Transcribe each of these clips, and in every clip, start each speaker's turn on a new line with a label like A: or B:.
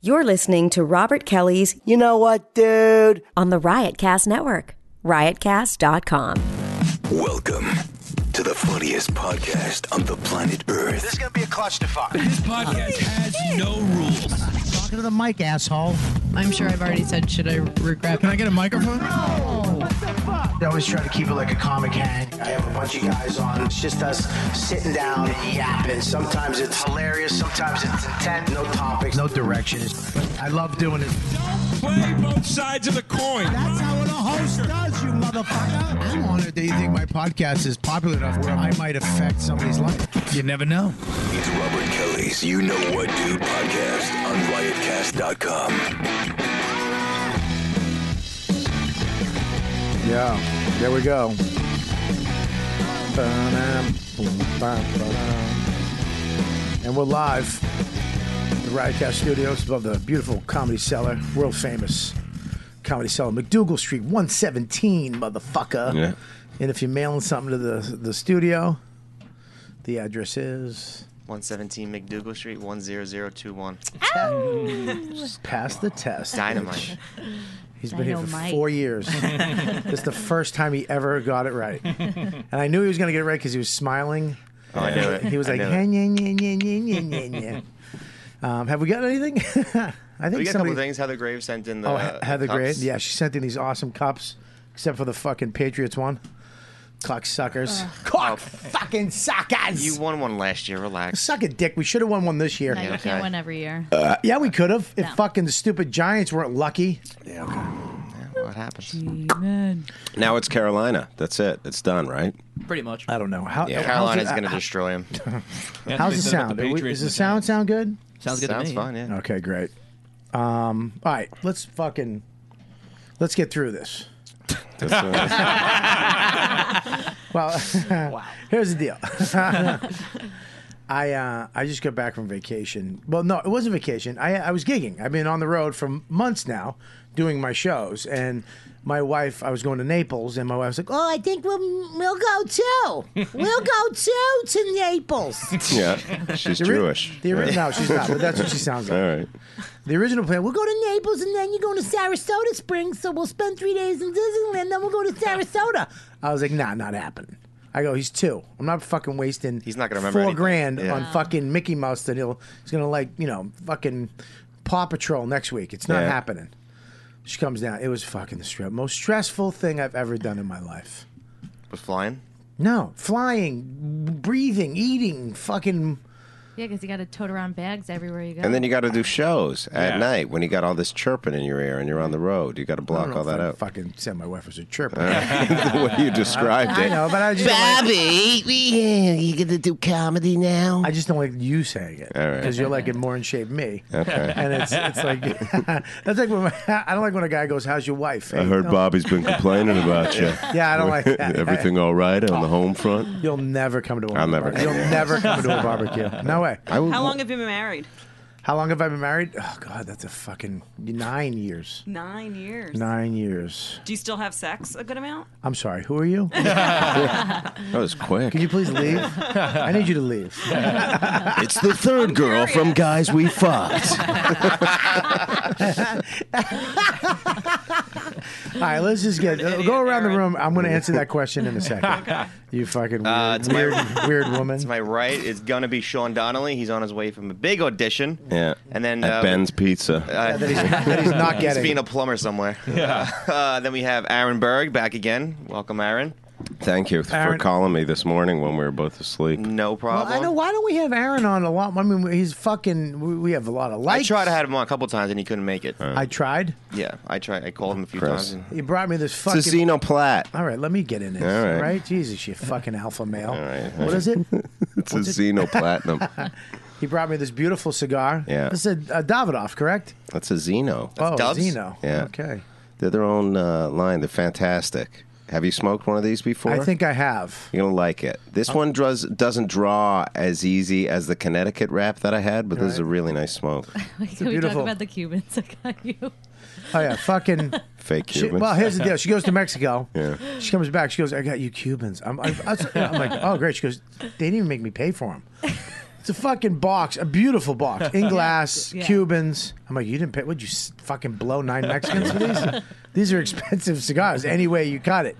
A: You're listening to Robert Kelly's
B: You know what, dude?
A: on the Riotcast Network, riotcast.com.
C: Welcome to the funniest podcast on the planet
D: This
C: Earth.
D: is gonna be a clutch to fuck.
E: This podcast has no rules.
F: Talking to the mic, asshole.
G: I'm sure I've already said, should I regret?
E: I get a microphone?
D: I always try to keep it like a comic hang. I have a bunch of guys on. It's just us sitting down and yapping. Sometimes it's hilarious, sometimes it's intent. No topics, no directions. I love doing it.
E: Play both sides of the coin.
F: That's how a host does, you motherfucker.
D: I'm honored that you think my podcast is popular enough where I might affect somebody's life.
E: You never know.
C: It's Robert Kelly's You Know What Dude podcast on riotcast.com.
B: Yeah, there we go. And we're live at the Riotcast Studios above the beautiful Comedy Cellar, world famous Comedy Cellar, McDougal Street, 117, motherfucker.
H: Yeah.
B: And if you're mailing something to the, the studio, the address is
I: 117 McDougal Street, 10021.
B: pass the test.
I: Dynamite.
B: He's been here for
G: Dynamite.
B: four years. this is the first time he ever got it right. And I knew he was going to get it right because he was smiling.
I: Oh, I knew it.
B: He was
I: I
B: like,
I: knew it.
B: "Yeah, yeah, yeah, yeah, yeah, yeah, yeah." Um, have we got anything? I think
I: we got a
B: somebody.
I: couple things. Heather Graves sent in the.
B: oh,
I: uh,
B: Ha- Heather
I: cups.
B: Grant. Yeah, she sent in these awesome cups, except for the fucking Patriots one. Cocksuckers. Cock fucking suckers.
I: Oh. You won one last year. Relax.
B: Suck a dick. We should have won one this year.
G: No, you
I: Yeah, okay.
G: can't win every year.
B: Uh, yeah, we could have if
G: No.
B: fucking the stupid Giants weren't lucky.
I: What happens?
H: Now it's Carolina. That's it. It's done, right?
J: Pretty much.
B: I don't know. How, how's
I: Carolina's
B: it-
I: going to
B: uh,
I: destroy him.
B: How's the sound? Are we- does the sound sound good?
J: Sounds good
I: Sounds
J: to me.
I: fun, yeah.
B: Okay, great. Um, all right, let's fucking let's get through this.
H: That's, uh,
B: Well, here's the deal. I uh, I just got back from vacation. Well, no, it wasn't vacation. I I was gigging. I've been on the road for months now, doing my shows. And my wife, I was going to Naples, and my wife was like, "Oh, I think we'll we'll go too. We'll go too to Naples."
H: yeah. She's
B: The ori-
H: Jewish.
B: The ori-
H: Yeah.
B: No, she's not. But that's what she sounds like.
H: All right.
B: The original plan, we'll go to Naples and then you're going to Sarasota Springs, so we'll spend three days in Disneyland, then we'll go to Sarasota. I was like, nah, not happening. I go, he's two. I'm not fucking wasting
I: He's not gonna remember
B: four
I: anything.
B: grand
I: Yeah.
B: on fucking Mickey Mouse that he'll he's gonna like, you know, fucking Paw Patrol next week. It's not
H: Yeah.
B: happening. She comes down. It was fucking the stress most stressful thing I've ever done in my life.
I: Was flying?
B: No. Flying, breathing, eating, fucking
G: Yeah, because you got to tote around bags everywhere you go.
H: And then you got to do shows at
E: Yeah.
H: night when you got all this chirping in your ear and you're on the road. You got to
B: I don't
H: block
B: know
H: all
B: if
H: that
B: I
H: out. Uh,
B: Fucking said my wife was a chirper.
H: the way you described
B: I
H: it.
B: know, Oh, but I just don't like-
I: yeah, you going to do comedy now?
B: I just don't like you saying it
H: All right.
B: because you're like in more in shape than me.
H: Okay.
B: And it's it's like that's like when my, I don't like when a guy goes, "How's your wife?"
H: I
B: Hey,
H: heard
B: no.
H: Bobby's been complaining about you.
B: Yeah, I don't like that.
H: Everything all right on the home front?
B: You'll never come to a
H: I'll never
B: barbecue.
H: come
B: You'll
H: here.
B: never come to a barbecue. No way.
H: I would,
K: How long have you been married?
B: How long have I been married? Oh God, that's a fucking nine years.
K: Nine years.
B: Nine years.
K: Do you still have sex a good amount?
B: I'm sorry. Who are you?
H: That was quick.
B: Can you please leave? I need you to leave.
H: it's the third girl from Guys We Fucked.
B: All right, let's just get
K: You're an idiot,
B: go around the
K: Aaron.
B: room. I'm going to answer that question in a second. You fucking weird,
I: Uh, it's my-
B: weird, weird woman.
I: To my right is going to be Sean Donnelly. He's on his way from a big audition.
H: Yeah.
I: And then.
H: At
I: uh,
H: Ben's Pizza.
I: Uh,
B: that he's, that he's not
I: he's
B: getting.
I: being a plumber somewhere. Yeah. Uh, then we have Aaron Berg back again. Welcome, Aaron.
H: Thank you for
B: Aaron-
H: calling me this morning when we were both asleep.
I: No
B: Well,
I: problem.
B: I know. Why don't we have Aaron on a lot? I mean, he's fucking. we- We have a lot of
I: I
B: likes.
I: tried to have him on a couple times and he couldn't make it.
B: I tried.
I: Yeah, I tried. I called him a few
H: Chris.
I: times. And
B: He brought me this fucking.
H: It's a Xenoplat.
B: All right, let me get in this.
H: All right.
B: Jesus, you fucking alpha male. All
H: right, all
B: What is it?
H: It's a Xenoplatinum.
B: He brought me this beautiful cigar.
H: Yeah.
B: This is a, Davidoff, correct?
H: That's a Xeno.
B: oh,
I: Doves?
B: Zeno.
H: Yeah.
B: Okay.
H: They're their own uh, line. They're fantastic. Have you smoked one of these before?
B: I think I Uh, have.
H: You're gonna like it. This one draws doesn't draw as easy as the Connecticut wrap that I had, but this is a really nice smoke.
G: Can we talk
B: beautiful-
G: about the Cubans? I got you.
B: Oh yeah, fucking.
H: Fake
B: She,
H: Cubans.
B: well, here's the deal. She goes to Mexico.
H: Yeah.
B: She comes back. She goes, I got you Cubans. I'm, I'm, I'm like, oh great. She goes, they didn't even make me pay for them. It's a fucking box, a beautiful box in glass,
J: Yeah.
B: Cubans. I'm like, you didn't pay? Would you s- fucking blow nine Mexicans for these? these are expensive cigars. Any way you cut it.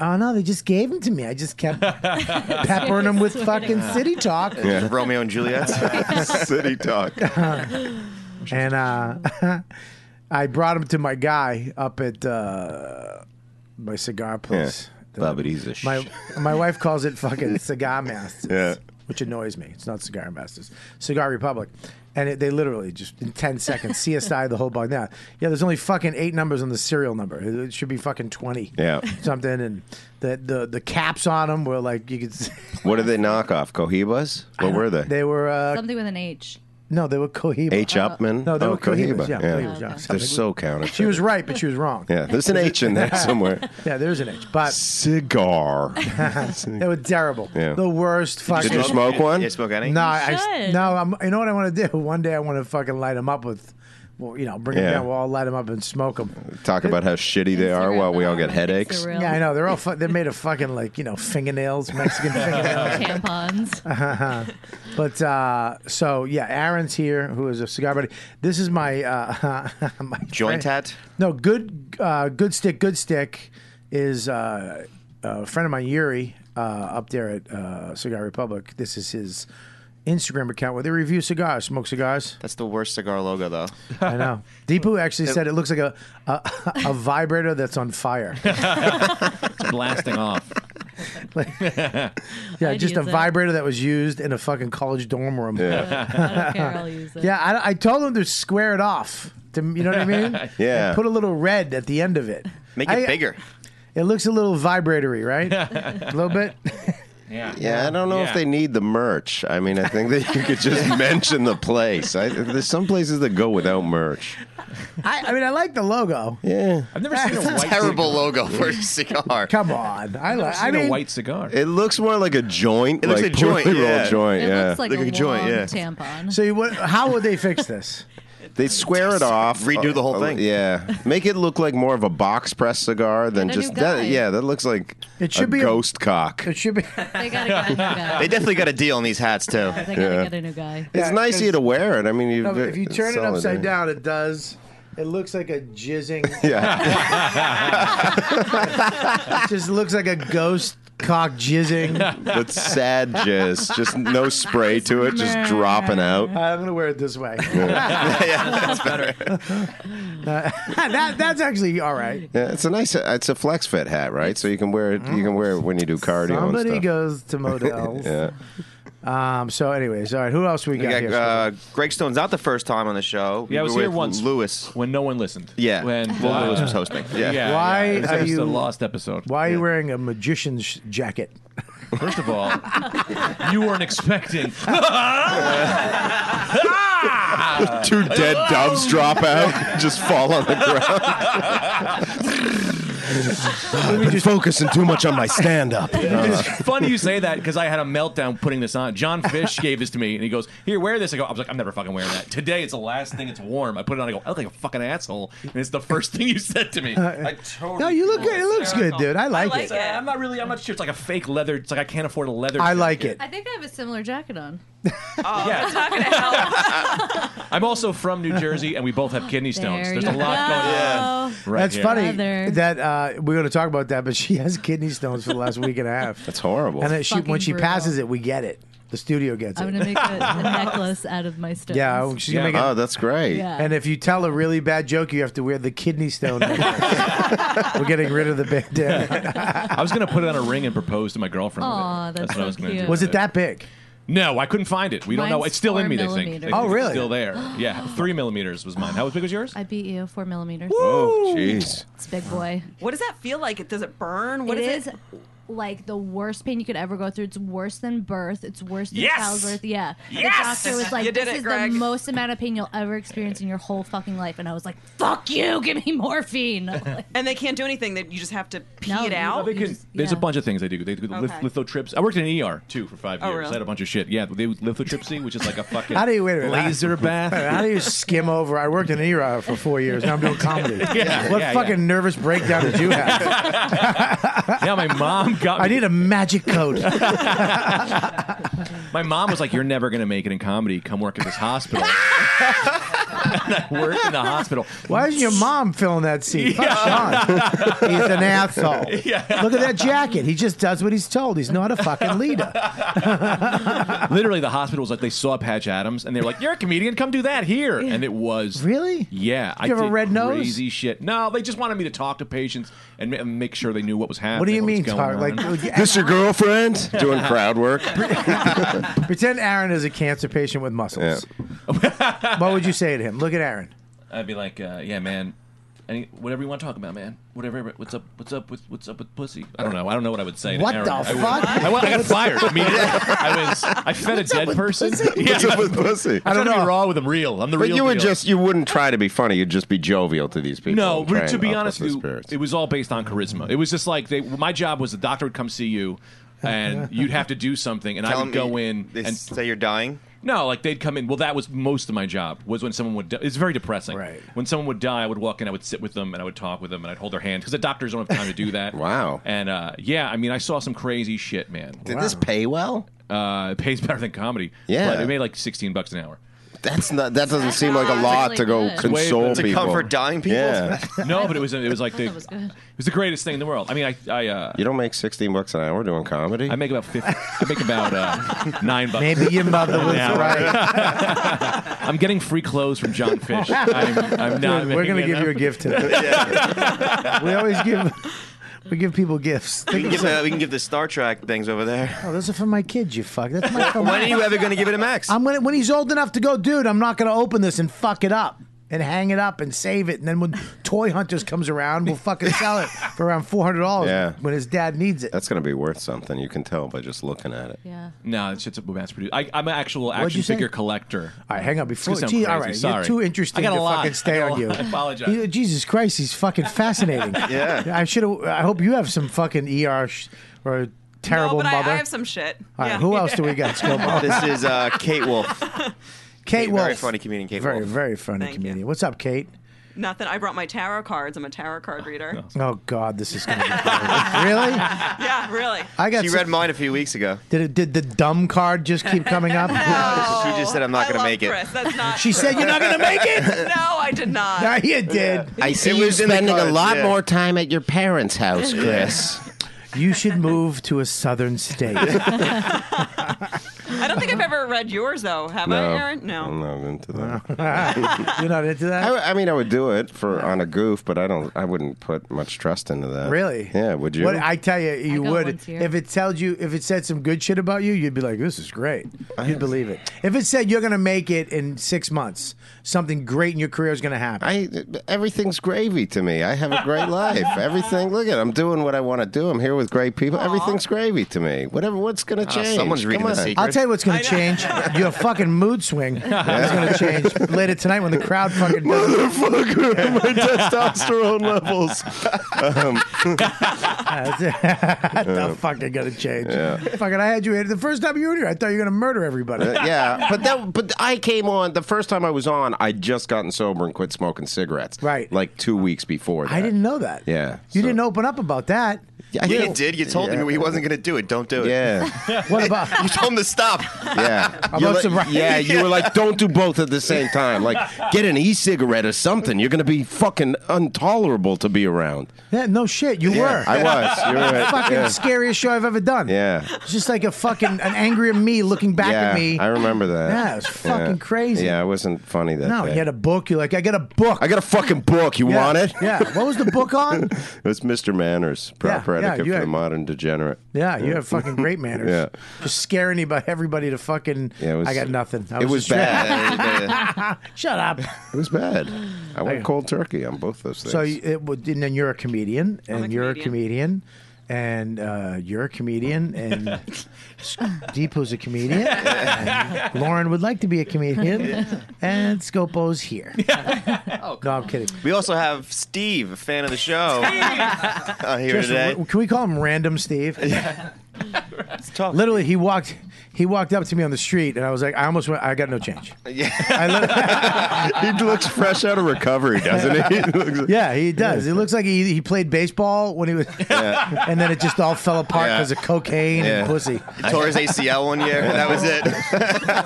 B: Oh no, they just gave them to me. I just kept peppering them with fucking city talk.
I: Yeah. Romeo and Juliet.
H: City talk.
B: and uh, I brought him to my guy up at uh, my cigar place.
H: Bobby, he's a
B: My my wife calls it fucking cigar masters,
H: Yeah.
B: which annoys me. It's not cigar masters, cigar republic, and it, they literally just in ten seconds CSI the whole bug. Now, yeah, there's only fucking eight numbers on the serial number. It, it should be fucking twenty,
H: Yeah.
B: something. And the the the caps on them were like you could. See,
H: What did they knock off? Cohibas? What were they?
B: they were uh,
G: Something with an H.
B: no, they were Cohiba.
H: H. Upman?
B: No, they
H: oh,
B: were Cohibas. Yeah, Cohibas, yeah.
H: They're
B: Something-
H: so counterfeit.
B: She was right, but she was wrong.
H: Yeah, there's an H in there somewhere.
B: Yeah, there's an H, but
H: Cigar.
B: they were terrible.
H: Yeah.
B: The worst fucking.
H: Did you smoke one? Did you
I: smoke
B: No, I, no. I'm, you know what I want to do? One day I want to fucking light them up with, well, you know, bring
H: Yeah.
B: them down. We'll all light them up and smoke them.
H: Talk about how shitty they are while we all get headaches.
B: Yeah, I know. They're all fu- they're made of fucking like you know fingernails, Mexican fingernails.
G: Tampons.
B: but uh, so yeah, Aaron's here, who is a cigar buddy. This is my uh, my
I: Joint
B: friend-
I: hat?
B: No, good uh, good stick. Good stick is uh, a friend of mine, Yuri, uh, up there at uh, Cigar Republic. This is his Instagram account where they review cigars, smoke cigars.
I: That's the worst cigar logo, though.
B: I know. Deepu actually said it looks like a a, a vibrator that's on fire.
L: It's blasting off.
B: Yeah,
L: I'd
B: just a
L: use it.
B: vibrator that was used in a fucking college dorm room.
L: Yeah. I don't care, I'll use it.
B: Yeah, I, I told them to square it off. To, you know what I mean?
I: Yeah.
B: And put a little red at the end of it.
I: Make
B: I-
I: it bigger.
B: It looks a little vibratory, right? a little bit.
L: Yeah.
H: Yeah, I don't know if they need the merch. I mean, I think that you could just mention the place. I, there's some places that go without merch.
B: I, I mean, I like the logo.
H: Yeah.
L: I've never seen a white
I: terrible
L: cigar.
I: logo for a cigar.
B: Come on, I
L: I've never
B: like. I
L: seen
B: mean,
L: a white cigar.
H: It looks more like a joint.
I: It looks
H: like
I: like a joint,
H: poorly rolled
I: yeah.
H: joint.
G: It
H: yeah.
G: looks like, a, long tampon.
B: So, you, what, how would they fix this?
H: They square it off,
I: Redo the whole
H: Uh,
I: thing.
H: Yeah, make it look like more of a box press cigar than
G: Get a new
H: just that.
G: guy.
H: Yeah, that looks like
B: It should
H: a
B: be a-
H: ghost cock.
B: It should be.
G: They gotta get a new guy.
I: They definitely got a deal on these hats too.
G: They gotta
H: Yeah.
G: get a new guy.
H: It's nice of you to wear it. I mean, you,
B: No, but if you
H: it's
B: turn it
H: solid, eh?
B: upside
H: yeah.
B: down, it does. It looks like a jizzing.
H: Yeah,
B: it just looks like a ghost cock jizzing.
H: that's sad jizz. Just no spray to it, just dropping out.
B: I'm gonna wear it this way.
I: yeah,
B: that, that's actually all right.
H: Yeah, it's a nice. It's a flex fit hat, right? So you can wear it. You can wear it when you do cardio.
B: Somebody
H: and stuff.
B: goes to motels.
H: Yeah.
B: Um. So, anyways, all right. Who else we got,
I: we got
B: here?
I: uh, Greg Stone's not the first time on the show.
L: Yeah, I
I: We
L: was
I: were
L: here
I: with
L: once.
I: Lewis.
L: When no one listened.
I: Yeah,
L: When
I: Will
L: uh,
I: Lewis was hosting.
L: Yeah.
I: Yeah.
L: yeah,
B: Why
L: It was
B: are
L: just
B: you-
L: the last episode?
B: Why are you wearing a magician's sh- jacket?
L: First of all, you weren't expecting.
B: Ah!
H: Two dead doves drop out, just fall on the ground. Ah, I've been focusing too much on my Uh, stand up.
L: it's funny you say that because I had a meltdown putting this on. John Fish gave this to me and he goes, "Here, wear this." I go, "I was like, I'm never fucking wearing that." Today, it's the last thing. It's warm. I put it on. I go, "I look like a fucking asshole," and it's the first thing you said to me. I totally.
B: Uh, No, you look good. It looks good, dude. I like,
K: like
B: it.
L: It's, uh, I'm not really. I'm not sure. It's like a fake leather. It's like I can't afford a leather.
B: I
L: jacket.
B: like it.
G: I think I have a similar jacket on.
L: Yeah,
K: Not gonna help.
L: I'm also from New Jersey, and we both have kidney stones.
G: There
L: There's
G: you
L: a lot
G: go.
L: going on. Right
B: That's
L: here.
B: funny
G: Leather.
B: that uh, we're going to talk about that, but she has kidney stones for the last week and a half.
H: That's horrible.
B: And then she, when
G: Fucking
B: she
G: brutal.
B: passes it, we get it. The studio gets
G: I'm
B: it.
G: gonna make a, a necklace out of my stones.
B: yeah, she's
L: Yeah.
B: gonna make it.
H: Oh, that's great.
G: Yeah.
B: And if you tell a really bad joke, you have to wear the kidney stone. necklace. We're getting rid of the bandana.
L: I was gonna put it on a ring and propose to my girlfriend. with it.
G: Aw, that's
L: what
G: so
L: I was gonna
G: cute.
L: do.
B: Was it that big?
L: No, I couldn't find it. We don't know.
G: Mine's
L: It's still in
G: four
L: me. They think.
G: millimeters.
L: They
B: Oh,
L: think it's
B: really?
L: Still there. Yeah, three millimeters was mine. How big was yours?
G: I beat you four millimeters.
H: Oh, jeez.
G: It's big boy.
K: What does that feel like? It does it burn? What
G: it
K: is
G: is like the worst pain you could ever go through. It's worse than birth. It's worse than
L: Yes!
G: childbirth. Yeah.
L: Yes!
G: The doctor was like,
K: You did
G: "This
K: it,
G: is
K: Greg."
G: the most amount of pain you'll ever experience in your whole fucking life," and I was like, "Fuck you! Give me morphine." Like,
K: And they can't do anything. That you just have to pee
G: No,
K: it
G: you-
K: out.
L: They can, There's a
G: yeah.
L: bunch of things they do. They do lith-
K: Okay.
L: lithotrips. I worked in an ER too for five
K: Oh,
L: years.
K: really?
L: I had a bunch of shit. Yeah, they lithotripsy, which is like a fucking
B: How do you- wait a minute, how-
L: laser bath.
B: How do you skim over? I worked in ERA for four years. Now I'm doing comedy.
L: Yeah,
B: what
L: yeah,
B: fucking
L: yeah.
B: nervous breakdown did you have?
L: yeah, my mom got.
B: I
L: me-
B: need a magic coat.
L: My mom was like, "You're never gonna make it in comedy. Come work at this hospital." and I worked in the hospital.
B: Why isn't your mom filling that seat? Fuck
L: Yeah.
B: Sean. He's an asshole.
L: Yeah.
B: Look at that jacket. He just does what he's told. He's not a fucking leader.
L: Literally, the hospital was like, they saw Patch Adams, and they were like, "You're a comedian. Come do that here." And it was
B: really,
L: yeah.
B: you have a
L: did
B: red nose?
L: Crazy shit. No, they just wanted me to talk to patients and ma- make sure they knew what was happening.
B: What do you
L: was
B: mean,
L: going
B: Tar? Like,
L: on.
B: this your girlfriend?
H: Doing crowd work.
B: Pretend Aaron is a cancer patient with muscles. what would you say to him? Look at Aaron.
L: I'd be like, uh, yeah, man. Any, whatever you want to talk about, man. Whatever. What's up? What's up with what's up with pussy? I don't know. I don't know what I would say. to
E: What
L: Aaron.
E: the
L: I would-
E: fuck?
L: I, wa- I got fired immediately. I was. I fed a dead person.
H: What's up with pussy?
L: I don't know. Be raw with them. Real. I'm the
H: But
L: real.
H: you would
L: deal.
H: just you wouldn't try to be funny. You'd just be jovial to these people.
L: No,
H: and try
L: but to
H: and
L: be
H: uplift
L: honest
H: the
L: with you,
H: spirits.
L: it was all based on charisma. It was just like they, my job was the doctor would come see you, and you'd have to do something, and
I: Tell
L: I would
I: them
L: go
I: you-
L: in
I: they
L: and
I: say you're dying.
L: No, like they'd come in. Well, that was most of my job was when someone would. Di- it's very depressing. Right. When someone would die, I would walk in, I would sit with them, and I would talk with them, and I'd hold their hand because the doctors don't have time to do that. wow. And uh, yeah, I mean, I saw some crazy shit, man.
H: Did this pay well?
L: Uh, it pays better than comedy.
H: Yeah.
L: but it made like sixteen bucks an hour.
H: That's not. That doesn't seem like a lot to go
L: It's way
H: console
L: better. To
H: people.
L: comfort dying people?
H: Yeah.
L: No, but it was it was like the, it was the greatest thing in the world. I mean, I I uh,
H: You don't make sixteen bucks an hour doing comedy. I
L: make about fifty. I make about uh, nine bucks.
B: Maybe your mother was
L: Yeah,
B: right.
L: I'm getting free clothes from John Fish. I'm, I'm not.
B: Dude, we're
L: making
B: gonna give
L: enough.
B: you a gift today. We always give we give people gifts.
I: We can,
B: Think of
I: give, uh,
B: some-
I: we can give the Star Trek things over there.
B: Oh, those are for my kids, you fuck. That's my
I: when are you ever going to give it to Max?
B: I'm gonna when he's old enough to go, dude. I'm not gonna open this and fuck it up and hang it up and save it. And then when Toy Hunters comes around, we'll fucking sell it for around four hundred dollars
H: Yeah.
B: when his dad needs it.
H: That's going to be worth something. You can tell by just looking at it.
G: Yeah.
L: No, that shit's a mass produced. I, I'm an actual
B: What'd
L: action
B: you say?
L: figure collector.
B: All right, hang on. Before
L: It's gonna sound
B: gee, all
L: crazy.
B: right,
L: Sorry.
B: you're too interesting
L: I got
B: to
L: a lot.
B: fucking stay
L: I got a
B: on you.
L: lot. I apologize.
B: You- Jesus Christ, he's fucking fascinating.
L: Yeah.
B: I should have. I hope you have some fucking ER sh- or terrible
K: no, but
B: mother.
K: I, I have some shit.
B: All right,
K: yeah.
B: who else do we got? Scopo?
I: this is uh, Kate Wolf.
B: Kate Wolf.
I: very funny comedian, Kate
B: Very
I: Wolf.
B: very funny comedian. What's up, Kate?
K: Nothing. I brought my tarot cards. I'm a tarot card reader.
B: Oh God, this is gonna be great. really.
K: yeah, really.
B: I got
I: she
B: some-
I: read mine a few weeks ago.
B: Did it, did the dumb card just keep coming up?
I: She just said, "I'm not going to make it."
K: Oh, Chris, that's not.
B: She said you're not gonna make it?
K: no, I did not.
B: No, you did.
H: I see you spending a lot more time at your parents' house, Chris.
B: You should move to a southern state.
K: I don't think I've ever read yours though. Have I, Aaron?
H: I'm
K: No.
H: not into that.
B: You're not into that.
H: I, I mean, I would do it for on a goof, but I don't. I wouldn't put much trust into that.
B: Really?
H: Yeah. Would you?
B: What I tell you, you
H: go
B: would.
H: once a year.
B: If it told you, if it said some good shit about you, you'd be like, "This is great." You'd believe it. If it said you're gonna make it in six months, something great in your career is gonna happen. Uh,
H: I everything's gravy to me. I have a great life. Everything. Look at. I'm doing what I want to do. I'm here with great people. Everything's gravy to me. Whatever. What's going to change?
I: uh, someone's reading
H: Come
I: the
H: on.
I: secret.
B: I'll tell you what's going to change. Your fucking mood swing is going to change later tonight when the crowd fucking
H: motherfucker. My testosterone levels.
I: Um,
B: That's the fucking gonna change. Fucking, I had you here the first time you were here. I thought you were gonna murder everybody.
H: Uh, yeah, but that but I came on the first time I was on. I'd just gotten sober and quit smoking cigarettes. Right, like two weeks before that.
B: I didn't know that.
H: Yeah,
B: You didn't open up about that.
H: Yeah, I
I: Yeah, you
H: don't-
I: did. You told him he wasn't going to do it. Don't do it.
H: Yeah.
B: what about?
I: You told him to stop.
H: Yeah,
I: About
H: You're like-
I: sobriety.
H: yeah. You were like, don't do both at the same time. Like, get an e-cigarette or something. You're gonna be fucking intolerable to be around.
B: Yeah, no shit. You
H: Yeah,
B: were.
H: I was. You're right,
B: Fucking
H: yeah.
B: scariest show I've ever done.
H: Yeah.
B: It's just like a fucking an angry me looking back
H: yeah,
B: at me.
H: I remember that.
B: Yeah, it was fucking crazy.
H: Yeah, it wasn't funny that
B: No,
H: day.
B: you had a book. You're like, I got a book.
H: I got a fucking book. You
B: Yeah,
H: want it?
B: Yeah. What was the book on?
H: It was Mr. Manners, proper
B: Yeah, yeah,
H: etiquette
B: you
H: for
B: had-
H: the modern degenerate.
B: Yeah, you have fucking great manners.
H: Yeah.
B: Just scare anybody, everybody to fucking.
H: Yeah, it was-
B: I got nothing. I
H: it was
B: just-
H: bad.
B: Shut up.
H: It was bad. I went cold turkey on both those things.
B: So you- it would, and then you're a comedian, and
H: a
B: you're a comedian, and uh, you're a comedian, and S- Deepu's a comedian, and Lauren would like to be a comedian, and Scopo's here. No, I'm kidding.
I: Oh, We also have Steve, a fan of the show, uh, here
B: Just-
I: today.
B: w- Can we call him Random Steve? Literally, he walked. He walked up to me on the street, and I was like, I almost went. I got no change.
H: he looks fresh out of recovery, doesn't he? he looks,
B: Yeah, he does. It looks like he, he played baseball when he was,
H: Yeah.
B: and then it just all fell apart
I: Yeah.
B: because of cocaine
I: Yeah.
B: and pussy.
I: He tore his ACL one year. That was it.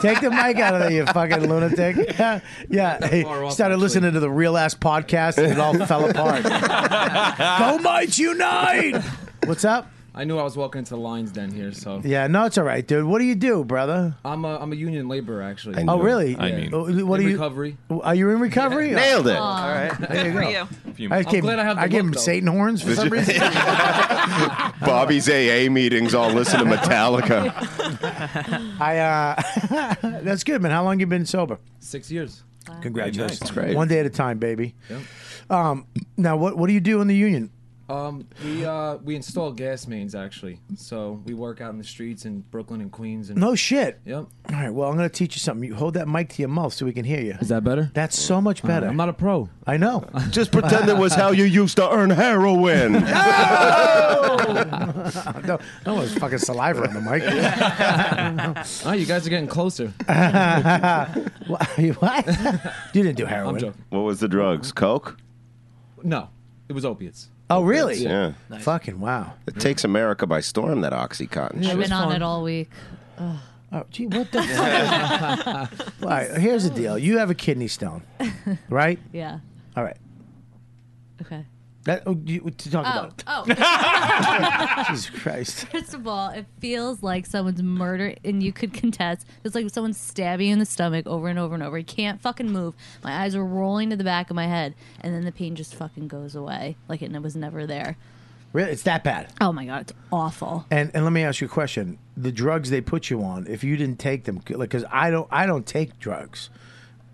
B: Take the mic out of there, you fucking lunatic. Yeah, yeah. He
I: far off,
B: started listening to the real ass podcast, and it all fell apart. Go might unite. What's up?
J: I knew I was walking into the lines den here, so
B: Yeah, no, it's all right, dude. What do you do, brother?
J: I'm a I'm a union laborer actually.
B: oh, really?
J: Yeah.
B: Uh, what
J: In
B: are you?
J: recovery?
B: Are you in recovery?
J: Nailed it. Aw.
B: All right,
J: Good
B: there you
J: for
B: go.
J: you. Few
B: I
J: I'm
B: gave,
J: glad I have the
B: I gave
J: look,
B: him
J: though.
B: Satan horns for
H: Did
B: some
H: you-
B: reason.
H: Bobby's AA meetings all listen to Metallica.
B: I uh, that's good, man. How long you been sober?
J: Six years.
B: Congratulations.
J: That's great.
B: One day at a time, baby.
J: Yep.
B: Um, now, what what do you do in the union?
J: Um, we uh we install gas mains actually, so we work out in the streets in Brooklyn and Queens and
B: No shit.
J: Yep.
B: All right. Well, I'm going to teach you something. You hold that mic to your mouth so we can hear you. Is
J: that better?
B: That's so much better. I'm
J: not a pro.
B: I know.
H: Just pretend it was how you used to earn heroin.
B: no, no one's fucking saliva on the mic.
J: Oh, you guys are getting closer.
B: what? You didn't do heroin.
J: I'm joking.
H: What was the drugs? Coke?
J: No, it was opiates.
B: Mm-hmm. Oh, really?
H: Yeah.
B: Fucking wow.
H: It takes America by storm, that Oxycontin
G: I've
H: shit.
G: been on it all week. Ugh.
B: Oh, gee, what the fuck? All right, here's the deal. You have a kidney stone, right?
G: Yeah.
B: All right.
G: Okay.
B: That, oh, you, to talk
G: Oh,
B: about.
G: oh.
B: Jesus Christ.
G: First of all, it feels like someone's murder, and you could contest. It's like someone stabbing you in the stomach over and over and over. You can't fucking move. My eyes were rolling to the back of my head, and then the pain just fucking goes away, like it was never there.
B: Really? It's that bad.
G: Oh my god, it's awful.
B: And and let me ask you a question: the drugs they put you on, if you didn't take them, like because I don't I don't take drugs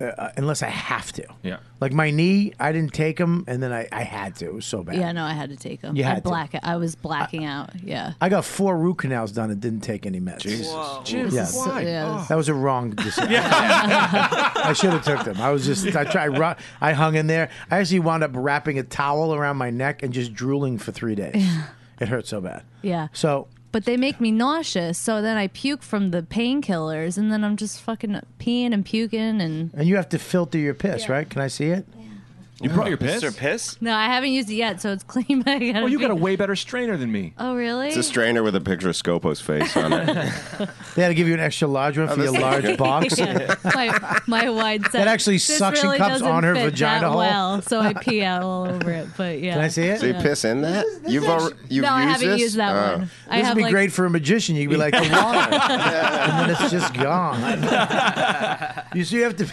B: uh, unless I have to.
L: Yeah.
B: Like my knee, I didn't take them, and then I, I had to. It was so bad.
G: Yeah, no, I had to take them.
B: You
G: I
B: had to. Uh,
G: black. I was blacking out. Yeah.
B: I got four root canals done and didn't take any meds.
G: Jesus. Whoa. Jesus, why? Oh. Yeah.
B: That was a wrong decision. I should have took them. I was just I tried ru- I hung in there. I actually wound up wrapping a towel around my neck and just drooling for 3 days. It hurt so bad.
G: Yeah.
B: So
G: But they make me nauseous, so then I puke from the painkillers, and then I'm just fucking peeing and puking and.
B: and you have to filter your piss, right? Can I see it?
L: You brought your piss? Your
I: piss?
G: No, I haven't used it yet, so it's clean. But I
B: Oh,
G: gotta
L: Well, you
G: be-
L: got a way better strainer than me.
G: Oh really?
H: It's a strainer with a picture of Scopo's face on it.
B: They had to give you an extra large one
H: Oh,
B: for your
H: that's
B: large
H: good.
B: box.
G: Yeah. my my wide set.
B: That actually
G: This
B: suction
G: really
B: cups
G: doesn't
B: on her
G: fit
B: vagina
G: that
B: hole.
G: Well, so I pee out all over it. But yeah,
H: So you
G: Yeah.
H: piss in that? You've already you've
G: no, I
H: used
G: haven't
H: this?
G: used that
H: Oh.
G: one. I
B: This would
G: have
B: be
G: like,
B: great for a magician. You'd be like the water, and then it's just gone. You see, you have to,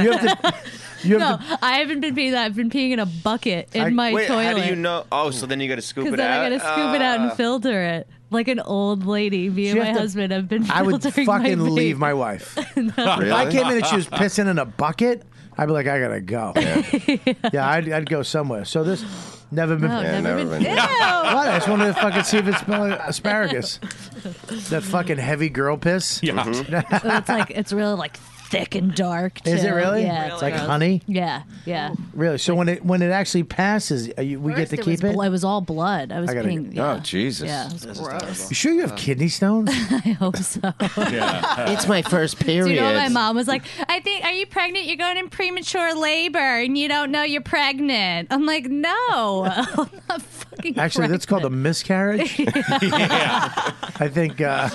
B: you have to, you
G: no,
B: have to.
G: I haven't been peeing that. I've been peeing in a bucket in my
I: Wait,
G: toilet.
I: how do you know? Oh, so then you got to scoop
G: Because
I: it
G: then
I: out.
G: I gotta scoop it out and
I: Ah.
G: filter it. Like an old lady, me
B: So
G: and
B: you
G: my
B: have to-
G: husband have been.
B: I would
G: filtering
B: fucking
G: my pee.
B: leave my wife. If I came in and she was pissing in a bucket, I'd be like, I gotta go. Yeah, I'd, I'd go somewhere. So this never been.
G: No, Yeah, never never been- been. Ew.
B: What? I just wanted to fucking see if it smelled like asparagus. That fucking heavy girl piss. Yeah. Mm-hmm.
G: So it's like it's really like thick and dark.
B: Is it
G: too.
B: really?
G: Yeah,
B: It's like honey?
G: Yeah, yeah.
B: Really? So when it when it actually passes, are you, we get
G: First
B: to
G: it
B: keep
G: was,
B: it.
G: bl- It was all blood. I was
B: I gotta
G: peeing.
B: go.
G: Yeah.
B: Oh, Jesus.
G: Yeah, it was gross.
B: You sure you have kidney stones?
G: I hope so.
B: Yeah.
G: It's
B: my first
G: Do you know my mom was like, I think, are you pregnant? You're going in premature labor and you don't know you're pregnant. I'm like, no, I'm not fucking
B: Actually, that's called a miscarriage. I think. Uh,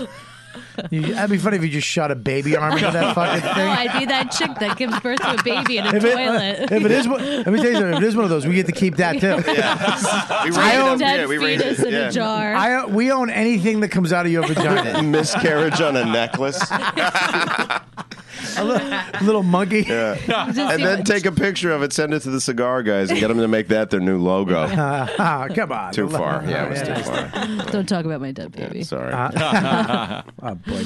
B: you, that'd be funny if you just shot a baby arm into that fucking
G: No,
B: thing.
G: I'd be Oh, that chick that gives birth to a baby in a
B: If it,
G: toilet.
B: if it is, one- let me tell you something. If it is one of those, we get to keep that too.
I: Yeah. We
B: I
I: rated
B: own-
I: them. Yeah, we rated
G: fetus
I: them.
G: in a
I: Yeah.
G: jar.
B: I, we own anything that comes out of your vagina.
H: Miscarriage on a necklace.
B: a little, little monkey.
H: Yeah. And then take a picture of it, send it to the cigar guys, and get them to make that their new logo.
B: Ah, come on.
H: Too far. Yeah, it was too far.
G: Don't talk about my dead baby.
H: sorry.
B: Uh, oh boy.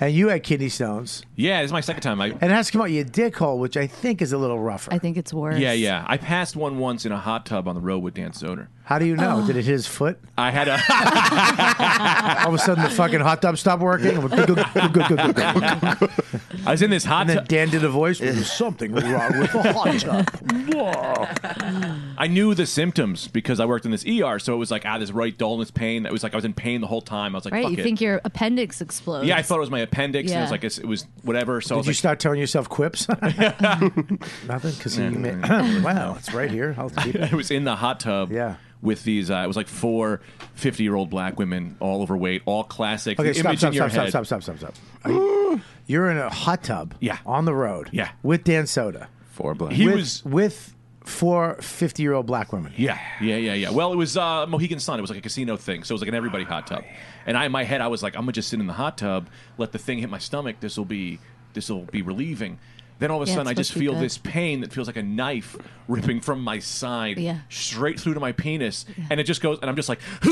B: And you had kidney stones,
L: Yeah, this is my second time. I,
B: and it has to come out your dick hole, which I think is a little rougher. I
G: think it's worse.
L: yeah, yeah. I passed one once in a hot tub on the road with Dan Soder.
B: How do you know? Did it hit his foot?
L: I had a.
B: All of a sudden, the fucking hot tub stopped working.
L: I was in this hot
B: and then Dan did a voice. There's something wrong with the hot tub.
L: I knew the symptoms because I worked in this ER, so it was like ah, this right dullness pain. That was like I was in pain the whole time. I was like,
G: right?
L: fuck
G: You
L: it.
G: think your appendix explodes.
L: yeah, I thought it was my appendix. And it
B: Yeah.
L: was like a, it was whatever. So I
B: Did
L: was
B: you
L: like,
B: start telling yourself quips? Nothing, because you may, wow, it's right here. I'll keep it.
L: I was in the hot tub. Yeah. With these, uh, it was like four 50 year old black women, all overweight, all classic.
B: Okay,
L: the
B: stop,
L: image
B: stop,
L: in your
B: stop, stop,
L: head.
B: stop, stop, stop, stop. Are you- You're in a hot tub. Yeah. On the road. Yeah. With Dan Soda.
H: Four black.
L: He
B: with,
L: was-
B: with four 50 year old black women.
L: Yeah, yeah, yeah, yeah. Well, it was uh, Mohegan Sun. It was like a casino thing, so it was like an everybody hot tub. And I, in my head, I was like, I'm gonna just sit in the hot tub, let the thing hit my stomach. This will be, this will be relieving. Then all of a
M: Yeah,
L: sudden, I
M: it's
L: just
M: supposed to be
L: feel
M: good.
L: this pain that feels like a knife ripping from my side,
M: Yeah.
L: straight through to my penis, and it just goes. And I'm just like,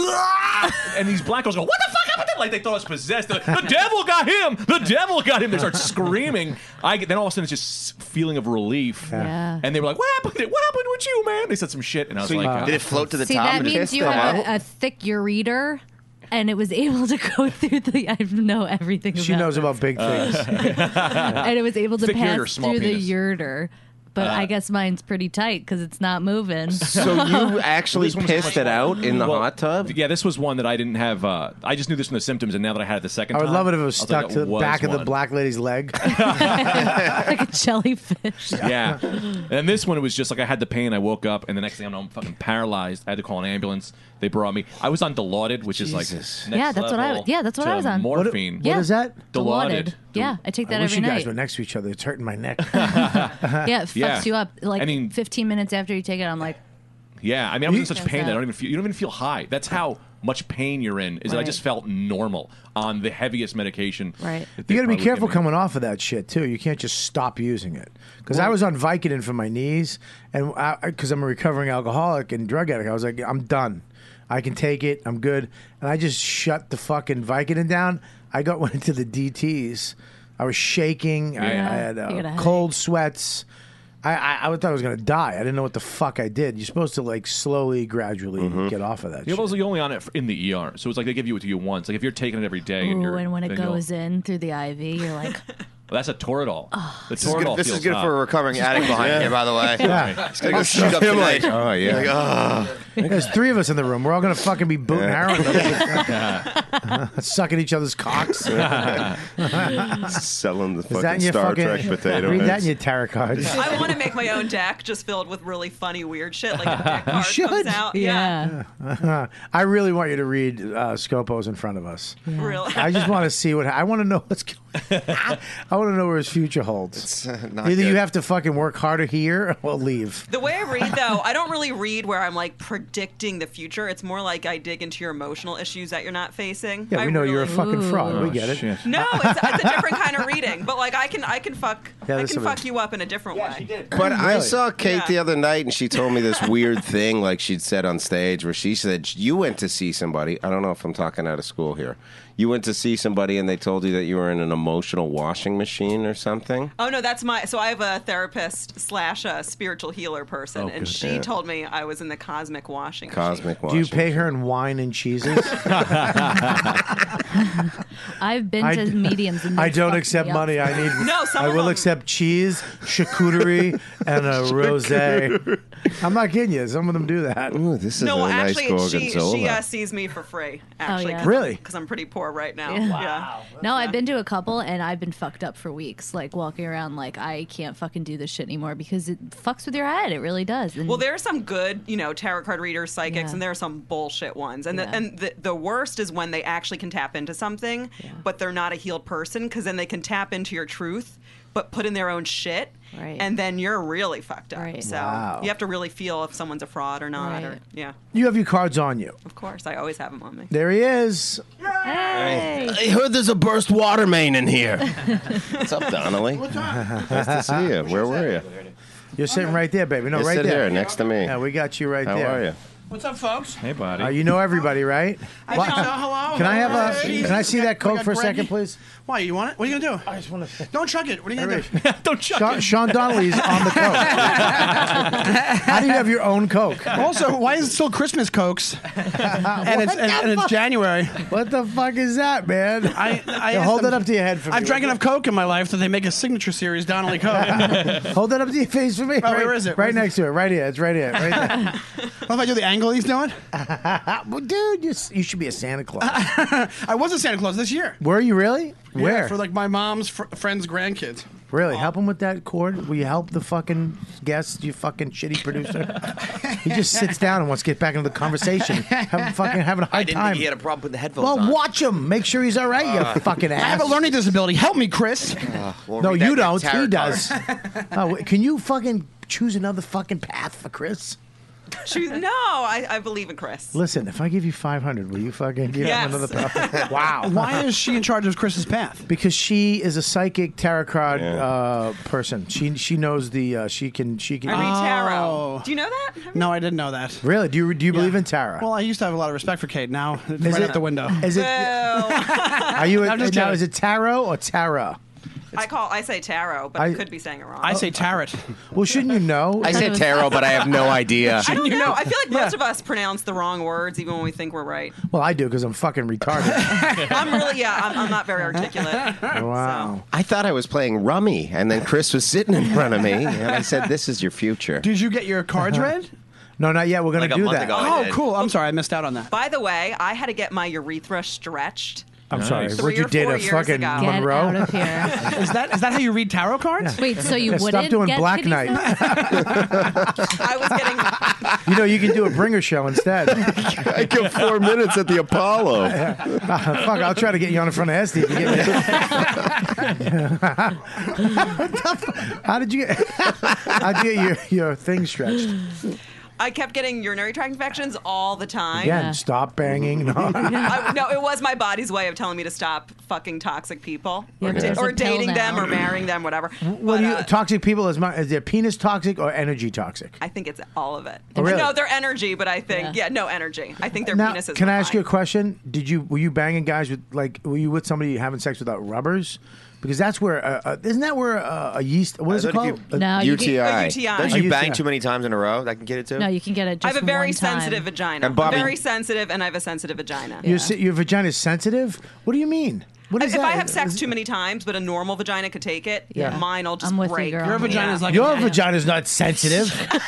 L: and these black girls go, "What the fuck happened?" to-" Like they thought I was possessed. They're like, the devil got him. The devil got him. They start screaming. I get, then all of a sudden, it's just feeling of relief.
G: Yeah.
L: And they were like, "What happened? What happened with you, man?" They said some shit, and I was
I: So
L: like,
I: you- did it float to the
G: See, that means you have a, uh, a thick ureter, and it was able to go through the. I know everything.
B: She
G: about
B: knows about big
L: Uh,
B: things.
G: and it was able to
L: Thick
G: pass
L: ureter, small
G: through
L: penis.
G: the ureter. But
H: Uh,
G: I guess mine's pretty tight because it's not moving.
H: So you actually pissed it out in the
L: Well,
H: hot tub?
L: Yeah, this was one that I didn't have. Uh, I just knew this from the symptoms, and now that I had it the second
B: I would
L: time,
B: love it if it was
L: I
B: stuck
L: like,
B: to
L: that
B: the
L: was
B: back of the
L: one.
B: black lady's leg.
G: like a jellyfish.
L: Yeah, and this one it was just like I had the pain. I woke up, and the next thing I know, I'm fucking paralyzed. I had to call an ambulance. They brought me. I was on Dilaudid, which is like next
G: Yeah, that's what I-
L: level
G: yeah, that's what
L: to
G: I was on. What-
L: Morphine.
G: what Yeah. is that?
L: Dilaudid.
G: Dilaudid. Yeah, I take that
B: I wish
G: every
B: you
G: night.
B: guys were next to each other. It's hurting my neck.
G: yeah, it fucks
L: Yeah.
G: you up. Like
L: I mean-
G: 15 minutes after you take it, I'm like,
L: Yeah, I mean, I was in such
G: That's
L: pain that I
G: out.
L: don't even feel. You don't even feel high. That's how much pain you're in. Is that I
G: Right.
L: just felt normal on the heaviest medication. Right.
B: You got to be careful coming off of that shit too. You can't just stop using it. Because I was on Vicodin for my knees, and because I'm a recovering alcoholic and drug addict, I was like, I'm done. I can take it. I'm good. And I just shut the fucking Vicodin down. I got went into the DTS. I was shaking. I, I
M: Yeah.
B: had
M: You got a
B: uh,
M: headache.
B: cold sweats. I, I, I thought I was gonna die. I didn't know what the fuck I did. You're supposed to like slowly, gradually get off of that.
L: You're also only on it f- in the ER, so it's like they give you it to you once. Like if you're taking it every day, and
G: ooh,
L: you're
G: and when it
L: then you'll-
G: goes in through the IV, you're like,
L: Well, that's a Toradol. The
I: This is good-
L: Toradol
I: this is
L: feels
I: good
L: hot.
I: for a recovering addict behind Yeah. here, by the way. Yeah. He's gonna go shoot up tonight.
H: oh yeah.
I: Like, ah.
B: There's three of us in the room. We're all gonna fucking be booting
H: Yeah.
B: heroin, sucking each other's cocks.
H: Selling the
B: Is that in
H: fucking
B: your
H: Star
B: fucking
H: Trek potato
B: Read that
H: heads.
B: in your tarot cards.
K: I want to make my own deck just filled with really funny, weird shit. Like a deck
B: You
K: card
B: should.
K: comes out.
B: I really want you to read uh, Scopos in front of us.
K: Really?
B: I just want to see what I want to know what's going. I want to know where his future holds.
H: uh,
I: not
B: Either you
I: good.
B: have to fucking work harder here or leave.
K: The way I read, though, I don't really read where I'm like predicting the future. It's more like I dig into your emotional issues that you're not facing.
B: Yeah,
K: I
B: we know
K: really-
B: you're a fucking fraud. we get it.
K: No, it's, it's a different kind of reading. But like, I can, I can fuck,
H: Yeah,
K: I
H: there's
K: can
H: some-
K: fuck you up in a different way.
H: But I saw Kate
K: Yeah.
H: the other night, and she told me this weird thing, like she'd said on stage, where she said you went to see somebody. I don't know if I'm talking out of school here. You went to see somebody, and they told you that you were in an emotional washing machine or something.
K: Oh no, that's my. So I have a therapist slash a spiritual healer person,
H: Oh,
K: and
H: good.
K: she
H: Yeah.
K: told me I was in the cosmic washing.
H: Cosmic
B: Do you
H: washing.
B: pay her in wine and cheeses?
G: I've been to mediums. And
B: I
G: they
B: don't
G: fuck
B: accept
G: me up.
B: money. I need.
G: No, some
B: I
G: of
B: will
G: them-
B: accept cheese, charcuterie, and a rosé. I'm not kidding you. Some of them do that.
H: Ooh, this
K: no, well, actually, she she uh, sees me for free. Actually,
G: Oh, yeah.
B: Really?
K: Because I'm pretty poor right now.
G: Yeah.
K: Yeah.
G: No, I've been to a couple and I've been fucked up for weeks. Like walking around, like I can't fucking do this shit anymore because it fucks with your head. It really does. And
K: Well, there are some good, you know, tarot card readers, psychics,
G: Yeah.
K: and there are some bullshit ones. And
G: Yeah.
K: the, and the, the worst is when they actually can tap into something, but they're not a healed person because then they can tap into your truth, but put in their own shit,
G: Right.
K: and then you're really fucked up. So
B: Wow.
K: you have to really feel if someone's a fraud or not. Or,
B: Right.
K: yeah,
B: You have your cards on you.
K: of course, I always have them on me.
B: There he is.
H: I heard there's a burst water main in here. What's up, Donnelly? Nice to see you. Where were you?
B: You're sitting right there, baby. No,
H: You're
B: right
H: sitting
B: there.
H: there next to me.
B: Yeah, we got you right
H: How
B: there.
H: are you?
N: What's up, folks?
L: Hey, buddy.
B: Uh, you know everybody, right?
N: I
B: Wha-
N: think so. Hello.
B: Can I have a?
N: Hey.
B: Can I see that
N: We
B: coke
N: got
B: for a second,
N: Greggy.
B: please?
N: Why you want it? What are you gonna do? I just want to. Don't chuck it. What are you gonna do?
L: Don't
N: chuck
B: Sean, Sean Donnelly's on the coke. How do you have your own coke?
N: Also, why is it still Christmas cokes? and it's
B: What
N: and,
B: the
N: and it's
B: fuck?
N: January.
B: What the fuck is that, man?
N: I, I
B: Yo,
N: asked
B: hold
N: them-
B: that up to your head for me.
N: I've drank enough Coke in my life that they make a signature series, Donnelly Coke.
B: Hold that up to your face for me.
N: Oh, where is it?
B: Right
N: Where's
B: next to it. Right here. It's right here. Right there.
N: Love if I do the angle he's doing.
B: well, dude, you, you should be a Santa Claus.
N: I was a Santa Claus this year.
B: Were you really?
N: Yeah,
B: Where?
N: for like uh, my mom's fr- friend's grandkids.
B: Really, help him with that cord. Will you help the fucking guest, you fucking shitty producer? he just sits down and wants to get back into the conversation. Having fucking having a hard
M: I didn't
B: time.
M: think he had a problem with the headphones
B: well,
M: on.
B: watch him. Make sure he's all right. You
M: Uh, Oh,
B: fucking ass.
M: I have a
N: learning disability. Help me, Chris.
M: we'll
B: no,
M: read that
B: you don't.
M: tarot
B: He does.
M: card.
B: oh, wait, can you fucking choose another fucking path for Chris?
K: She, no, I, I believe in Chris.
B: Listen, if I give you five hundred, will you fucking give
K: Yes.
B: him another path? wow.
N: Why is she in charge of Chris's path?
B: Because she is a psychic tarot card uh, person. She she knows the uh, she can she can.
N: I read
B: Oh.
N: tarot.
K: Do you know that?
N: No, I didn't know that.
B: Really? Do you do you believe in tarot?
N: Well, I used to have a lot of respect for Kate. Now, it's right
B: it-
N: out the window.
B: is it- Are you uh,
N: I'm just
B: now?
N: kidding.
B: Is it tarot or Tara?
K: I call I say tarot, but I,
B: I-
K: could be saying it wrong.
N: I say tarot.
B: Well, shouldn't you know?
H: Oh. I say tarot, but I have no idea.
K: I don't know. I feel like most of us pronounce the wrong words even when we think we're right.
B: Well, I do because I'm fucking retarded.
K: I'm really yeah. I'm, I'm not very articulate.
B: wow.
H: I thought I was playing rummy, and then Chris was sitting in front of me, and I said, "This is your future."
N: Did you get your cards read?
B: No, not yet. We're gonna
H: Like a
B: do
H: month
B: that.
H: ago, I
N: Uh-huh. Oh,
H: did.
N: cool. I'm sorry, I missed out on that.
K: By the way, I had to get my urethra stretched.
B: I'm
N: Nice.
B: sorry.
N: Three
B: Would you
K: or
B: date
K: four
B: a
K: years
B: fucking
K: ago. Get
B: Monroe?
K: out of
N: is that is that how you read tarot cards?
G: Wait, so you
B: Yeah, stop
G: wouldn't
B: doing
G: get
B: Black
G: kitty
B: Knight.
G: stuff?
B: you know, you can do a bringer show instead.
H: I go four minutes at the Apollo.
B: Ah, fuck, I'll try to get you on in front of Esty. If you get me. What the fu- How did you get? How'd you get your your thing stretched?
K: I kept getting urinary tract infections all the time.
B: Again, stop banging.
K: I, no, it was my body's way of telling me to stop fucking toxic people
B: Yeah,
K: or,
B: but
K: da-
B: there's
K: or
B: a pill
K: dating them
B: now.
K: or marrying them, whatever.
B: What do
K: uh,
B: you, toxic people is my is their penis toxic or energy toxic?
K: I think it's all of it.
B: Oh, really?
K: No, they're energy, but I think yeah, no energy. I think their
B: now,
K: penises.
B: can
K: were
B: I ask
K: fine.
B: you a question? Did you were you banging guys with like were you with somebody having sex without rubbers? Because that's where uh, uh, isn't that where uh, a yeast? What is it called? A-
I: Don't
B: A
I: you bang
B: UTI.
I: too many times in a row? That can get it too.
G: No, you can get it.
K: I
G: Just
K: have a very
G: one time.
K: sensitive vagina.
I: And Bobby-
K: I'm very sensitive, and I have a sensitive vagina.
B: Your si- your vagina is sensitive. What do you mean? What is
K: if
B: that?
K: I have sex too many times, but a normal vagina could take it,
B: Yeah.
K: mine will just break.
B: your vagina's not sensitive. what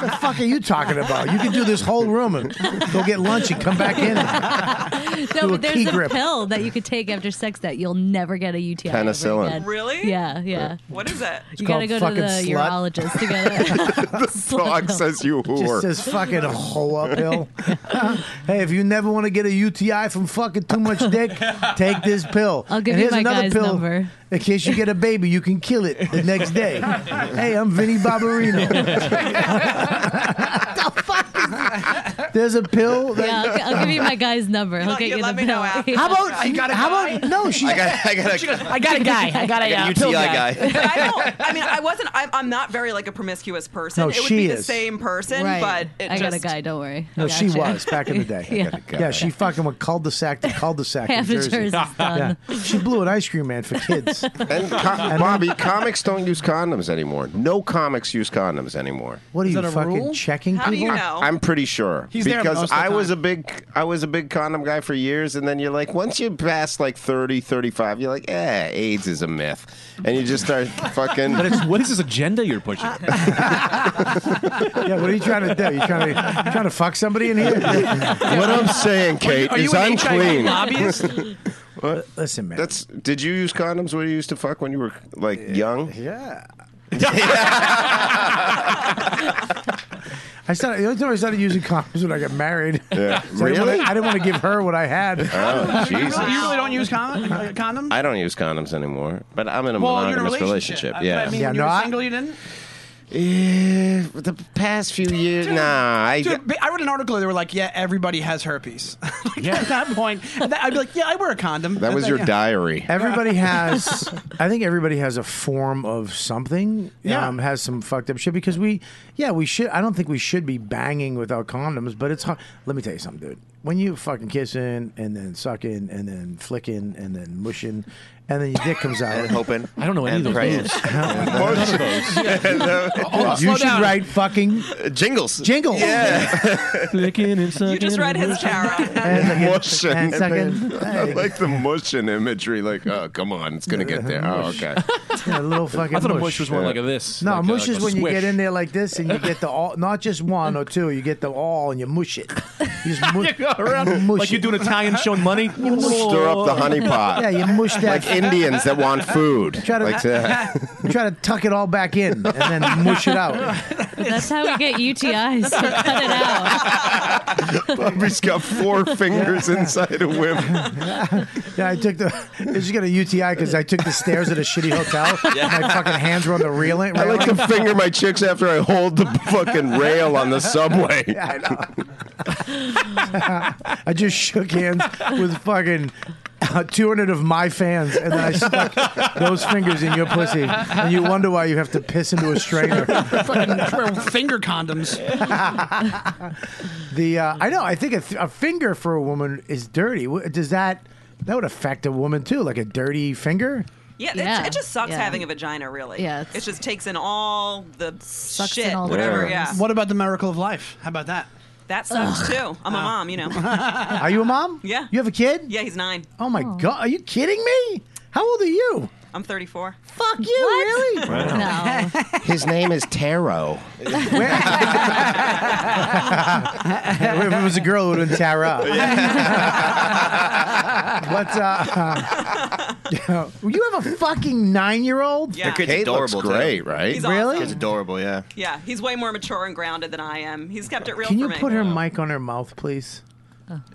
B: the fuck are you talking about? You can do this whole room and go get lunch and come back in.
G: No,
B: Do a
G: but there's
B: key
G: a
B: grip.
G: pill that you could take after sex that you'll never get a UTI. ever
H: Penicillin.
G: again.
K: Really?
G: Yeah, yeah.
K: What is it?
G: you gotta go to the urologist to get it.
H: the dog says you whore.
B: Just says fucking hoa pill. hey, if you never want to get a UTI from fucking too much dick, take this pill.
G: I'll give
B: and
G: you
B: here's
G: my
B: another
G: guy's
B: pill.
G: number.
B: In case you get a baby, you can kill it the next day. hey, I'm Vinny Barbarino. There's a pill. That
G: Yeah, I'll, I'll give you my guy's number. He'll
K: let-
G: get
K: you
G: you
K: let
G: the
K: me know
G: pill.
K: after.
G: Yeah.
K: How about- I got a
B: How about no? She's
I: I got, I got a,
B: uh,
I: uh,
K: But I don't. I mean, I wasn't. I'm, I'm not very like a promiscuous person.
B: No,
K: it would
B: she
K: be the
B: is.
K: same person,
G: Right.
K: but it
G: I got a
K: just-
G: guy. Don't worry.
B: No, she
G: Gotcha.
B: was back in the day.
G: Yeah. I
B: yeah.
G: gotta go.
B: she fucking went cul-de-sac to cul-de-sac in
G: Half of
B: Jersey.
G: Jersey's done.
B: She blew an ice cream man for kids.
H: And co- Bobby, comics don't use condoms anymore. No comics use condoms anymore.
B: What are
H: Is
B: you
H: that a
B: fucking
H: rule?
B: checking
K: How do
B: people?
K: you know?
H: I'm pretty sure
B: He's there
H: because
B: most of the
H: I was a
B: time.
H: big I was a big condom guy for years and then you're like once you pass like 30 35 you're like eh AIDS is a myth and you just start fucking
L: But it's, what is this agenda you're pushing?
B: yeah, what are you trying to do? You trying to trying to fuck somebody in here? what
H: I'm saying, Kate,
B: Are you-
H: is
B: are you
H: I'm
B: an
H: clean.
B: HIV lobbyist?
H: What?
B: Listen, man.
H: That's did you use condoms when you used to fuck when you were like young?
B: Yeah. I started. The only time I started using condoms was when I got married.
H: Yeah.
B: So I didn't wanna-
H: Really?
B: I didn't want to give her what I had.
H: Oh, Jesus.
N: You really don't use con- uh, condoms?
H: I don't use condoms anymore, but I'm in a
N: well, you're in a
H: monogamous relationship.
N: relationship. Uh,
H: Yeah.
N: but I mean,
H: yeah,
N: when you were single, you didn't.
B: Eh,
H: Yeah, the past few years, nah. I,
N: Dude, ba- I read an article. They were like, "Yeah, everybody has herpes." Like, At that point, and that- I'd be like, "Yeah, I wear a condom."
H: That was
N: And
H: your
N: then-
H: diary.
B: Everybody has. I think everybody has a form of something.
N: Yeah.
B: Um, has some fucked up shit because we, yeah, we should. I don't think we should be banging without condoms, but it's hard. Let me tell you something, dude. when you fucking kissing and then sucking and then flicking and then mushing and then your dick comes out
I: And hoping. I don't know any of And those praying. moves.
B: Most
I: of those. Yeah. Hold on,
B: you
I: slow
B: should
I: down.
B: write fucking
I: jingles.
B: Jingles.
I: Yeah.
L: Flicking and
K: You just read his tarot.
H: Mushing.
B: and sucking.
H: I like the mushing imagery. Like, oh, come on, it's gonna get there. Oh, okay.
B: a little fucking.
H: I thought a
B: mush.
H: mush was more like a this,
B: No,
H: like a-
B: mush
H: like
B: is
H: a
B: when you
H: swish.
B: get in there like this and you get the all, not just one or two. You get the all and you mush it. You just mush,
L: Go around like you're doing Italian showing money.
H: Stir up the honey pot.
B: Yeah, you mush that.
H: Like Indians that want food.
B: Try to,
H: like uh, that.
B: try to tuck it all back in and then mush it out.
G: But that's how we get UTIs. So cut it out.
H: Bobby's got four fingers inside a whip.
B: Yeah, I took the. I just got a UTI because I took the stairs at a shitty hotel.
H: Yeah.
B: My fucking hands were on the railing.
H: I like to finger my chicks after I hold the fucking rail on the subway.
B: Yeah, I know. I just shook hands with fucking uh, 200 of my fans, and then I stuck those fingers in your pussy, and you wonder why you have to piss into a strainer.
N: Fucking wear finger condoms.
B: The uh, I know. I think a, th- a finger for a woman is dirty. Wh- Does that that would affect a woman too? Like a dirty finger.
K: Yeah,
G: Yeah.
K: It, it just sucks
G: Yeah.
K: having a vagina, really.
G: Yeah,
K: It just takes in all the shit,
N: in all the
K: whatever.
N: germs.
K: Yeah.
N: What about the miracle of life? How about that?
K: That sucks too. I'm a mom, you know.
B: Are you a mom? Yeah. You have a kid?
K: Yeah, he's nine.
B: Oh my god! Are you kidding me? How old are you?
K: I'm 34.
B: Fuck you, really?
H: His name is Taro.
B: if it was a girl, it would have been Tara. but uh, you, have a fucking nine-year-old.
K: Yeah.
H: The kid's Kate looks adorable, too. great, right?
K: He's
B: really?
K: awesome.
I: It's adorable, yeah.
K: Yeah, he's way more mature and grounded than I am. He's kept it real
B: Can
K: for
B: you
K: me.
B: put her mic on her mouth, please?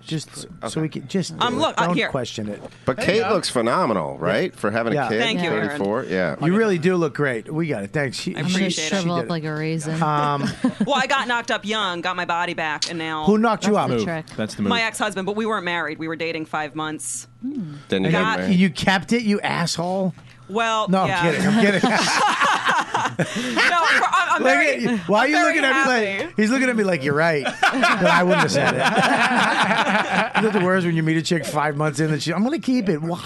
B: Just so we can just
K: Um, look, uh,
B: don't
K: here.
B: question it.
H: But Kate looks phenomenal, right? For having a
B: Yeah.
H: kid,
B: Thank you, Aaron.
H: 34. Yeah.
B: You really do look great. We got it. Thanks. She,
K: I appreciate it. Shrivel up
B: like
G: a raisin.
B: Um,
K: well, I got knocked up young, got my body back, and now
B: Who knocked you That's out? the trick.
L: That's
K: My ex-husband, but we weren't married. We were dating five months.
H: Then
K: you got
B: you,
K: married.
B: kept it, you asshole.
K: Well,
B: No,
K: Oh, yeah.
B: I'm kidding. I'm kidding.
K: no, I'm, I'm
B: Look
K: very-
B: at you. Why are
K: I'm
B: you
K: very
B: looking at me
K: happy.
B: like he's looking at me like you're right? But I wouldn't have said it. you know the worst when you meet a chick five months in and she, I'm gonna keep it. Why?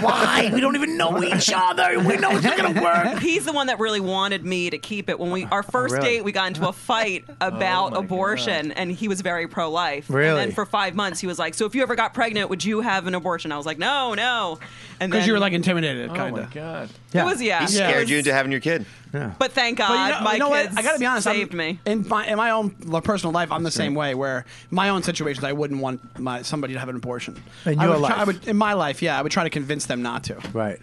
B: Why? We don't even know each other. We know it's not gonna work.
K: He's the one that really wanted me to keep it. When we our first
B: really?
K: date, we got into a fight about abortion, and he was very pro-life. And
N: Really?
K: then for five months, he was like, "So if you ever got pregnant, would you have an abortion?" I was like, "No, no." And
N: Because
K: then-
N: you were like intimidated, kind of.
L: god.
K: It was yeah.
I: He
K: It
I: scared
K: was-
I: you into having your kid.
B: Yeah.
K: But thank God,
N: But you know,
K: my
N: you know
K: kids
N: what? I gotta be honest.
K: saved
N: I'm,
K: me.
N: in my in my own li- personal life. I'm the same way. Where my own situations, I wouldn't want my somebody to have an abortion.
B: In
N: I
B: your
N: would try-
B: life.
N: I would, in my life, yeah, I would try to convince them not to.
B: Right.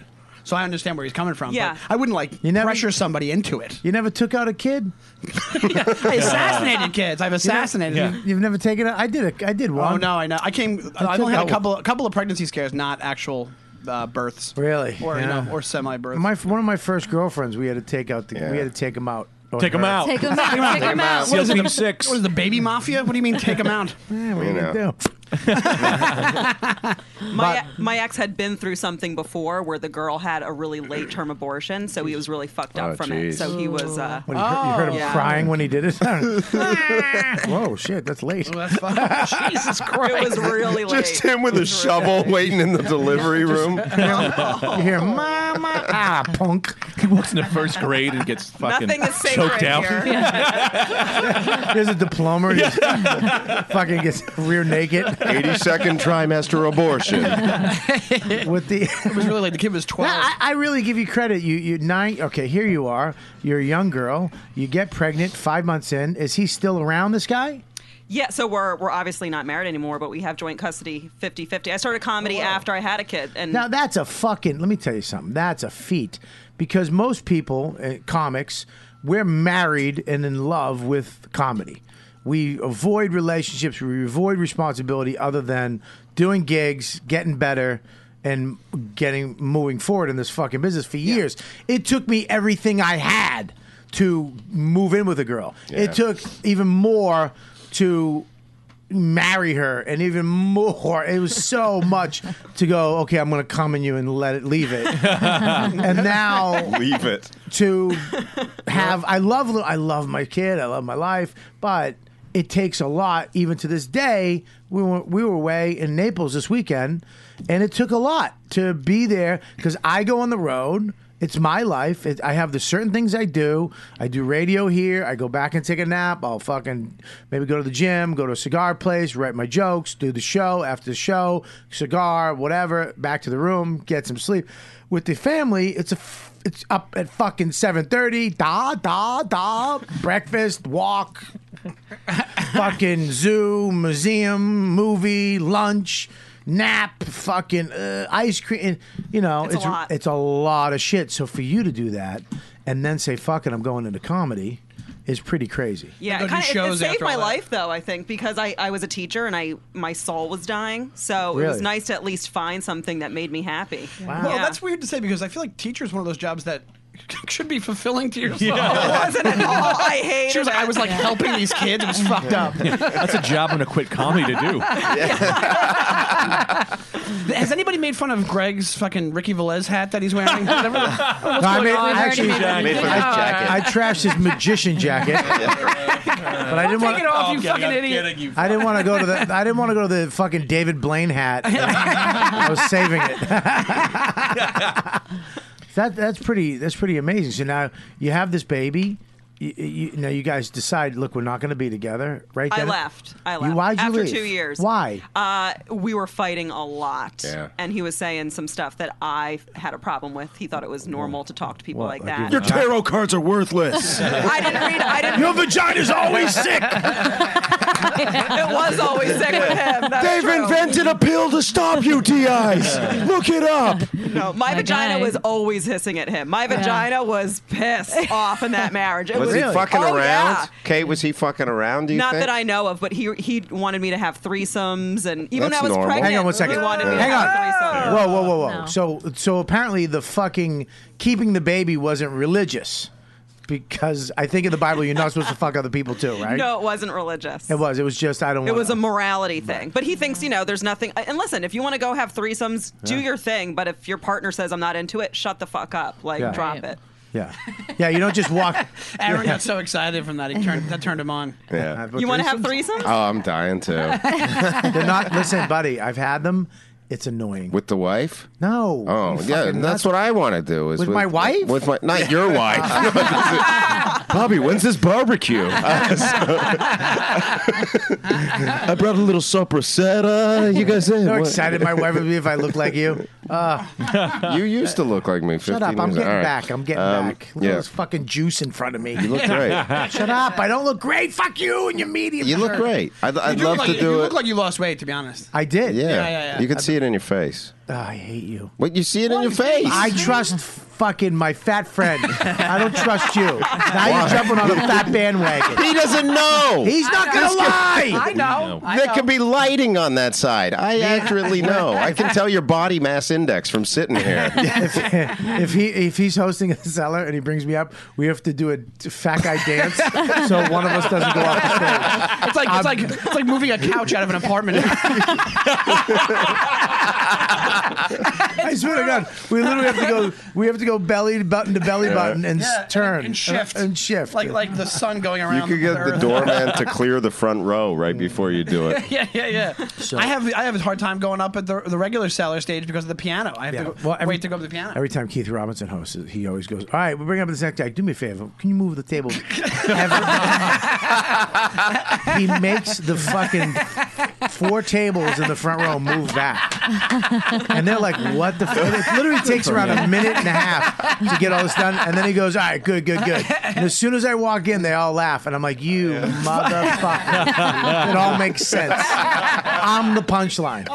N: So I understand where he's coming from.
K: Yeah.
N: But I wouldn't like pressure somebody into it.
B: You never took out a kid?
N: I assassinated kids. I've assassinated.
B: You have never taken it. I did. A, I did one.
N: Oh no, I know. I came.
B: I
N: I
B: took
N: only had
B: that
N: a couple a couple of pregnancy scares, not actual uh, births.
B: Really?
N: Or you
B: Yeah.
N: know, or semi births.
B: My one of my first girlfriends, we had to take out. The, We had to take him out. Or
L: Take 'em
B: her.
L: out. Take 'em out. Take 'em out.
N: What is
L: Seal
N: it,
L: Team
N: the-
L: Six.
N: What is it, the baby mafia? What do you mean take them out?
B: Yeah, what are you gonna
H: know.
B: do?
K: My e, my ex had been through something before where the girl had a really late term abortion, so he was really fucked up
B: Oh,
K: from it.
B: jeez.
K: So he was. Uh,
B: When you, heard, you heard him
K: Yeah.
B: crying when he did it. Whoa, shit! That's late.
K: Oh,
N: Jesus Christ!
K: It was really late.
H: Just him with a shovel waiting in the delivery room.
B: You hear mama ah punk.
L: He walks into first grade and gets fucking
B: Nothing is sacred
L: choked out.
B: here. There's a diploma. and he's- fucking gets rear naked.
H: 82nd trimester abortion.
B: With the it
N: was really like the kid was twelve.
B: I, I really give you credit. You you nine. Okay, here you are. You're a young girl. You get pregnant five months in. Is he still around? This guy?
K: yeah, so we're we're obviously not married anymore, but we have joint custody 50-50. I started comedy after I had a kid, and
B: Now that's a fucking. Let me tell you something. That's a feat because most people, uh, comics, we're married and in love with comedy. We avoid relationships. We avoid responsibility other than doing gigs, getting better, and getting moving forward in this fucking business for years. It took me everything I had to move in with a girl.
H: Yeah.
B: It took even more to marry her and even more it was so much to go okay i'm gonna come in you and let it leave it and now
H: Leave it.
B: to have i love i love my kid i love my life but it takes a lot, even to this day. We were, we were away in Naples this weekend, and it took a lot to be there because I go on the road. It's my life. It, I have the certain things I do. I do radio here. I go back and take a nap. I'll fucking maybe go to the gym, go to a cigar place, write my jokes, do the show after the show, cigar, whatever. Back to the room, get some sleep. With the family, it's a f- it's up at fucking seven thirty. Da da da. Breakfast, walk, fucking zoo, museum, movie, lunch, nap, fucking uh, ice cream. and, You know,
K: It's a
B: it's
K: lot.
B: it's a lot of shit. So for you to do that and then say fuck it, I'm going into comedy is pretty crazy.
K: Yeah,
N: Go
K: it,
N: do
K: kinda, it- it,
N: shows
K: saved
N: after
K: my
N: all that.
K: life though. I think because I, I was a teacher and I my soul was dying, so it was
N: Really?
K: nice to at least find something that made me happy.
N: Well,
K: Yeah.
N: that's weird to say because I feel like teacher is one of those jobs that should be fulfilling to yourself.
L: Yeah.
N: It wasn't at all.
K: I hated
N: She was like, I was like
K: it.
N: helping these kids. It was fucked up.
L: Yeah, that's a job I'm going to quit comedy to do.
N: Has anybody made fun of Greg's fucking Ricky Velez hat that he's wearing? Whatever- what's
B: No, I
N: going
B: made-
N: on?
B: I actually, I, I trashed his magician jacket, but I didn't want
N: Take it off, you fucking idiot.
B: I didn't want to go to the. I didn't want to go to the fucking David Blaine hat. I was saving it. that that's pretty. That's pretty amazing. So now you have this baby. You, you, now you guys decide. Look, we're not going to be together, right?
K: I
B: then-
K: left. I
B: You-
K: left
B: why'd you
K: after
B: leave?
K: two years.
B: Why?
K: Uh, we were fighting a lot,
B: Yeah.
K: and he was saying some stuff that I had a problem with. He thought it was normal to talk to people
M: What,
K: like
M: like
K: that.
M: your Your tarot cards are worthless.
K: I didn't read. I didn't.
M: Your vagina's always sick.
K: it was always sick with him. That's
M: They've
K: true.
M: invented a pill to stop UTIs. Look it up.
K: No, my, vagina was always hissing at him. My vagina was pissed off in that marriage. It
H: was he fucking
K: Oh,
H: around?
K: yeah.
H: Kate, was he fucking around? Do you
K: Not
H: think?
K: that I know of, but he he wanted me to have threesomes, and even
H: That's
K: when I was
H: normal.
K: pregnant,
H: Hang on one
K: he
H: second.
K: wanted me to
B: Hang
K: have
B: on.
K: threesomes.
B: Whoa, whoa, whoa, whoa.
K: No.
B: So, so apparently the fucking keeping the baby wasn't religious, because I think in the Bible you're not supposed to fuck other people too, right?
K: No, it wasn't religious.
B: It was. It was just I don't.
K: It
B: wanna-
K: was a morality thing. But he thinks, you know, there's nothing. And listen, if you want to go have threesomes, do
B: Yeah.
K: your thing. But if your partner says, I'm not into it, shut the fuck up. Like,
B: Yeah.
K: drop
B: Right.
K: it.
B: Yeah, yeah. You don't just walk.
N: Aaron got so excited from that. He turned, that turned him on.
H: Yeah.
K: You wanna have threesomes?
H: Oh, I'm dying to.
B: They're not. Listen, buddy, I've had them. It's annoying.
H: With the wife?
B: No.
H: Oh, yeah.
B: fucking
H: That's
B: nuts.
H: what I want to do. Is
B: With my wife?
H: With my not your wife. Bobby, when's this barbecue?
M: I brought a little supper set. Uh, you guys in?
B: How
M: What-
B: excited my wife would be if I looked like you. Uh,
H: you used to look like me. 15
B: Shut up! I'm
H: years-
B: getting
H: all right.
B: back. I'm getting
H: Um,
B: back. Look at
H: yeah.
B: all this fucking juice in front of me.
H: You look great.
B: Shut up! I don't look great. Fuck you and your media.
H: You look
B: shirt.
H: great. I'd, I'd
N: You
H: love
N: look
H: to
N: like,
H: do
N: You
H: it.
N: look like you lost weight, to be honest.
B: I did.
H: Yeah.
N: Yeah, yeah, yeah.
H: You can see it in your face.
B: Oh, I hate you.
H: What you see it in your face?
B: I trust fucking my fat friend. I don't trust you. Now you're jumping on a fat bandwagon.
H: He doesn't know.
B: He's not gonna lie.
N: I know. I
H: There
N: know.
H: could be lighting on that side. I accurately know. I can tell your body mass index from sitting here.
B: if he if he's hosting a cellar and he brings me up, we have to do a t- fat guy dance so one of us doesn't go off the stage.
N: It's like it's like it's like moving a couch out of an apartment.
B: I swear to God, we literally have to go. We have to go belly button to belly
H: Yeah.
B: button and s-
N: Yeah, and-
B: turn
N: and shift.
B: and shift.
N: like like the sun going
H: You
N: around.
H: could get the
N: earth.
H: doorman to clear the front row right before you do it.
N: yeah, yeah, yeah. I have I have a hard time going up at the, the regular cellar stage because of the piano. I have
B: Yeah.
N: to go,
B: Well, every-
N: wait to go up to the piano.
B: Every time Keith Robinson hosts, he always goes, "All right, we're bringing up this next act. Do me a favor. Can you move the table?" Every- he makes the fucking four tables in the front row move back, and they're like, "What the?" F-? It literally takes around a minute and a half to get all this done, and then he goes, "All right, good, good, good." And as soon as I walk in, they all laugh, and I'm like, "You motherfucker!" it all makes sense. I'm the punchline.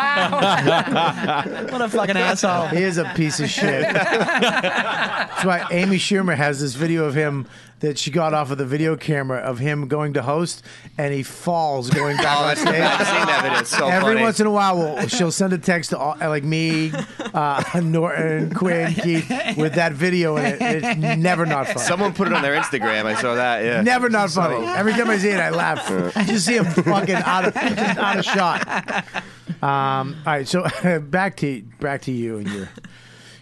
N: what a fucking asshole.
B: He is a piece of shit. That's why Amy Schumer has this video of him that she got off of the video camera of him going to host, and he falls going back
I: Oh,
B: on
I: that's-
B: stage.
I: I've seen that video. It's so
B: Every
I: funny.
B: once in a while, we'll, she'll send a text to all, like me, uh, Norton, Quinn, Keith, with that video in it. It's never not funny.
I: Someone put it on their Instagram. I saw that. Yeah.
B: Never not funny.
I: So-
B: Every time I see it, I laugh. Just see him fucking out of just out of shot. Um, all right, so back to back to you and your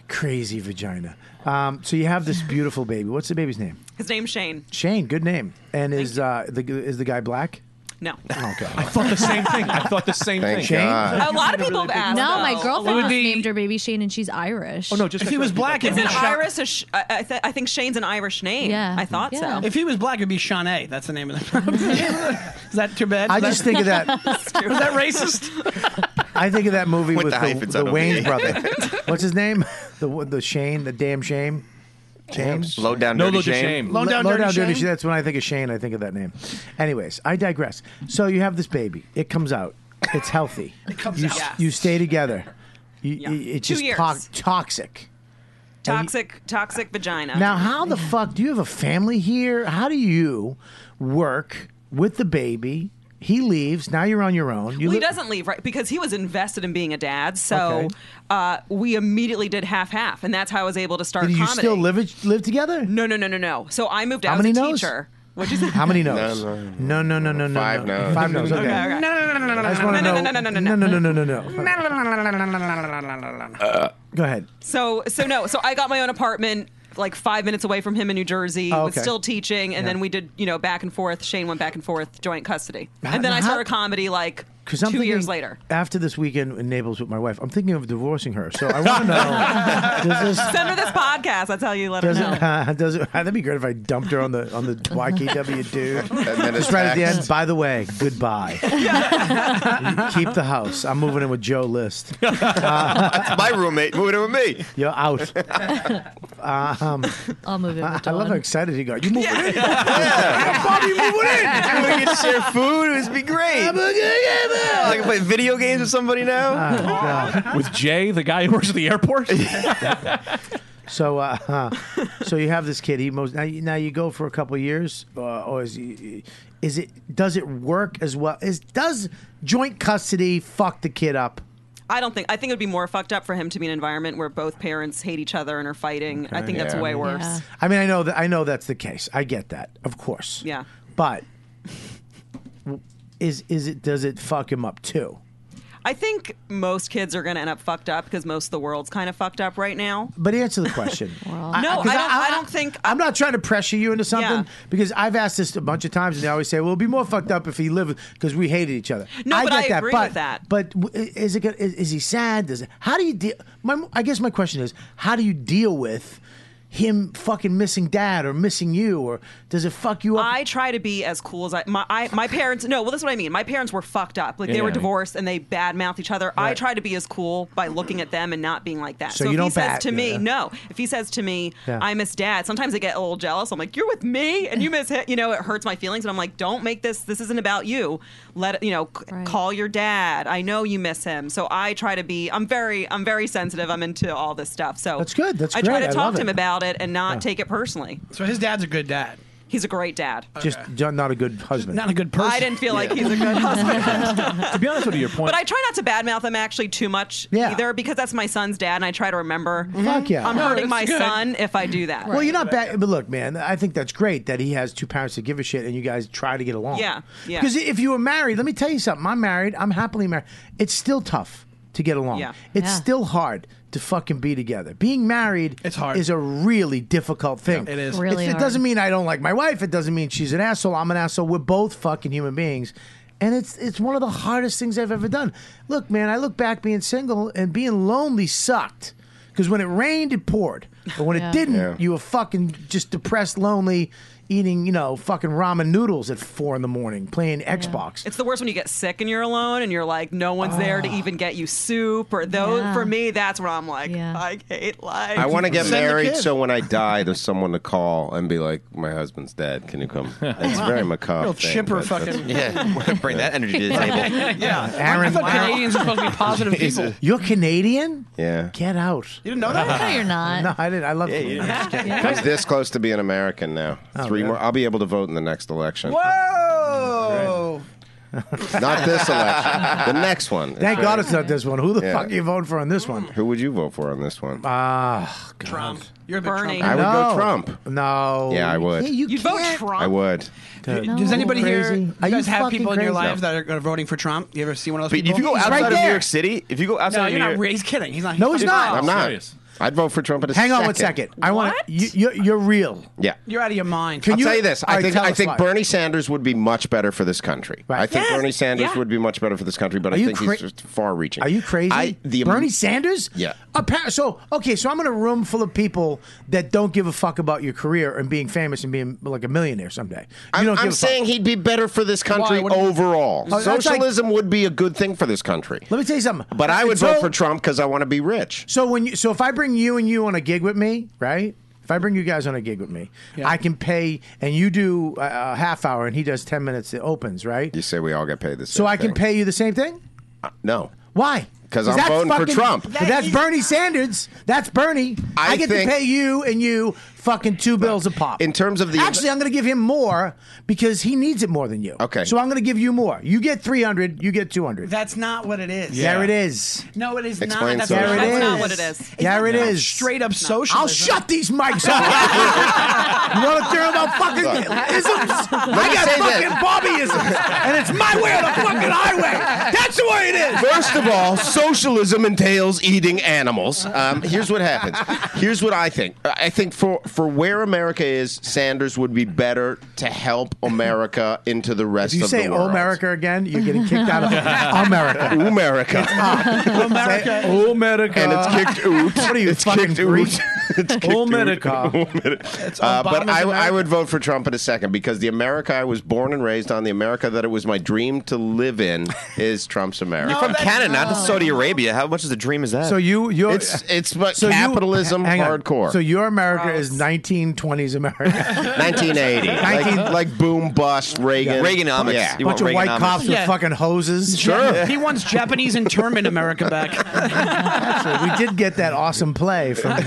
B: crazy vagina. Um, so you have this beautiful baby. What's the baby's name?
K: His name's Shane.
B: Shane. Good name. And is uh, the is the guy black?
K: No.
B: Okay.
L: I thought the same thing. I thought the same
H: Thank
L: thing.
H: God.
K: A lot of people have asked.
G: No, my
K: though.
G: girlfriend just named her baby Shane, and she's
K: Oh,
G: Irish.
N: if he was black, it'd
K: Is
N: be
K: it
N: Sha-
K: Iris? Or Sh- I, I th- I think Shane's an Irish name. I thought so.
N: If he was black, it'd be Sean A. That's the name of the. Is that too bad?
B: I
N: Is
B: just think of that-
N: Was that racist?
B: I think of that movie
N: With
B: with,
N: the
B: the,
N: hyphens,
B: the
N: I don't
B: Wayne
N: think-
B: brother. What's his name? The the Shane, the damn shame. James?
I: Low down, dirty shame.
B: Low down, dirty, shame. That's when I think of Shane. I think of that name. Anyways, I digress. So you have this baby. It comes out. It's healthy. it
K: comes
B: you,
K: out. Yes.
B: You stay together. You, you- It's
K: Two
B: just
K: years.
B: to- toxic. And you-
K: Toxic, toxic vagina.
B: Now, how the fuck do you have a family here? How do you work with the baby? He leaves. Now you're on your own. You
K: well, he
B: li-
K: doesn't leave, right? Because he was invested in being a dad. So
B: Okay.
K: uh, we immediately did half half, and that's how I was able to start
B: Did you
K: comedy.
B: still live live together?
K: No, no, no, no, no. So I moved out
B: How
K: as
B: many
K: a
B: no's?
K: teacher. What'd you say?
B: How many no's? No, no, no, no, no, no. Five
H: no's.
B: Five no's. Okay.
K: Okay, okay.
N: No, no, no, no,
B: I just want to
K: No,
B: know.
K: no, no, no, no,
B: no, no, no, no, no.
N: no.
B: Go ahead.
K: So so no. So I got my own apartment like five minutes away from him in New Jersey.
B: Oh,
K: Was
B: okay.
K: still teaching, and
B: Yeah.
K: then we did you know back and forth. Shane went back and forth, joint custody, and then
B: now
K: I
B: how-
K: started comedy like 2
B: Because I'm thinking
K: years later.
B: after this weekend in Naples with my wife, I'm thinking of divorcing her. So I want to know. does this?
K: Send her this podcast. That's how you let her
B: Does it,
K: know.
B: uh, does it, that'd be great if I dumped her on the on the YKW dude.
H: And then
B: Just right at the
H: attacked.
B: end. By the way, goodbye. Keep the house. I'm moving in with Joe List.
I: That's my roommate moving in with me.
B: You're out. Um,
G: I'll move in.
B: I,
G: with
B: I love
G: Dawn.
B: how excited you got. You moving in?
I: Bobby, we would We could share food. It would be great. I can play video games with somebody
B: Ah,
I: now.
L: With Jay, the guy who works at the airport.
B: So, uh, uh, so you have this kid. He most now. You, now you go for a couple of years, uh, or is he, is it? Does it work as well? Is does joint custody fuck the kid up?
K: I don't think. I think it would be more fucked up for him to be in an environment where both parents hate each other and are fighting. I think that's way worse.
B: I mean, I know that. I know that's the case. I get that, of course.
K: Yeah.
B: But is is it? Does it fuck him up too?
K: I think most kids are going to end up fucked up because most of the world's kind of fucked up right now.
B: But answer the question.
K: all- No, I
B: 'cause
K: don't- I don't think-
B: I'm not trying to pressure you into something because I've asked this a bunch of times, and they always say, "Well, it'd be more fucked up if he lived because we hated each other."
K: No,
B: I
K: but
B: get
K: I
B: that.
K: agree
B: but
K: with that.
B: but w- is it? gonna- Is, is he sad? Does it, how do you deal? My I guess my question is, how do you deal with him fucking missing dad or missing you or does it fuck you up?
K: I try to be as cool as I my I, my parents. No, well, that's what I mean. My parents were fucked up. Like they
B: Yeah.
K: were divorced and they badmouthed each other. I
B: Right.
K: try to be as cool by looking at them and not being like that.
B: So
K: if
B: you
K: he
B: don't
K: says
B: bat-
K: to me,
B: yeah.
K: no. If he says to me,
B: Yeah.
K: I miss dad. Sometimes I get a little jealous. I'm like, you're with me and you miss him. You know, it hurts my feelings. And I'm like, don't make this. This isn't about you. Let it- you know. c- Call your dad. I know you miss him. So I try to be. I'm very. I'm very sensitive. I'm into all this stuff. So
B: That's good. That's
K: I try
B: great.
K: to
B: I
K: talk
B: love
K: to him
B: it.
K: about it and not
B: Yeah.
K: take it personally.
N: So his dad's a good dad.
K: He's a great dad.
B: just John, not a good husband.
N: Not a good person.
K: I didn't feel like he's a good husband.
L: to be honest with you, your point.
K: But I try not to badmouth him actually too much
B: Yeah. Mm-hmm.
K: either because that's my son's dad and I try to remember
B: Fuck yeah.
K: I'm
B: No,
K: hurting
B: that's
K: my
B: good.
K: son if I do that.
B: Well, you're not bad, but look, man, I think that's great that he has two parents that give a shit, and you guys try to get along.
K: Yeah, yeah.
B: Because if you were married, let me tell you something. I'm married. I'm happily married. It's still tough to get along.
K: Yeah.
B: It's
K: Yeah.
B: still hard to fucking be together. Being married it's hard. is a really difficult thing.
N: Yeah, it is. Really
B: It's- it
N: hard.
B: doesn't mean I don't like my wife. It doesn't mean she's an asshole. I'm an asshole. We're both fucking human beings. And it's it's one of the hardest things I've ever done. Look, man, I look back being single and being lonely sucked. Because when it rained, it poured. But when
O: Yeah.
B: it didn't,
O: Yeah.
B: you were fucking just depressed, lonely, eating, you know, fucking ramen noodles at four in the morning, playing Xbox.
K: It's the worst when you get sick and you're alone and you're like no one's there
B: Ah.
K: to even get you soup or those
G: Yeah.
K: for me that's where I'm like I hate life.
H: I want to get
K: Send the
H: married
K: kid.
H: so when I die, there's someone to call and be like, "My husband's dead. Can you come?" It's very macabre.
N: Real
H: thing,
N: chipper
H: but that's-
N: fucking-
I: Yeah, bring that energy to the table.
N: yeah.
B: Aaron,
N: I thought
B: wow.
N: Canadians were supposed to be positive people.
B: You're Canadian?
H: Yeah.
B: Get out.
N: You didn't know that?
G: No, you're not.
B: No, I didn't. I love Canadians.
H: I'm this close to being American now. Three
B: Oh,
H: more. I'll be able to vote in the next election.
N: Whoa!
H: Not this election. The next one.
B: Thank
H: It's
B: God
H: very-
B: it's not this one. Who the
H: Yeah.
B: fuck are you voting for on this one?
H: Who would you vote for on this one?
B: Ah, God.
N: Trump. You're a big
K: Bernie.
H: I would go
B: No.
H: Trump.
B: No.
H: Yeah, I would.
B: Yeah, you
K: You'd vote
B: can't.
K: Trump.
H: I would.
N: Does anybody here?
B: Crazy.
N: You
B: Are you
N: guys have
B: fucking
N: people in your
B: crazy?
N: life that are voting for Trump? You ever see one of those
I: But
N: people?
I: if you go
N: He's
I: outside
N: right
I: of New
N: there.
I: York City, if you go outside
N: no,
I: of New
N: you're not.
I: York,
N: He's kidding. He's not.
I: No, he's not. I'm not.
N: Serious.
H: I'd vote for Trump in a
B: Hang
H: second.
B: on one second. I want to. You, you're, you're real.
H: Yeah.
N: You're out of your mind.
H: I'll tell you this. I think I think
B: Bernie.
H: Bernie Sanders would be much better for this country. I think
B: Yes.
H: Bernie Sanders
B: Yeah.
H: would be much better for this country, but
B: Are
H: I
B: you
H: think
B: cra-
H: he's just far-reaching.
B: Are you crazy?
H: I, the am-
B: Bernie Sanders?
H: Yeah.
B: Appa- so okay, so I'm in a room full of people that don't give a fuck about your career and being famous and being like a millionaire someday. You
H: I'm,
B: don't
H: I'm
B: give a fuck.
H: saying he'd be better for this country
B: Why? What do you-
H: overall.
B: Oh, that's like-
H: Socialism would be a good thing for this country.
B: Let me tell you something.
H: But I would
B: So-
H: vote for Trump because I want to be rich.
B: So when you, so if I bring you and you on a gig with me, right? If I bring you guys on a gig with me, I can pay, and you do a, a half hour, and he does ten minutes. It opens, right?
H: You say we all get paid the same.
B: So I can
H: thing. Uh,
B: pay you the same thing.
H: No.
B: Why?
H: 'Cause I'm
B: that's
H: voting for Trump.
B: but that's Bernie Sanders. That's Bernie. I,
H: I
B: get
H: think-
B: to pay you and you fucking two bills a pop. In
H: terms of the
B: actually, I'm going to give him more because he needs it more than you. Okay. So I'm going to give you more. You get 300. You get 200.
N: That's not what it is.
B: There it is.
N: No, it is
B: Explain
N: not.
B: socialism. There it is.
N: It's
B: There
N: not
B: it
N: about
B: is.
N: Straight up socialism.
B: I'll shut these mics off. you want to hear about fucking
N: Look.
B: isms?
N: Let
B: I
N: me
B: got
N: say this.
B: fucking Bobby isms, and it's my way or the fucking highway. That's the way it is.
H: First of all, socialism entails eating animals. Um, here's what happens. Here's what I think. I think for, for where America is, Sanders would be better to help America into the rest
B: If you
H: of the
B: say "Oh,
H: world.
B: America again, you're getting kicked out of America.
H: America.
B: America.
H: America. And it's kicked out.
B: What are you,
H: it's
B: fucking
H: kicked
B: Greek?
H: out. it's kicked
B: America.
H: out. Uh, but I, I would vote for Trump in a second because the America I was born and raised on, the America that it was my dream to live in, is Trump's America.
B: Oh,
I: You're from Canada, not
N: Oh.
I: Saudi Arabia. How much of a dream is that?
B: So you, you,
H: It's- it's what capitalism
B: hang on.
H: hardcore.
B: So your America is 1920s America,
H: 1980. like, like boom bust Reagan.
I: Reaganomics.
H: Yeah.
B: A uh, bunch of white cops with fucking hoses.
N: He wants Japanese internment America back.
B: Actually, we did get that awesome play from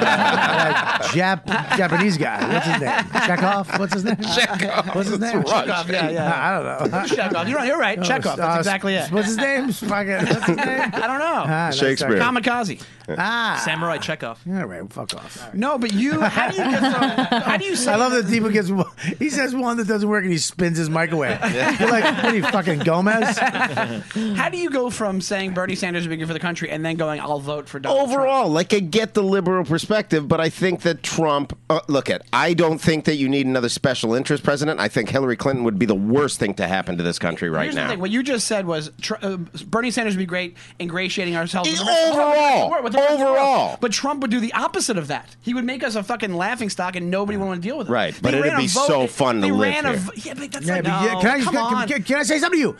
B: that Jap, Japanese guy. What's his name? Chekhov. What's his name?
N: Chekhov.
B: What's his name?
N: It's Russian. Chekhov, yeah, yeah.
B: I I don't know.
N: Chekhov. You're right, you're right.
B: Oh,
N: Chekhov. That's
B: uh,
N: exactly it.
B: What's his name? Fucking- What's his name?
N: I don't know.
B: Ah, that's Shakespeare. all right.
N: Kamikaze.
B: Ah.
N: Samurai Chekhov.
B: All right, fuck off.
N: No, but you. How do you get so? How do you say?
B: I love that people gets. He says one that doesn't work, and he spins his microwave. You're like, what are you fucking Gomez?
N: How do you go from saying Bernie Sanders would be good for the country and then going, "I'll vote for Donald
H: Overall, like I get the liberal perspective, but I think that Trump. Uh, look at. I don't think that you need another special interest president. I think Hillary Clinton would be the worst thing to happen to this country right
N: Here's
H: now.
N: the thing. What you just said was tr- uh, Bernie Sanders would be great, ingratiating ourselves. with the rest of the
H: overall,
N: world, with the rest of the world.
H: overall.
N: But Trump would do the opposite of that. He would make us a fucking laughing stock, and nobody would want to deal with it.
H: Right, but
N: They
H: it'd
N: ran a
H: be
N: vote-
H: so fun to
N: they
H: live
N: ran a
H: here.
N: v- yeah, but that's
B: Yeah,
N: like,
B: but yeah,
N: no,
B: can, I,
N: come
B: can,
N: on.
B: Can, can I say something to you?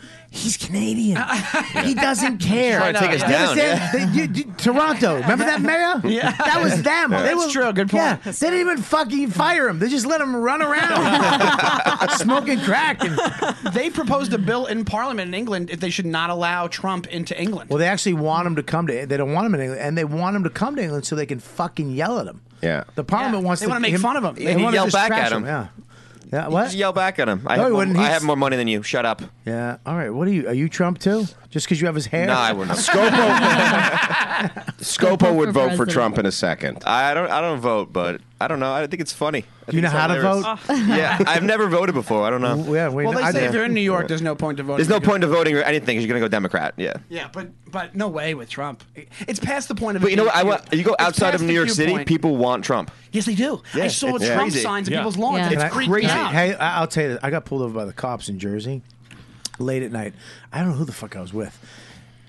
B: He's Canadian. He doesn't care.
N: Trying to take us
B: You
N: down,
B: understand? They- you- you- Toronto. Remember that mayor?
N: Yeah.
B: That was them.
N: Yeah.
B: They
N: That's
B: were,
N: true. Good point.
B: Yeah, they didn't even fucking fire him. They just let him run around smoking crack. And,
N: they proposed a bill in Parliament in England if they should not allow Trump into England.
B: well, they actually want him to come to. They don't want him in England, and they want him to come to England so they can fucking yell at him.
H: Yeah.
B: The Parliament wants
N: They
B: to
N: wanna make
B: him-
N: fun of him.
B: they
I: And he'd
B: wanna
I: yell back
B: distract
I: at him.
B: Yeah. Yeah. What?
I: Just yell back at him. I,
B: No,
I: have,
B: he
I: more,
B: wouldn't.
I: I
B: He's-
I: have more money than you. Shut up.
B: Yeah. All right. What are you? Are you Trump too? Just because you have his hair?
I: No, I wouldn't.
H: Scopo would vote for Trump in a second.
I: I don't. I don't vote, but I don't know. I think it's funny. I
B: Do you
I: think it's
B: know how to
I: hilarious.
B: vote?
I: yeah, I've never voted before. I don't know.
B: Yeah. Wait,
N: well, they
B: I
N: say
B: did.
N: if you're in New York, there's no point to voting.
I: There's no point to voting or anything. 'cause You're gonna go Democrat. Yeah.
N: Yeah, but but no way with Trump. It's past the point of.
I: But you know what? I
N: being
I: want,
N: cute.
I: you go
N: It's
I: outside
N: past
I: of New
N: the
I: York
N: cute
I: City,
N: point.
I: people want Trump.
N: Yes, they do. I
I: Yeah,
N: saw
I: it's
N: Trump
I: crazy.
N: signs in
I: Yeah.
N: people's lawns.
B: Can I-
N: It's crazy.
B: Hey, I- I'll tell you, this. I got pulled over by the cops in Jersey late at night. I don't know who the fuck I was with.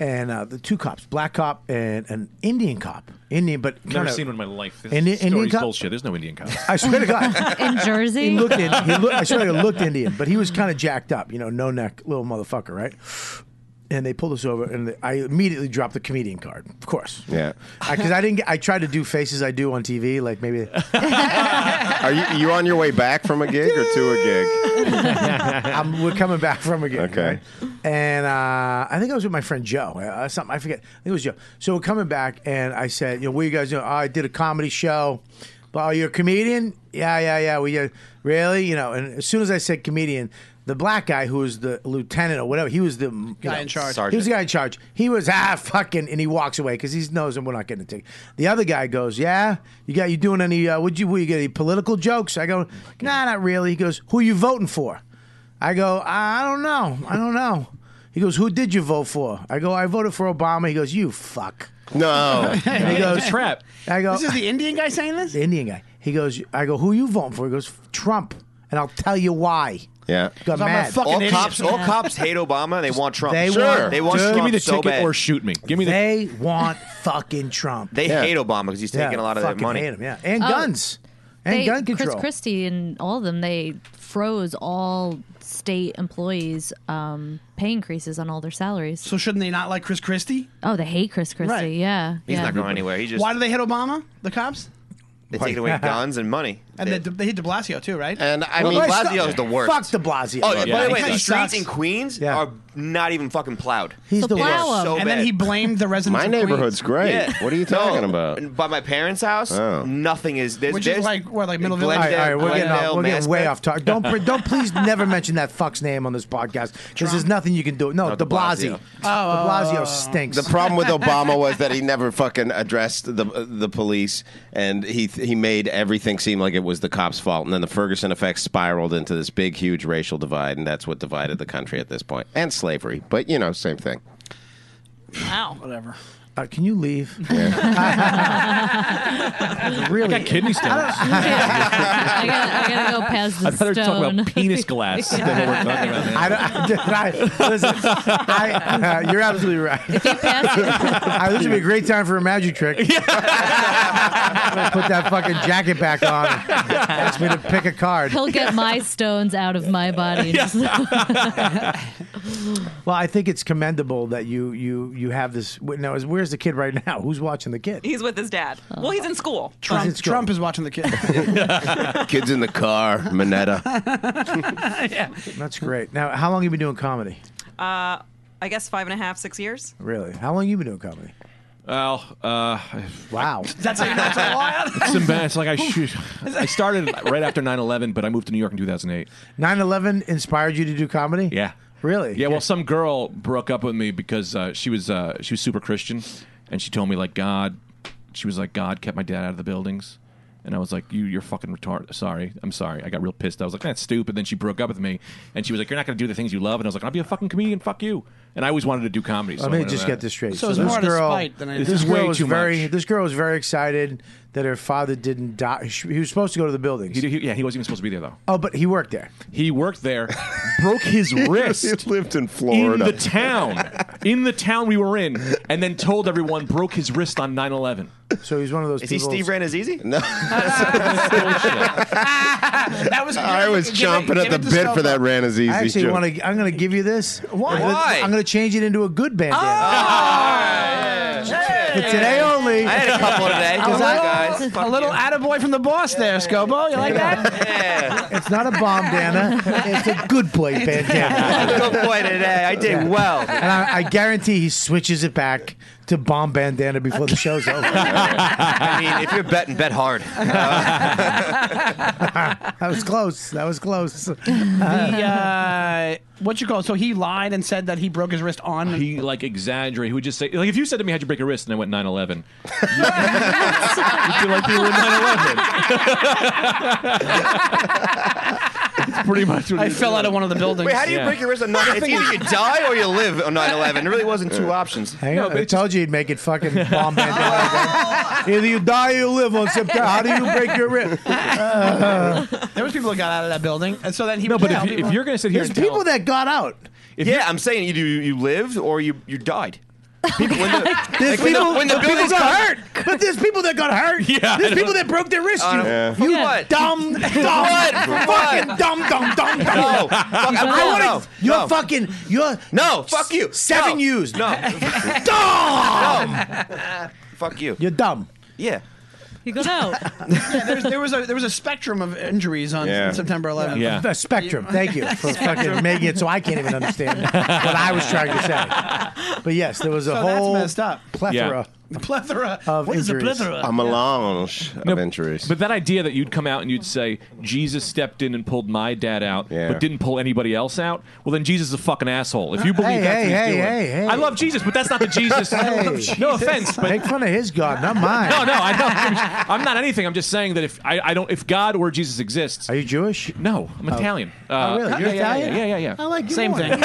B: And uh, the two cops, black cop and an Indian cop. Indian, but
L: Never
B: kinda-
L: seen one in my life. This
B: Indi-
L: story's
B: Indian cop?
L: bullshid. There's no Indian cops.
B: I swear to God.
G: In Jersey?
B: He looked, in, he looked I swear he looked Indian, but he was kind of jacked up, you know, no neck, little motherfucker, right? And they pulled us over, and I immediately dropped the comedian card, of course,
H: Yeah.
B: because I, didn't. Get, I tried to do faces I do on TV, like maybe
H: Are you you on your way back from a gig or to a gig?
B: I'm, we're coming back from a gig.
H: Okay.
B: right? And uh, I think I was with my friend Joe. Uh, something I forget. I think it was Joe. So we're coming back, and I said, "You know, what are you guys doing? Oh, I did a comedy show. Well, you're a comedian? Yeah, yeah, yeah. We uh, really, you know." And as soon as I said comedian, the black guy who was the lieutenant or whatever, he was the you
N: Guy
B: know,
N: in charge.
B: He was the guy in charge. He was ah fucking, and he walks away because he knows and we're not getting a ticket. The other guy goes, "Yeah, you got you doing any? Uh, would you? Were you get any political jokes?" I go, "Nah, not really." He goes, "Who you voting for?" I go, I don't know. I don't know. He goes, Who did you vote for? I go, I voted for Obama. He goes, You fuck.
H: No.
B: And he goes,
L: trap.
B: I go, "Ah,
N: This is the Indian guy saying this?
B: the Indian guy. He goes, I go, who you voting for? He goes, Trump. And I'll tell you why.
H: Yeah.
B: Got mad.
I: all cops, all cops hate Obama. and They want Trump.
B: They want,
I: they want Trump so bad.
L: shoot me. Give
B: me the. They want fucking Trump.
I: They hate Obama because he's
B: Yeah,
I: taking a lot of that
B: fucking
I: money.
B: hate him, yeah. And
G: Oh,
B: guns. And
G: They-
B: gun control.
G: Chris Christie and all of them, they froze all state employees' um, pay increases on all their salaries. So
N: shouldn't they not like Chris Christie?
G: Oh, they hate Chris Christie.
N: Right.
G: Yeah,
I: He's
G: yeah.
I: not going anywhere. He just
N: Why do they hit Obama? The cops?
I: they take away guns and money.
N: And they, they hit De Blasio too, right?
I: And I mean, Blasio's the worst.
B: Fuck De Blasio.
I: Oh, by
N: Yeah.
I: the way,
N: He
I: the
N: sucks.
I: streets in Queens are not even fucking plowed.
B: He's
N: the
I: They're
N: worst.
I: So
N: and then
I: bad.
N: he blamed the residents.
H: My
N: of
H: neighborhood's
N: Queens.
H: great.
I: Yeah.
H: What are you talking about?
I: And By my parents' house,
H: Oh.
I: nothing is. There's,
N: Which is
I: there's
N: like- what, like Middleville?
B: all right, all right,
I: Glendale,
B: we're getting, off,
I: Glendale,
B: we're getting way
I: Maspeth.
B: off target. Don't, pr- don't please never mention that fuck's name on this podcast because there's nothing you can do.
I: Oh,
B: No, De Blasio. De Blasio stinks.
H: The problem with Obama was that he never fucking addressed the the police, and he he made everything seem like it was the cops' fault. And then the Ferguson effect spiraled into this big, huge racial divide, and that's what divided the country at this point, and slavery. But you know, same thing.
K: Wow.
N: Whatever.
B: Uh, can you leave? really?
L: I got kidney stones.
G: I gotta, I gotta go past the
L: I'd rather
G: stone.
L: talk about penis glass than what we're talking about.
B: I don't, I, dude, I- listen, I- uh, you're absolutely right. Uh, this would be a great time for a magic trick. I'm gonna put that fucking jacket back on. Ask me to pick a card.
G: He'll get my stones out of my body.
B: Well, I think it's commendable that you you you have this. wait, Now, is- where's the kid right now? Who's watching the kid?
K: He's with his dad.
N: Oh.
K: Well, he's in school.
B: Trump, Trump
N: is watching the kid.
H: Kids in the car, Minetta.
K: Uh,
B: That's great. Now, how long have you been doing comedy?
K: Uh, I guess five and a half, six years.
B: Really? How long have you been doing comedy?
L: Well, uh,
B: wow.
N: That's a, that's a lot.
L: It's, emba- it's like I shoot. I started right after 9/11, but I moved to New York in 2008.
B: 9/11 inspired you to do comedy?
L: Yeah.
B: Really?
L: Yeah. Well, some girl broke up with me because uh, she was uh, she was super Christian, and she told me like God, she was like God kept my dad out of the buildings, and I was like you you're fucking retarded. Sorry, I'm sorry. I got real pissed. I was like that's stupid. Then she broke up with me, and she was like you're not gonna do the things you love, and I was like I'll be a fucking comedian. Fuck you. And I always wanted to do comedy. So
B: Let me
L: I went
B: just
L: into
B: get
L: that.
B: this straight.
N: So it's more out of spite than anything.
B: this
L: It's
B: girl
L: way
B: was
L: too
B: very, This girl was very excited that her father didn't die. She- He was supposed to go to the buildings.
L: He- he- yeah, he wasn't even supposed to be there though.
B: oh, but he worked there.
L: He worked there, broke his wrist.
H: He lived in
L: in
H: Florida.
L: the town, in the town we were in, and then told everyone broke his wrist on 9/11.
B: So he's one of those.
I: Is he Steve Ranazizi?
H: No.
N: that was.
H: I was
B: Give it-
H: chomping at
B: give it
H: the
B: to
H: bit for
B: someone.
H: that Ranazizi
B: I actually
H: joke.
B: want to. I'm going to give you this.
N: Why?
I: Why?
B: I'm going to change it into a good bandana. For today only.
I: Oh! I had a couple today. Come on, guys.
N: A little attaboy from the boss there, Scobo. You like that?
B: It's not a bomb bandana. It's a good boy bandana.
I: Good boy today. I did
B: Yeah.
I: well.
B: And I, I guarantee he switches it back to bomb bandana before the show's over. that
I: I mean, if you're betting, bet hard.
B: was close. That was close.
N: The, uh, what you call? it? So he lied and said that he broke his wrist on.
L: He like exaggerated. He would just say like if you said to me how'd you break your wrist and I went 9/11, you would feel like you were in 9/11.
I: Uh,
L: It's pretty much what
N: I
L: he
N: fell
L: did.
N: out of one of the buildings.
I: Wait, how do you
L: Yeah.
I: break your wrist on 9 It's either you die or you live on 9 11. It really wasn't two options.
B: Hang on. I told you he'd make it fucking bomb bandana. again. Either you die or you live on September. How do you break your wrist?
I: Uh,
N: There was people that got out of that building, and so then he.
L: No,
N: would
L: but
N: tell
L: if, you,
N: people-
L: if you're gonna sit here
B: There's
L: and
B: people
L: tell,
B: that got out.
I: Yeah, I'm saying either you, you lived or you, you died. People, when the,
B: There's
I: like, when the-
B: people,
I: when the
B: but people
I: buildings
B: got
I: come-
B: hurt. But there's people that got hurt.
L: Yeah, I
B: there's
L: know.
B: people that broke their wrist. You,
H: Yeah.
B: you
I: What?
B: dumb, dumb,
I: What?
B: fucking dumb, dumb, dumb, dumb.
I: No, fuck,
B: I
I: I
B: want
I: want
B: to.
I: no,
B: You're
I: no,
B: fucking. You're
I: no, fuck you,
B: seven
I: no,
B: used.
I: No,
B: Dumb.
I: fuck you.
B: You're dumb.
I: Yeah,
G: He goes out.
N: yeah, there was, there was a there was a spectrum of injuries on
H: Yeah.
N: September 11th.
L: Yeah.
B: The spectrum. Thank you for fucking making it so I can't even understand what I was trying to say. But yes, there was a
N: So that's
B: whole
N: messed up.
B: plethora.
N: The plethora.
B: Of
N: what is
B: injuries.
N: a plethora?
H: a melange of injuries.
L: but that idea that you'd come out and you'd say Jesus stepped in and pulled my dad out,
H: Yeah.
L: but didn't pull anybody else out. Well, then Jesus is a fucking asshole. If you believe
B: Uh, Hey,
L: that's what he's
B: hey, hey,
L: doing,
B: hey, hey.
L: I love Jesus, but that's not the Jesus. No offense, but
B: Make fun of his God, not mine.
L: No, no, I don't. I'm not anything. I'm just saying that if I, I don't, if God or Jesus exists,
B: Are you Jewish?
L: no, I'm Italian. Uh,
B: Oh, really? You're
L: yeah, yeah,
B: Italian?
L: Yeah, yeah, yeah. yeah.
B: like you
N: Same
B: more.
N: thing.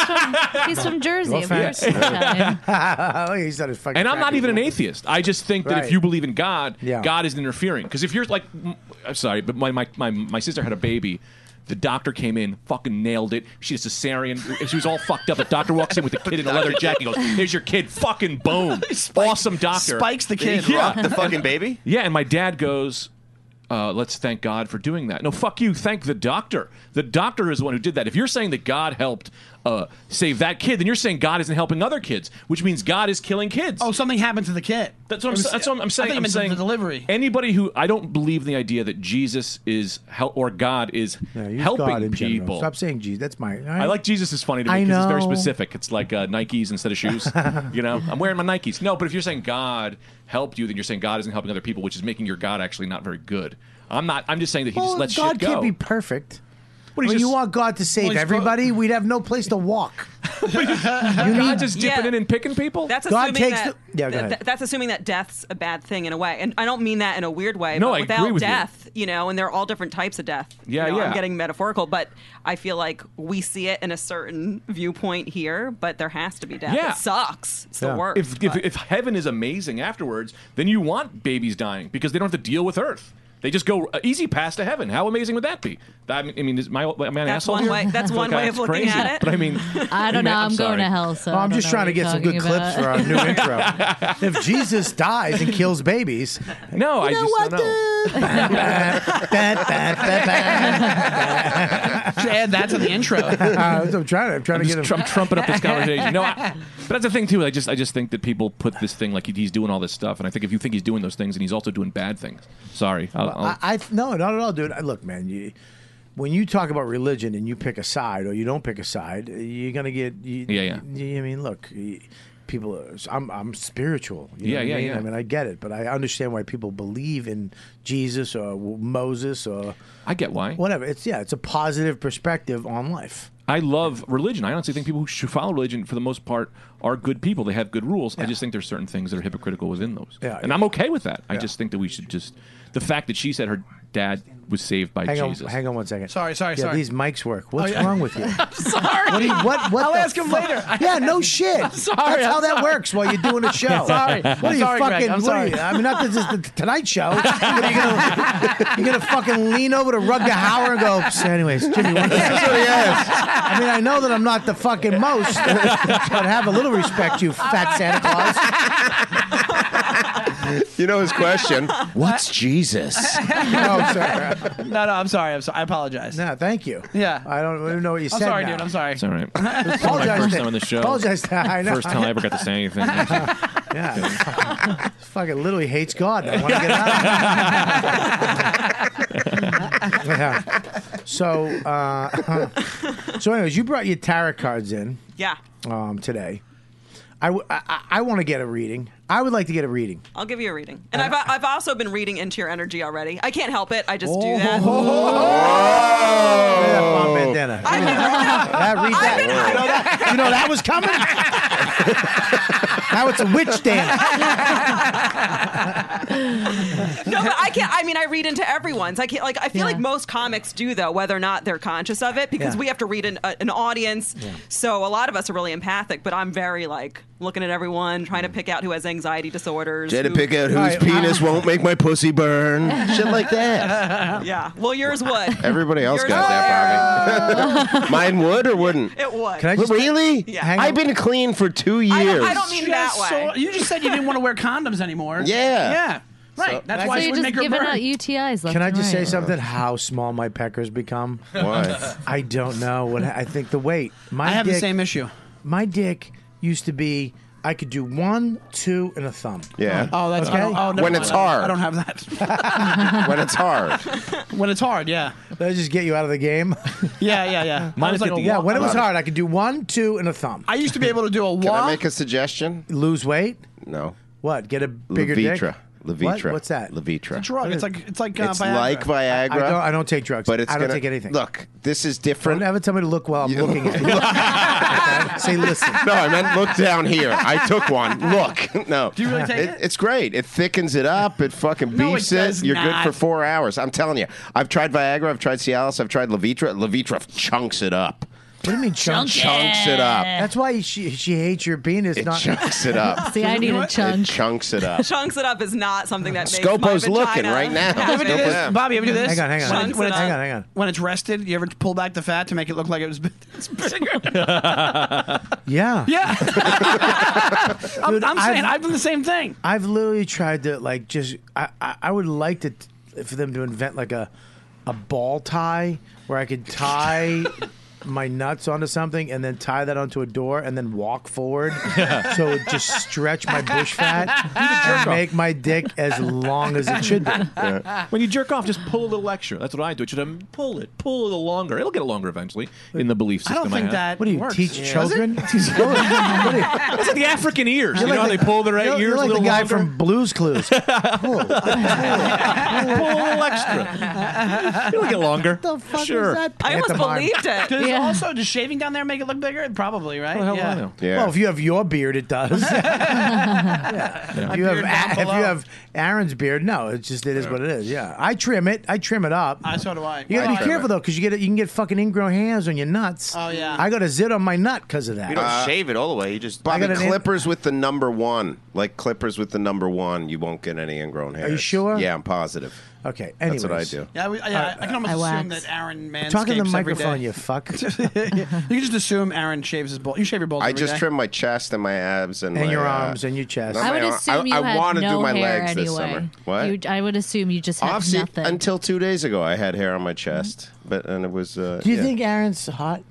G: He's from Jersey.
B: No
G: Of course he's Italian.
B: He's not a fucking
L: And I'm not
B: cracker.
L: even an atheist. atheist. I just think that
O: Right.
L: if you believe in God, God is interfering. Because if you're like, m- I'm sorry, but my, my, my, my sister had a baby. The doctor came in, fucking nailed it. She had a cesarean. She was all fucked up. The doctor walks in with a kid in a leather jacket. and goes, "Here's your kid, fucking boom, awesome doctor."
I: spikes the kid, rocked the fucking baby.
L: Yeah, and my dad goes, uh, let's thank God for doing that. No, fuck you. Thank the doctor. The doctor is the one who did that. If you're saying that God helped uh, save that kid, then you're saying God isn't helping other kids, which means God is killing kids. Oh,
N: something happened to the kid.
L: That's what, I'm,
N: It was-
L: sa- that's what I'm, I'm
N: I
L: saying.
N: think you
L: I'm
N: meant the-
L: saying
N: the delivery.
L: Anybody who I don't believe in the idea that Jesus is hel- or God is helping
B: God in general.
L: people.
B: Stop saying Jesus. That's my.
L: I like Jesus is funny to
B: I
L: me because it's very
B: know.
L: specific. It's like uh, Nikes instead of shoes. you know, I'm wearing my Nikes. No, but if you're saying God helped you, then you're saying God isn't helping other people, which is making your God actually not very good. I'm not. I'm just saying that he
B: Well,
L: just lets
B: God
L: shit go.
B: can't be perfect.
L: What, he's
B: When you
L: just-
B: want God to save
L: Well, he's pro-
B: everybody, we'd have no place to walk.
L: God just dipping
K: Yeah.
L: in and picking people.
K: That's
B: God
K: assuming
B: takes
K: that.
B: the- Yeah, go
K: th-
B: ahead.
K: th- that's assuming that death's a bad thing in a way, and I don't mean that in a weird way.
L: No,
K: but
L: I
K: without
L: agree with you.
K: death, you. know, and there are all different types of death. you
L: Yeah,
K: know,
L: yeah.
K: I'm getting metaphorical, but I feel like we see it in a certain viewpoint here, but there has to be death.
L: Yeah.
K: It sucks. It's
L: Yeah.
K: the worst.
L: If, if, if heaven is amazing afterwards, then you want babies dying because they don't have to deal with Earth. They just go uh, easy pass to heaven. How amazing would that be? I mean, I mean, is my am I an
K: That's
L: asshole
K: one
L: here?
K: way- that's
L: I feel
K: one
L: like
K: way
L: I-
K: of
L: it's
K: looking
L: crazy.
K: at it.
L: But I mean,
G: I don't know.
L: man,
G: I'm, going
L: sorry.
G: to hell. So
B: Oh,
G: I
B: I'm
G: don't
B: just
G: know
B: trying
G: what
B: to
G: you're
B: get some good
G: talking
B: clips for our
G: about.
B: new intro. If Jesus dies and kills babies,
L: no, I just don't know.
N: add that to the intro.
B: Uh, I'm trying. I'm trying
L: I'm
B: to
L: just
B: get him.
L: tr- I'm trumping up this conversation. No, I, but that's the thing too. I just I just think that people put this thing like he- he's doing all this stuff, and I think if you think he's doing those things, and he's also doing bad things. Sorry, I'll,
B: Well,
L: I'll,
B: I, I no, not at all, dude. I, look, man, you, when you talk about religion and you pick a side or you don't pick a side, you're gonna get. You,
L: Yeah, yeah.
B: you- I mean, look, you- people. Are, I'm I'm spiritual. You know
L: Yeah,
B: what I
L: yeah,
B: mean?
L: yeah.
B: I mean, I get it, but I understand why people believe in Jesus or Moses or.
L: I get why.
B: Whatever. It's yeah. It's a positive perspective on life.
L: I love religion. I honestly think people who should follow religion, for the most part, are good people. They have good rules. I just think there's certain things that are hypocritical within those.
B: Yeah,
L: and I'm okay with that. I
B: Yeah.
L: just think that we should just the fact that she said her dad was saved by
B: hang
L: Jesus.
B: on, hang on one second.
N: Sorry, sorry,
B: yeah,
N: sorry.
B: These mics work. What's
N: Oh, yeah.
B: wrong with you?
N: Sorry.
B: What do you- what- what
N: I'll
B: the
N: ask him
B: fuck?
N: later.
B: Yeah, no shit.
N: I'm sorry,
B: That's
N: I'm
B: how that
N: sorry.
B: works while you're doing a show.
N: Sorry.
B: What are
N: I'm
B: you
N: sorry, Greg.
B: fucking?
N: I'm
B: what are
N: sorry.
B: you- I mean, not that this is the Tonight Show. What are you gonna, you're gonna fucking lean over to Rugger Hauer and go. "Psst, Anyways, Jimmy. What
F: That's what he asked.
B: I mean, I know that I'm not the fucking most, but have a little respect, you fat Santa Claus.
H: You know his question. What's Jesus?
B: No, sorry.
N: no, no, I'm sorry. I'm sorry. I apologize.
B: No, thank you.
N: Yeah.
B: I don't even know what you
N: I'm
B: said.
N: sorry,
B: now.
N: dude. I'm sorry.
L: It's all right. It's my
B: Apologize
L: first
B: to-
L: time on the show.
B: apologize to- I know.
L: First time I ever got to say anything.
B: Yeah. fucking literally hates God. I want to get out. yeah. So, uh, so, anyways, you brought your tarot cards in
K: yeah,
B: um, today. I, w- I- I- I want to get a reading. I would like to get a reading.
K: I'll give you a reading, and I've I've also been reading into your energy already. I can't help it. I just do that.
B: Oh, bandana. That, read that. You know that. You know that was coming. now it's a witch dance.
K: no, but I can't. I mean, I read into everyone's. I can't. Like, I feel like most comics do, though, whether or not they're conscious of it, because
B: Yeah.
K: we have to read an, a, an audience. So a lot of us are really empathic, but I'm very like looking at everyone, trying to pick out who has anxiety disorders.
H: Try to
K: who-
H: pick out whose penis won't make my pussy burn. Shit like that.
K: yeah. Well, yours would.
H: Everybody else
K: Yours
H: got that, Bobby. Mine would or wouldn't?
K: It would.
H: But really? I've been clean for two years.
N: Just so- you just said you didn't want to wear condoms anymore.
H: Yeah.
N: Yeah. Right. That's why
G: so
N: she
G: you're
N: would
G: just
N: make her
G: giving
N: burn.
G: out UTIs. Left
B: Can I
G: and
B: just
G: right.
B: say something? How small my peckers become?
H: Why?
B: I don't know. What I think the weight. My
N: I have the
B: dick-
N: same issue.
B: My dick used to be I could do one, two, and a thumb.
H: Yeah.
N: Oh, that's
B: okay.
N: oh, oh, never
H: When
N: mind.
H: it's hard.
N: I don't have that.
H: when it's hard.
N: When it's hard, yeah.
B: That just get you out of the game.
N: Yeah, yeah, yeah. I was like a
B: yeah,
N: walk-
B: when it was hard, I could do one, two, and a thumb.
N: I used to be able to do a
H: Can I
N: walk.
H: make a suggestion?
B: Lose weight?
H: No.
B: What? Get a bigger
H: Levitra.
B: dick?
H: Levitra.
B: What? What's that?
H: Levitra.
N: It's a drug. It's like it's like uh,
H: it's
N: Viagra.
H: like Viagra.
B: I don't, I don't take drugs.
H: But it's
B: I don't
H: gonna-
B: take anything.
H: Look, this is different.
B: Don't ever tell me to look while I'm looking at you. Say, listen.
H: No, I meant look down here. I took one. Look, no. Do
N: you really take it?
H: It's great. It thickens it up. It fucking
N: No, it
H: beefs
N: does
H: You're
N: not.
H: good for four hours. I'm telling you. I've tried Viagra. I've tried Cialis. I've tried Levitra. Levitra chunks it up.
B: What do you mean chunk?
H: Chunk Chunks it up. it.
B: That's why she she hates your penis.
H: It
B: not
H: chunks it up. See, I need a chunk. It chunks it up.
K: Chunks it up is not something that makes
H: Scopo's
K: my
H: looking
K: vagina
H: right now.
K: happy.
H: Look
N: ever do this?
H: Yeah.
N: Bobby, ever do this?
H: Hang on, hang on.
N: When, it- when it's,
B: Hang on, hang on.
N: When it's rested, you ever pull back the fat to make it look like it was it's bigger?
B: Yeah.
N: Yeah. I'm,
B: Dude,
N: I'm saying
B: I've-
N: I've done the same thing.
B: I've literally tried to like just I I, I would like to t- for them to invent like a a ball tie where I could tie my nuts onto something and then tie that onto a door and then walk forward so it would just stretch my bush fat
L: jerk off.
B: and make my dick as long as it should be.
L: When you jerk off, just pull a little extra. That's what I do. It should um, pull it, pull a little longer. It'll get longer eventually in the belief
N: I
L: system.
N: don't think
L: have.
N: that
L: What do you
N: works.
L: teach
N: Yeah.
L: children?
N: Does
B: It's good. What do you-
L: It's like the African ears. You
B: You're
L: know how
B: like the-
L: they pull their
B: you're-
L: ears
B: you're
L: a
B: like the
L: little
B: guy
L: longer?
B: from Blues Clues.
L: pull a little extra. It'll get longer.
N: The fuck
L: Sure.
N: is that?
L: I almost Pantomime. believed it.
N: Does
L: Yeah.
N: also does shaving down there make it look bigger? Probably, right?
B: Well, if you have your beard, it does.
N: My
B: If you have
N: beard down
B: if you
N: below.
B: have Aaron's beard, no, it's just it is what it is. Yeah, I trim it. I trim it up.
N: I so do I.
B: You gotta
N: I
B: be
N: trim
B: careful though, because you get you can get fucking ingrown hairs on your nuts.
N: Oh, yeah.
B: I got a zit on my nut because of that.
I: You don't shave it all the way. You just
H: Uh, Bobby,
B: got an in-
H: clippers with the number one. Like clippers with the number one, you won't get any ingrown hairs.
B: you sure?
H: Yeah, I'm positive.
B: Okay,
H: That's what I
B: anyways.
H: do.
N: Yeah, I, I, I can almost
B: I
N: assume
B: wax.
N: that Aaron manscapes
B: Talk in the
N: every day.
B: microphone, you fuck.
N: you can just assume Aaron shaves his balls. You shave your balls.
H: I
N: every
H: just
N: day.
H: trim my chest and my abs and,
B: And
H: my,
B: your
H: uh,
B: arms and your chest.
H: not
G: I
H: my
G: would
H: arm-
G: assume you
H: I, I
G: had
H: wanna
G: no
H: do my
G: hair
H: legs
G: anyway.
H: this summer. What?
G: You, I would assume you just have
H: Obviously,
G: nothing.
H: until two days ago, I had hair on my chest, but and it was. Uh,
B: Do you
H: yeah.
B: think Aaron's hot?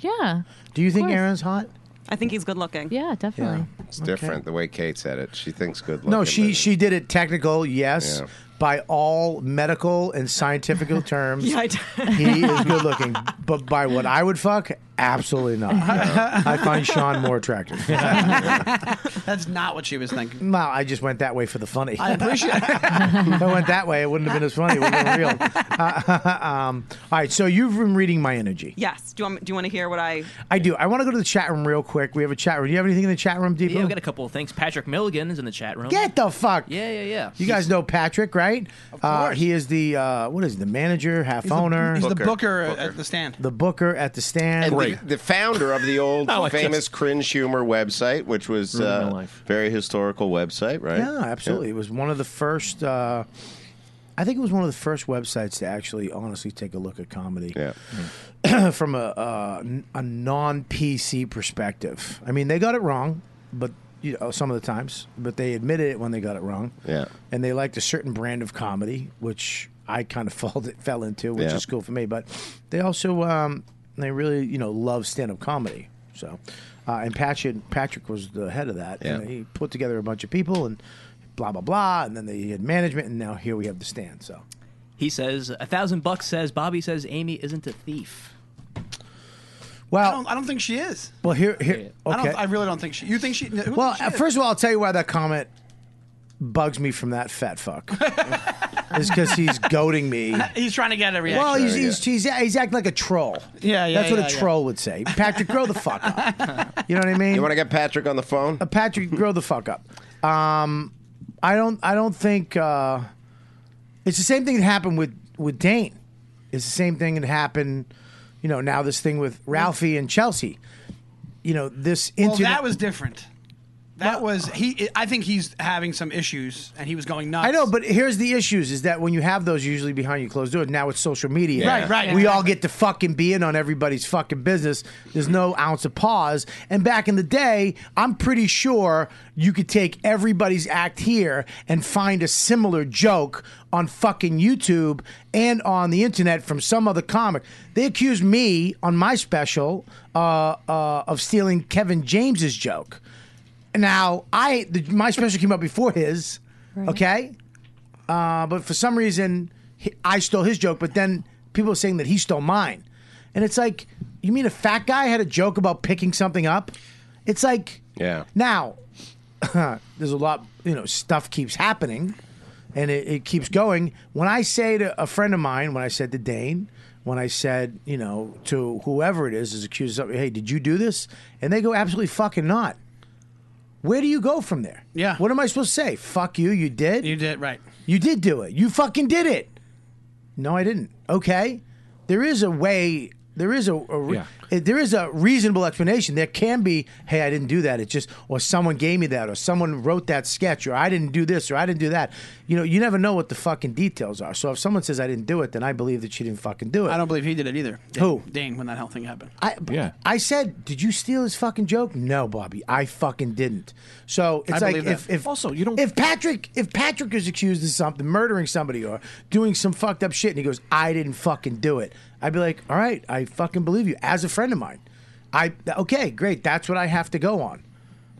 G: Yeah.
B: Do you think
G: course.
B: Aaron's hot?
K: I think he's good looking.
G: Yeah, definitely.
H: it's different the way Kate said it? She thinks good looking.
B: No, she she did it technical, yes,
H: Yeah.
B: by all medical and scientific terms.
K: Yeah, I d-
B: he is good looking, but by what I would fuck, absolutely not. I find Sean more attractive.
N: That's not what she was thinking.
B: No, I just went that way for the funny.
N: I appreciate.
B: if I went that way, it wouldn't have been as funny. It would have been real. Uh, um, all right, so you've been reading my energy.
K: Yes. Do you want, do you want to hear what I?
B: I do. I want to go to the chat room real quick. We have a chat room. Do you have anything in the chat room, Depot?
O: Yeah, we got a couple of things. Patrick Milligan is in the chat room.
B: Get the fuck.
O: Yeah, yeah, yeah.
B: You guys know Patrick, right? Of course. Uh, he is the uh, what is he, the manager, half
N: He's the-
B: owner.
N: He's the booker, at the stand.
B: The booker at the stand.
H: And the, the founder of the old
B: I like
H: famous
B: this.
H: cringe humor website, which was
B: Ruined my
H: uh, very historical website, right?
B: Yeah, absolutely. It was one of the first. Uh, I think it was one of the first websites to actually honestly take a look at comedy from a, uh, n- a non PC perspective. I mean, they got it wrong, but you know, some of the times, but they admitted it when they got it wrong.
H: Yeah.
B: and they liked a certain brand of comedy, which I kind of fell, fell into, which
H: Yeah.
B: is cool for me. But they also um, they really you know love stand up comedy. So, uh, and Patrick Patrick was the head of that, and
H: Yeah.
B: he put together a bunch of people and blah blah blah, and then they had management, and now here we have the stand. So
O: He says a thousand bucks. Says Bobby says Amy isn't a thief.
B: Well,
N: I don't, I don't think she is.
B: well here here okay.
N: I, don't, I really don't think she. You think she? Who
B: Well,
N: thinks she
B: uh,
N: is?
B: first of all, I'll tell you why that comment bugs me from that fat fuck. is because he's goading me.
N: he's trying to get a reaction.
B: Well, he's, he's, he's, he's acting like a troll.
N: Yeah, yeah,
B: That's what
N: yeah,
B: a
N: yeah.
B: troll would say. Patrick, grow the fuck up. You know what I mean?
H: You want to get Patrick on the phone?
B: Uh, Patrick, grow the fuck up. Um, I don't. I don't think uh, it's the same thing that happened with with Dane. It's the same thing that happened. You know, now this thing with Ralphie and Chelsea. You know, this
N: well,
B: internet.
N: that was different. That was he. I think he's having some issues, and he was going nuts.
B: I know, but here's the issues: is that when you have those, you're usually behind your closed doors. Now it's social media,
N: Right, right.
B: We all get to fucking be in on everybody's fucking business. There's no ounce of pause. And back in the day, I'm pretty sure you could take everybody's act here and find a similar joke on fucking YouTube and on the internet from some other comic. They accused me on my special uh, uh, of stealing Kevin James's joke. Now, I the, my special came out before his, okay? Uh, but for some reason, he, I stole his joke. But then people are saying that he stole mine, and it's like, you mean a fat guy had a joke about picking something up? It's like,
H: Yeah.
B: now, there's a lot, you know, stuff keeps happening and it, it keeps going. When I say to a friend of mine, when I said to Dane, when I said, you know, to whoever it is is accused of something, hey, did you do this? And they go, absolutely fucking not. Where do you go from there? Yeah. What am I supposed to say? Fuck you, you did? You
N: did, right.
B: You did do it. You fucking did it. No, I didn't. Okay. There is a way There is a, a re-
L: Yeah.
B: eh, there is a reasonable explanation. There can be, hey, I didn't do that. It just or someone gave me that, or someone wrote that sketch, or I didn't do this, or I didn't do that. You know, you never know what the fucking details are. So if someone says I didn't do it, then I believe that she didn't fucking do it.
N: I don't believe he did it either. Dane-
B: Who?
N: Dane, when that whole thing happened.
B: I, yeah. I said, did you steal his fucking joke? No, Bobby, I fucking didn't. So
N: I
B: it's like
N: believe that.
B: if, if also you don't if Patrick if Patrick is accused of something, murdering somebody or doing some fucked up shit, and he goes, I didn't fucking do it. I'd be like, all right, I fucking believe you as a friend of mine. I okay, great. That's what I have to go on.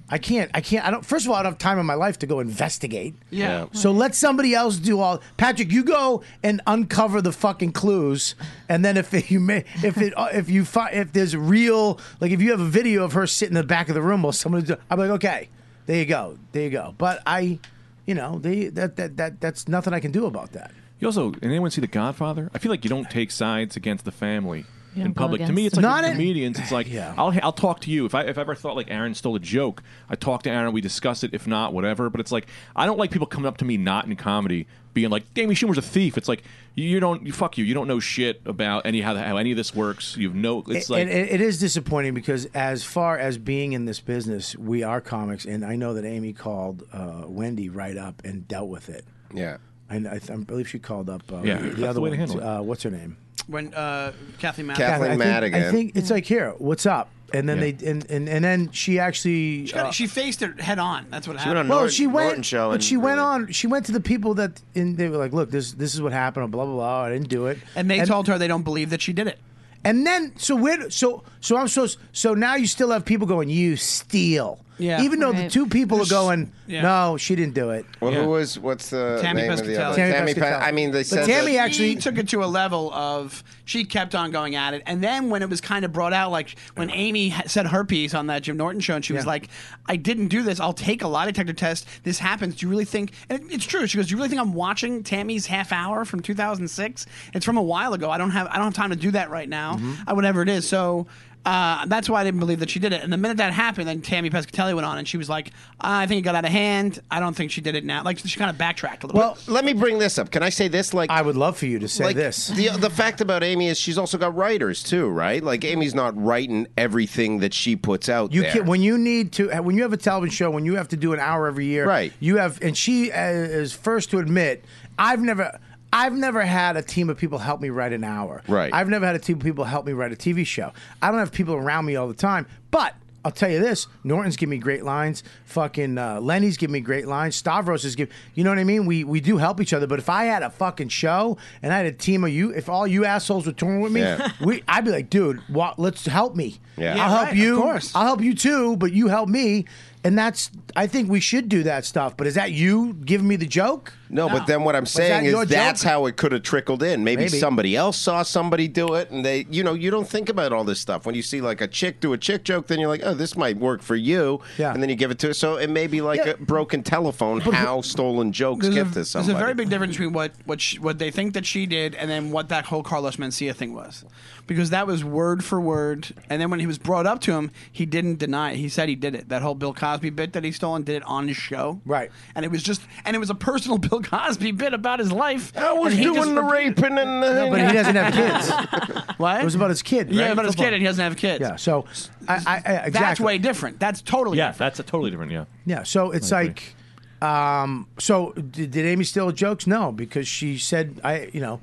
B: I can't. I can't. I don't. First of all, I don't have time in my life to go investigate.
N: Yeah.
B: So let somebody else do all. Patrick, you go and uncover the fucking clues, and then if you may, if it, uh, if you find, if there's real, like if you have a video of her sitting in the back of the room while someone's, do- I'm like, okay, there you go, there you go. But I, you know, they that that that that's nothing I can do about that.
L: You also, did anyone see The Godfather? I feel like you don't take sides against the family
B: You
L: in
B: don't go
L: public. To me,
B: against
L: it's like
B: Not
L: with
B: in-
L: comedians. It's like I'll I'll talk to you if I if I ever thought like Aaron stole a joke. I talk to Aaron. We discuss it. If not, whatever. But it's like I don't like people coming up to me not in comedy being like, "Damien Schumer's a thief." It's like you you don't you fuck you. You don't know shit about any how, how any of this works. You've no. It's like
B: And it, it is disappointing because as far as being in this business, we are comics, and I know that Amy called uh, Wendy right up and dealt with it.
H: Yeah.
B: And I, th- I believe she called up uh,
H: Yeah, that's
B: the
H: the
B: other
H: way to
B: one.
H: handle it.
B: uh, what's her name?
N: When uh, Kathleen Madigan.
B: Kathleen, I think- I think it's like here, what's up? And then
N: Yeah.
B: they and, and and then she actually
N: she, got-
B: uh,
N: she faced it head on. That's what
B: She
N: happened.
B: well, she went, but she went on. She went to the people that and they were like, "Look, this this is what happened." Or blah blah blah. I didn't do it.
N: And they told her they don't believe that she did it.
B: And then so where so so I'm so so now you still have people going, "You steal."
H: Yeah.
B: Even though the
H: Right.
B: two people are going,
H: Yeah.
B: "No, she didn't do it."
H: Well, who was? What's the
N: Tammy
H: name of the
N: Pescatelli.
H: other? Pe- I mean, they said
N: But
H: that-
N: She took it to a level of she kept on going at it, and then when it was kind of brought out, like when Amy ha- said her piece on that Jim Norton show, and she was
B: Yeah.
N: like, "I didn't do this. I'll take a lie detector test. This happens. Do you really think?" And it, it's true. She goes, "Do you really think I'm watching Tammy's half hour from 2006? It's from a while ago. I don't have I don't have time to do that right now.
H: Mm-hmm.
N: I, whatever it is." So. Uh, that's why I didn't believe that she did it. And the minute that happened, then Tammy Pescatelli went on and she was like, "I think it got out of hand. I don't think she did it now." Like she kind of backtracked a little.
H: Well, let me bring this up. Can I say this? Like, I
B: would love for you to say this.
H: The, the fact about Amy is she's also got writers too, right? Like, Amy's not writing everything that she puts out.
B: You
H: there.
B: can, when you need to uh, when you have a television show when you have to do an hour every year.
H: Right.
B: You have and she uh, is first to admit I've never I've never had a team of people help me write an hour.
H: Right.
B: I've never had a team of people help me write a TV show. I don't have people around me all the time, but. I'll tell you this: Norton's giving me great lines. Fucking uh, Lenny's giving me great lines. Stavros is giving. You know what I mean? We we do help each other. But if I had a fucking show and I had a team of you, if all you assholes were touring with me,
H: Yeah.
B: we I'd be like, dude, wa- let's help me.
H: Yeah.
B: I'll
H: Yeah,
B: help
H: right,
B: you.
H: of course.
B: I'll help you too, but you help me. And that's I think we should do that stuff. But is that you giving me the joke?
H: No, but then what I'm
B: Was
H: saying
B: that
H: is
B: your
H: that's
B: joke?
H: how it could have trickled in. Maybe,
B: Maybe.
H: somebody else saw somebody do it, and they, you know, you don't think about all this stuff. When you see like a chick do a chick joke, then you're like, oh, this might work for you, yeah. and then you give it to her. So it may be like a broken telephone how stolen jokes
N: There's
H: get
N: a-
H: to
N: There's
H: somebody.
N: a very big difference between what what she, what they think that she did and then what that whole Carlos Mencia thing was, because that was word for word. And then when he was brought up to him, he didn't deny it. He said he did it. That whole Bill Cosby bit that he stole and did it on his show, right? And it was just and it was a personal Bill Cosby bit about his life. I
H: was doing the raping and the.
B: No, but he doesn't have kids.
N: what?
B: It was about his kid.
N: Yeah,
B: right?
N: about his kid,
B: Football.
N: and he doesn't have kids.
B: Yeah. So I, I, I exactly.
N: that's way different. That's totally
L: yeah, that's a totally different. Yeah.
B: Yeah, so it's like, um, so did, did Amy steal jokes? No, because she said, I, you know,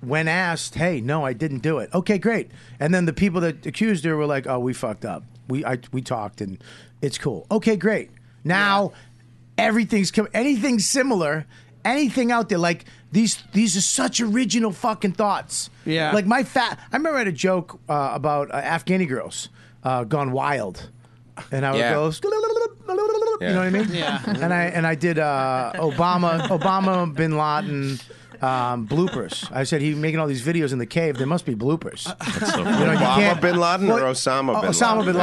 B: when asked, hey, no, I didn't do it. Okay, great. And then the people that accused her were like, oh, we fucked up. We I, we talked and it's cool. Okay, great. Now everything's com- anything similar, anything out there like these these are such original fucking thoughts.
N: Yeah.
B: Like my fat, I remember I had a joke uh, about uh, Afghani girls uh, gone wild, and I would
D: Yeah.
B: go, you know what I mean?
D: Yeah.
B: And I and I did uh, Obama, Obama, Bin Laden. Um, bloopers. I said he's making all these videos in the cave. There must be bloopers.
H: So
B: You know, you
H: Obama
B: can't-
H: bin Laden or
B: Well,
H: Osama
B: Oh,
H: bin
B: Osama
H: Laden?
B: bin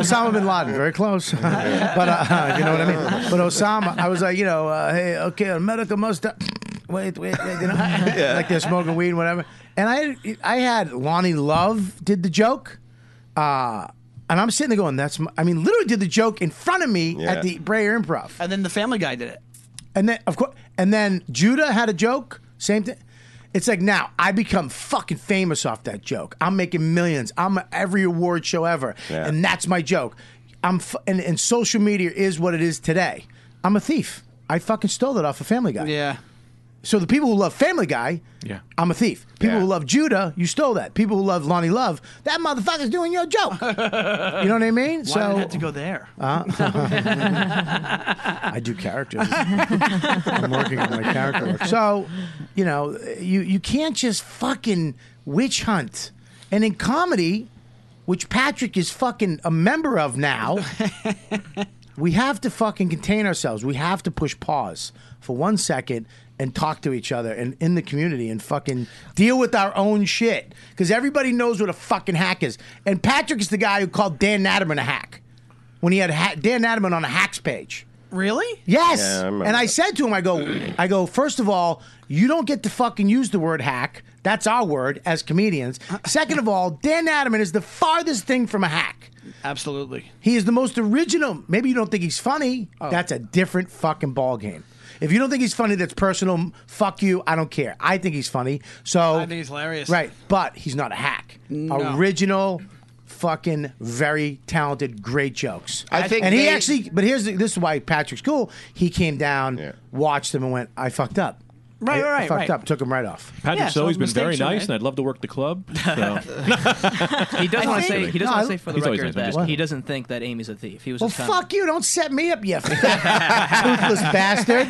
B: Osama bin Laden. Very close. but uh, you know what I mean. But Osama, I was like, you know, uh, hey, okay, America must. Wait, wait, wait. You know, like they're smoking weed, whatever. And I, I had Lonnie Love did the joke, uh, and I'm sitting there going, that's. My, I mean, literally did the joke in front of me
N: Yeah.
B: at the Brayer Improv.
N: And then the Family Guy did it.
B: And then of course, and then Judah had a joke, same thing. It's like now I become fucking famous off that joke. I'm making millions. I'm at every award show ever,
H: Yeah.
B: and that's my joke. I'm f- and, and social media is what it is today. I'm a thief. I fucking stole it off of Family Guy.
N: Yeah.
B: So the people who love Family Guy,
L: Yeah.
B: I'm a thief. People who love Judah, you stole that. People who love Lonnie Love, that motherfucker's doing your joke. you know what I mean?
N: Why
B: so
N: did it have to go there?
B: Uh, I do characters. I'm working on my character. work. So, you know, you you can't just fucking witch hunt. And in comedy, which Patrick is fucking a member of now, we have to fucking contain ourselves. We have to push pause for one second and talk to each other and in the community and fucking deal with our own shit. Because everybody knows what a fucking hack is. And Patrick is the guy who called Dan Natterman a hack when he had ha- Dan Natterman on a hacks page.
N: Really?
B: Yes.
N: Yeah, I remember
B: and I
N: that.
B: said to him, I go, I go, first of all, you don't get to fucking use the word hack. That's our word as comedians. Second of all, Dan Natterman is the farthest thing from a hack.
N: Absolutely.
B: He is the most original. Maybe you don't think he's funny. That's a different fucking ball game. If you don't think he's funny, that's personal. Fuck you. I don't care. I think he's funny. So
N: I think he's hilarious.
B: Right, but he's not a hack.
N: No.
B: Original, fucking, very talented, great jokes.
N: I think
B: and he
N: they-
B: actually. But here's the, this is why Patrick's cool. He came down, watched them, and went, "I fucked up."
N: Right,
B: I- I
N: right,
B: fucked
N: right.
B: up. Took him right off.
L: Patrick's always Oh, been very nice, and I'd love to work the club. So.
O: He does
B: I
O: want to
B: think-
O: say he does
B: no,
O: want
B: I-
O: to say for the
L: He's always
O: record
L: nice, I'm
O: that
L: just-
O: he doesn't think that Amy's a thief. He was
B: Well,
O: just kind of-
B: fuck you! Don't set me up, you toothless bastard,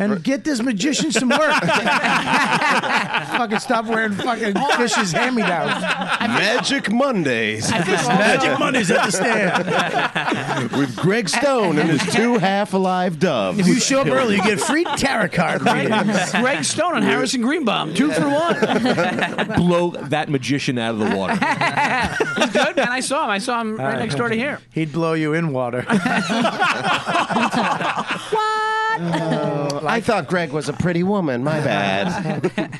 B: and get this magician some work. fucking stop wearing fucking fish's hand-me-downs.
H: Magic Mondays.
B: I think all- Magic Mondays at the
H: stand. With Greg Stone and his two half alive doves.
B: If you show up early, you get free tarot card readings.
N: Greg Stone and Harrison
B: Um,
N: Greenbaum, two for one.
L: Blow that magician out of the water.
N: He's good, man. I saw him. I saw him right next door to here.
B: He'd blow you in water.
H: Oh, I thought Greg was a pretty woman. My bad.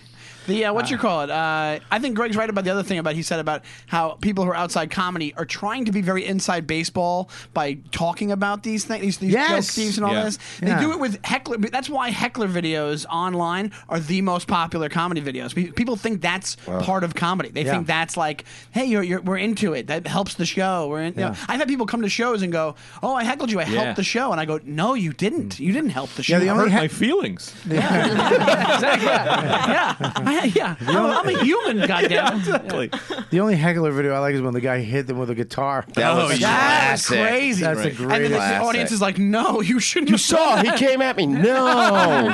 N: The uh, what you call it? Uh, I think Greg's right about the other thing about he said about how people who are outside comedy are trying to be very inside baseball by talking about these things, these, these
B: Yes.
N: joke thieves and all
B: Yeah.
N: this.
B: Yeah.
N: They do it with heckler. That's why heckler videos online are the most popular comedy videos. Pe- People think that's
B: Wow.
N: part of comedy. They
B: Yeah.
N: think that's like, hey, you're, you're, we're into it. That helps the show. We're in, you know,
B: Yeah.
N: I've had people come to shows and go, oh, I heckled you. I
B: Yeah.
N: helped the show, and I go, no, you didn't. You didn't help the show.
B: Yeah, the only Hurt my heck-
L: feelings.
N: I, yeah, I'm, a- I'm a human, goddamn. Exactly.
B: The only heckler video I like is when the guy hit them with a guitar.
H: That was
N: That's
H: classic.
N: crazy.
B: Oh, That's a
H: Right.
B: great.
N: And then the
H: Classic.
N: audience is like, "No, you shouldn't."
H: You saw he came at me. No.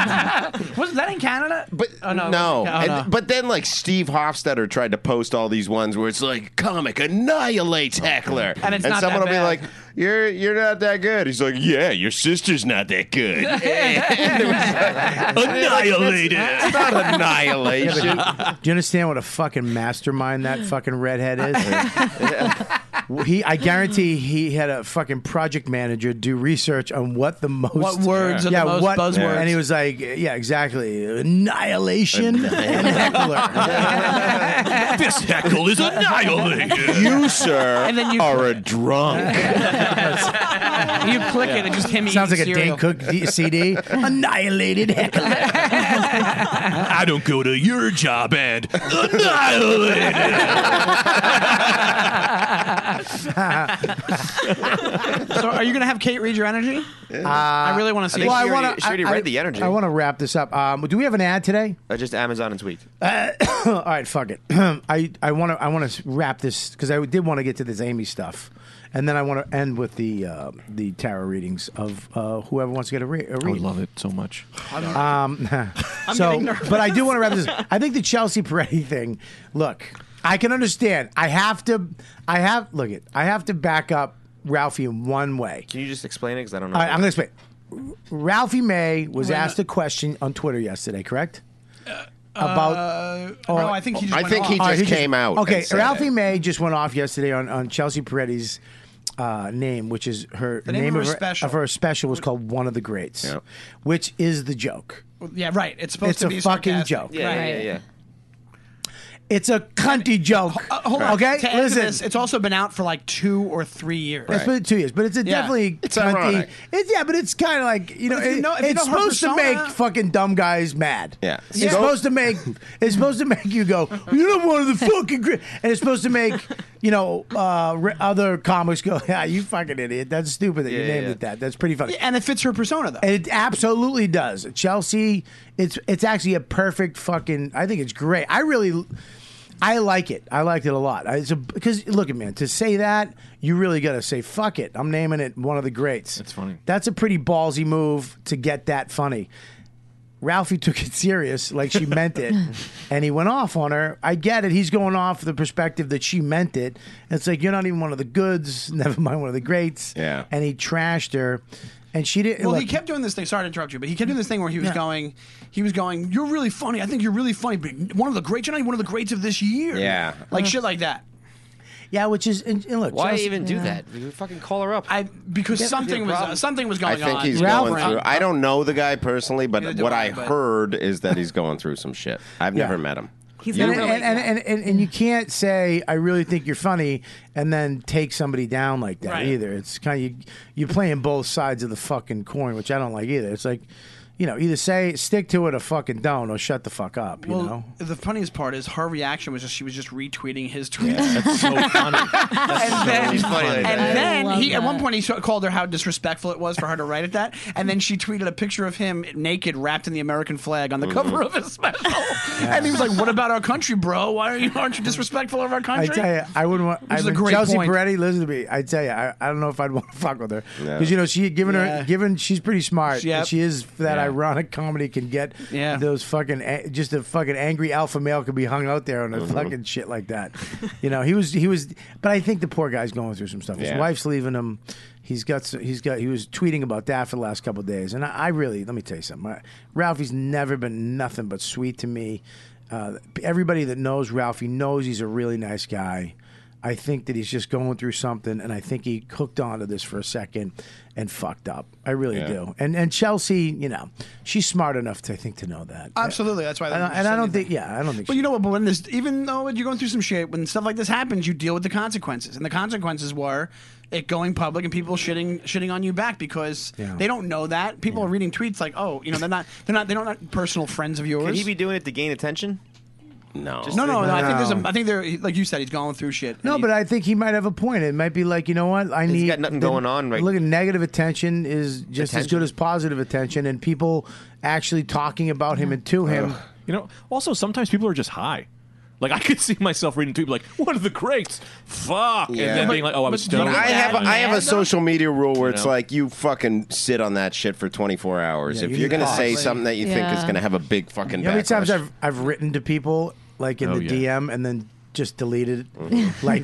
N: was that in Canada? But oh, no,
H: No,
N: Oh,
H: And-
N: no.
H: but then like Steve Hofstetter tried to post all these ones where it's like comic annihilates heckler,
N: And it's not
H: someone will
N: that
H: be
N: bad.
H: like, "You're you're not that good." He's like, "Yeah, your sister's not that good." And it was like, annihilated. It's not annihilation.
B: Yeah, but do you understand what a fucking mastermind that fucking redhead is? he, I guarantee he had a fucking project manager do research on what the most
N: What words are the most buzzwords.
B: and he was like, yeah, exactly, annihilation and heckler.
L: this heckle is annihilated.
H: You sir
N: And then you-
H: are a drunk.
N: you click it and just him.
B: Sounds like
N: eating
B: a
N: cereal.
B: Dan Cook D- CD. Annihilated heckler.
L: I don't go to your job and annihilated.
N: so, are you gonna have Kate read your energy? I really want to see. it.
B: Uh, Well, I
N: wanna-
B: want
I: she already read the energy.
B: I want to wrap this up. Um, do we have an ad today?
I: Uh, just Amazon and Tweet.
B: All right, fuck it. I I want to I want to wrap this because I did want to get to this Amy stuff, and then I want to end with the uh, the tarot readings of uh, whoever wants to get a, re- a read. I
L: love it so much.
B: Um, so,
L: getting nervous.
B: but I do want to wrap this. I think the Chelsea Peretti thing. Look, I can understand. I have to. I have look it. I have to back up Ralphie in one way.
I: Can you just explain it? Because I don't know.
B: All right, I'm going to explain. Ralphie May was
I: Wait a
B: asked a question on Twitter yesterday, correct? about
N: oh, I think he just I went
H: think he off. just
B: All
H: came out
B: Okay,
H: and said
B: Ralphie May just went off yesterday on, on Chelsea Peretti's uh, name, which is her
N: The name of her
B: her,
N: special.
B: of her special was called One of the Greats, which is the joke.
N: yeah, right. It's supposed
B: It's
N: to
B: a
N: be
B: fucking
N: sarcastic.
B: joke. Yeah,
N: Right.
B: yeah, yeah. It's a cunty joke.
N: Uh, hold on.
B: Okay,
N: To add to
B: listen.
N: this, it's also been out for like two or three years.
B: It's been two years, but it's a
N: Yeah.
B: definitely
N: It's
B: cunty.
N: ironic.
B: It's yeah, but it's kind of like you know,
N: But if you
B: it-
N: know- if you
B: it's
N: know her
B: supposed to
N: persona-
B: make fucking dumb guys mad.
H: Yeah.
B: it's
H: Yeah.
B: supposed to make it's supposed to make you go, you're not one of the fucking, gre-" and it's supposed to make you know uh, re- other comics go, yeah, you fucking idiot. That's stupid that you
N: Yeah,
B: named
N: yeah.
B: it that. That's pretty funny.
N: and it fits her persona though.
B: It absolutely does. Chelsea, it's it's actually a perfect fucking. I think it's great. I really, I like it. I liked it a lot. I, it's a because look at man to say that you really got to say fuck it. I'm naming it one of the greats. That's funny. That's a pretty ballsy move to get that funny. Ralphie took it serious, like she meant it, and he went off on her. I get it. He's going off the perspective that she meant it. And it's like you're not even one of the goods, never mind one of the greats.
H: Yeah.
B: And he trashed her, and she didn't.
N: Well,
B: look,
N: he kept doing this thing. Sorry to interrupt you, but he kept doing this thing where he was
B: Yeah.
N: going, he was going, "You're really funny. I think you're really funny. But one of the greats, you're not one of the greats of this year.
H: Yeah.
N: like shit like that.
B: Uh-huh. Yeah, which is and, and look.
I: Why
B: Chelsea-
I: even do that? You fucking call her up.
N: I because
I: Yeah,
N: something
I: no
N: was
I: problem.
N: uh, something was
H: I
N: going on.
H: think he's going through. I don't know the guy personally, but what I heard is that he's going through some shit. I've
B: Yeah.
H: never met him.
B: He's
H: You-
B: and, and, and, and, and, and you can't say I really think you're funny and then take somebody down like that
H: Right.
B: either. It's kind of you, you're playing both sides of the fucking coin, which I don't like either. It's like, you know, either say stick to it or fucking don't or shut the fuck up. You
N: Well,
B: know,
N: the funniest part is her reaction was just she was just retweeting his tweets.
B: that's so funny.
N: and then,
B: so funny.
N: and
B: I
N: then
B: love
N: he at
B: that.
N: one point he so- called her how disrespectful it was for her to write it that, and then she tweeted a picture of him naked, wrapped in the American flag on the cover
B: Mhm.
N: of his special, and he was like, "What about our country, bro? Why are you aren't you disrespectful of our
B: I
N: country?"
B: tell you, I wouldn't want.
N: Which
B: I
N: is a
B: mean,
N: great
B: Chelsea
N: point.
B: Peretti, listen to me. I tell you, I, I don't know if I'd want to fuck with her
N: No.
B: because you know she given
N: Yeah.
B: her given she's pretty smart.
N: Yep.
B: and She is that
N: Yeah.
B: ironic comedy can get
N: Yeah.
B: those fucking a- just a fucking angry alpha male could be hung out there on a
H: Mhm.
B: fucking shit like that. you know, he was he was, but I think the poor guy's going through some stuff. His
H: Yeah.
B: wife's leaving him. He's got s- he's got he was tweeting about that for the last couple of days, and I, I really let me tell you something. I, Ralphie's never been nothing but sweet to me. Uh, everybody that knows Ralphie knows he's a really nice guy. I think that he's just going through something, and I think he hooked onto this for a second and fucked up. I really
N: Yeah.
B: do. And and Chelsea, you know, she's smart enough to I think to know that.
N: Absolutely, that's why.
B: I don't, and I don't think, yeah, I don't think.
N: But you know what? But when this, even though you're going through some shit, when stuff like this happens, you deal with the consequences, and the consequences were it going public and people shitting shitting on you back because
I: Yeah.
N: they don't know that. People are reading tweets like, oh, you know, they're not they're not they're not personal friends of yours.
I: Could he be doing it to gain attention?
H: No.
N: no, no, no, I think there's a.
B: No.
N: I think there, like you said, he's going through shit.
B: No, but I think he might have a point. It might be like, you know what? I need
N: got nothing
B: the-
N: going on right-
B: Look at negative attention is just as
L: Attention.
B: good as positive attention, and people actually talking about him and to him.
L: You know, also sometimes people are just high. Like I could see myself reading tweet like one of the greats, fuck, and then being like, oh, I was stoned.
H: But I have I have a
L: social.
H: social media rule where it's
L: You know?
H: like you fucking sit on that shit for 24 hours.
B: Yeah,
H: if
B: you
H: you're
B: need
H: gonna
B: to
H: say
B: pause.
H: something that you think is
B: Yeah.
H: gonna have a big fucking
B: You know how many
H: backlash?
B: times I've I've written to people like in
H: Oh,
B: the
H: yeah.
B: DM and then just deleted like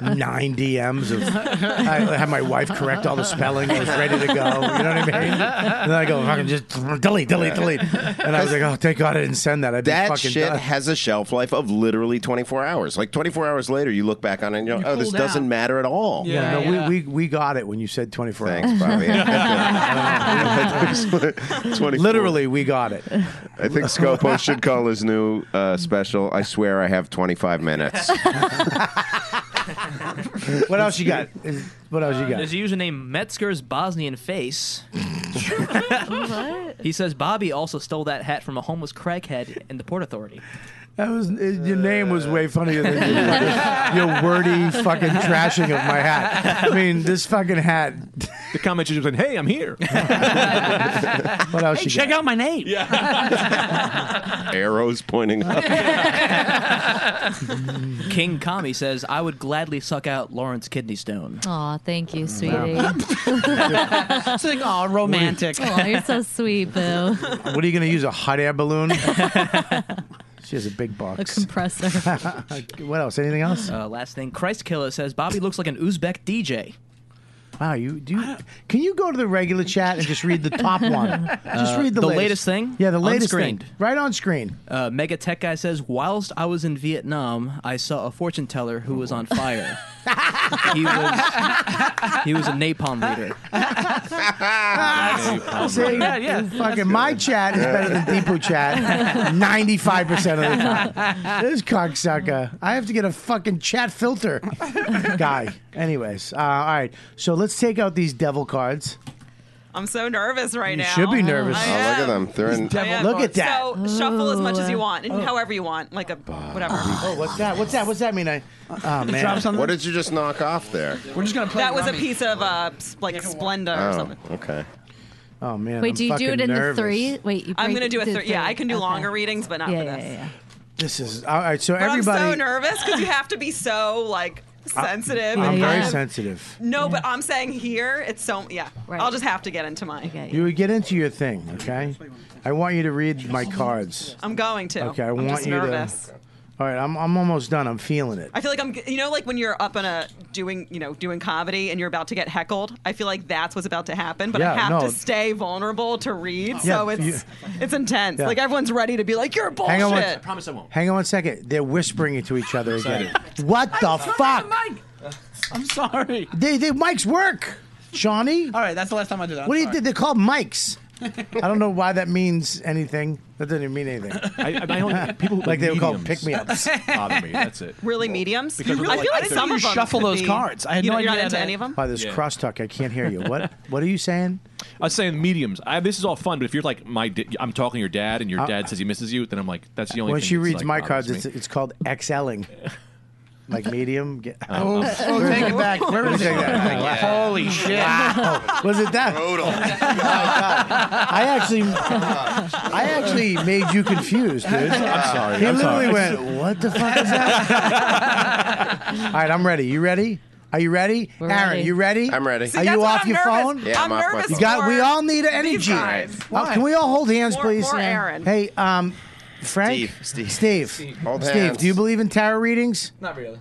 B: nine DMs of I had my wife correct all the spelling. I was ready to go. You know what I mean? And then I go fucking just delete, delete,
H: Yeah.
B: delete. And I was like, oh, thank God I didn't send that. I'd
H: that
B: be fucking
H: shit
B: done.
H: has a shelf life of literally 24 hours. Like 24 hours later, you look back on it and you're like, oh, this
B: cooled
H: doesn't
B: out.
H: matter at all.
B: Yeah, no, We, we we got it when you said 24
H: Thanks,
B: hours.
H: Bobby.
B: Literally, we got it.
H: I think Scopo should call his new uh, special. I swear I have 25 minutes.
B: What else you got? Is- What else you got?
O: There's a user named Metzger's Bosnian Face. He says Bobby also stole that hat from a homeless crackhead in the Port Authority.
B: That was uh, your name was way funnier than your, fucking- your wordy fucking trashing of my hat. I mean, this fucking hat.
L: The comment just went, "Hey, I'm here."
B: what else
N: Hey,
B: you
N: check
B: got?
N: out my name.
H: Arrows pointing up.
O: King Kami says, I would gladly suck out Lawrence Kidney Stone.
G: Aw, thank you, sweetie.
N: it's like, aw, romantic.
G: Aw, you're so sweet, boo.
B: What are you going to use a hot air balloon? she has a big
O: A
B: box.
O: compressor.
B: what else? Anything else?
O: Uh, last thing, Christ Killer says Bobby looks like an Uzbek DJ.
B: Wow, you do. You, can you go to the regular chat and just read the top one? just
O: Uh,
B: read the,
O: the
B: latest.
O: latest thing?
B: Yeah, the latest
O: Unscreened.
B: thing. Right on screen.
O: Uh, Mega Tech Guy says, whilst I was in Vietnam, I saw a fortune teller who was on fire. he was he was a napalm reader.
B: See,
O: Yeah, yeah, that's
B: fucking my chat is better than Deepu chat 95% of the time. This cocksucker. I have to get a fucking chat filter guy. Anyways, uh, all right. So let's take out these devil cards.
K: I'm so nervous right
B: You
K: now.
B: should be nervous.
K: I
B: Oh, look
K: am.
B: at them. They're in- These devil
K: I am.
B: Look at that.
K: So shuffle as much as you
B: Ooh.
K: want, and
B: Oh.
K: however you want, like a whatever.
B: Oh, what's that? What's that? What's that mean? I. Oh, man.
H: What did you just knock off there?
N: We're just gonna play.
K: That was a
N: Rummy.
K: piece of uh, s- like Splenda or
H: Oh,
K: something.
H: okay.
B: Oh man.
G: Wait, do you do it in
B: nervous.
G: the three? Wait, you
K: I'm
G: break
K: gonna
G: it
K: do a
G: to
K: three. Yeah, I can do
G: Okay.
K: longer readings, but not
G: Yeah,
K: for
G: yeah,
K: this.
G: yeah,
B: This is all right. So
K: But
B: everybody.
K: I'm so nervous because you have to be so like sensitive.
B: I'm
K: and
B: very
K: kind of-
B: sensitive.
K: No, but I'm saying here it's so yeah. I'll just have to get into my.
B: You would get into your thing, okay? I want you to read my cards.
K: I'm going to.
B: Okay, I
K: I'm
B: want
K: just
B: you
K: nervous.
B: to. All right, I'm I'm almost done. I'm feeling it.
K: I feel like I'm, you know, like when you're up on a doing, you know, doing comedy and you're about to get heckled. I feel like that's what's about to happen, but I
B: Yeah,
K: have
B: no.
K: to stay vulnerable to read, so
B: Yeah,
K: it's it's intense.
B: yeah.
K: Like everyone's ready to be like, "You're bullshit."
B: Hang on one-
K: promise I won't.
B: Hang on one second. They're whispering it to each other again.
K: Excited.
B: What the fuck?
N: Mike. I'm sorry.
B: They they mics work. Johnny,
N: All right, that's the last time I did that. I'm
B: what do you
N: sorry.
B: think? They're called mics. I don't know why that means anything. That doesn't even mean anything.
L: I- I- I only- people who-
B: like they were called
L: mediums
B: pick me ups.
L: bother me, that's it.
K: Really, mediums?
B: because
K: You
B: of
K: really-
B: like
K: I feel like
B: the-
K: some
B: You
K: of them
B: shuffle
K: could
B: those
K: be-
B: cards. I had
K: you
B: no
K: know, You're
B: idea
K: not into
B: that-
K: any of them.
B: By this
L: Yeah.
B: crosstalk, I can't hear you. What what are you saying?
L: I was saying mediums. I, this is all fun, but if you're like my, di- I'm talking to your dad, and your
B: Uh,
L: dad says he misses you, then I'm like, that's the only.
B: When
L: thing
B: she
L: that's,
B: reads
L: like,
B: my
L: bothers
B: cards,
L: me.
B: it's, it's called excelling. Like medium. Get,
L: Oh, oh.
B: We're
L: take
B: gonna
L: it
B: back. We're gonna take that back.
N: Holy shit!
B: Wow. Was it that? Brutal. I actually, I actually made you confused, dude.
L: I'm sorry.
B: He
L: I'm
B: literally
L: sorry.
B: went, "What the fuck is that?" All right, I'm ready. You ready? Are you ready, Aaron?
H: ready.
B: You ready?
H: I'm ready. See,
B: Are
H: that's
B: you
H: what
B: off
H: I'm
B: your
H: nervous.
B: phone?
H: Yeah, I'm I'm off my nervous phone.
B: You got. We
H: for
B: all need
H: these
B: energy.
H: guys.
B: Oh, can we all hold hands,
H: More-
B: please?
H: more Aaron.
B: Hey, um, Frank.
H: Steve.
B: Steve.
H: Steve. Hold
B: Steve,
H: hands.
B: do you believe in tarot readings?
J: Not really.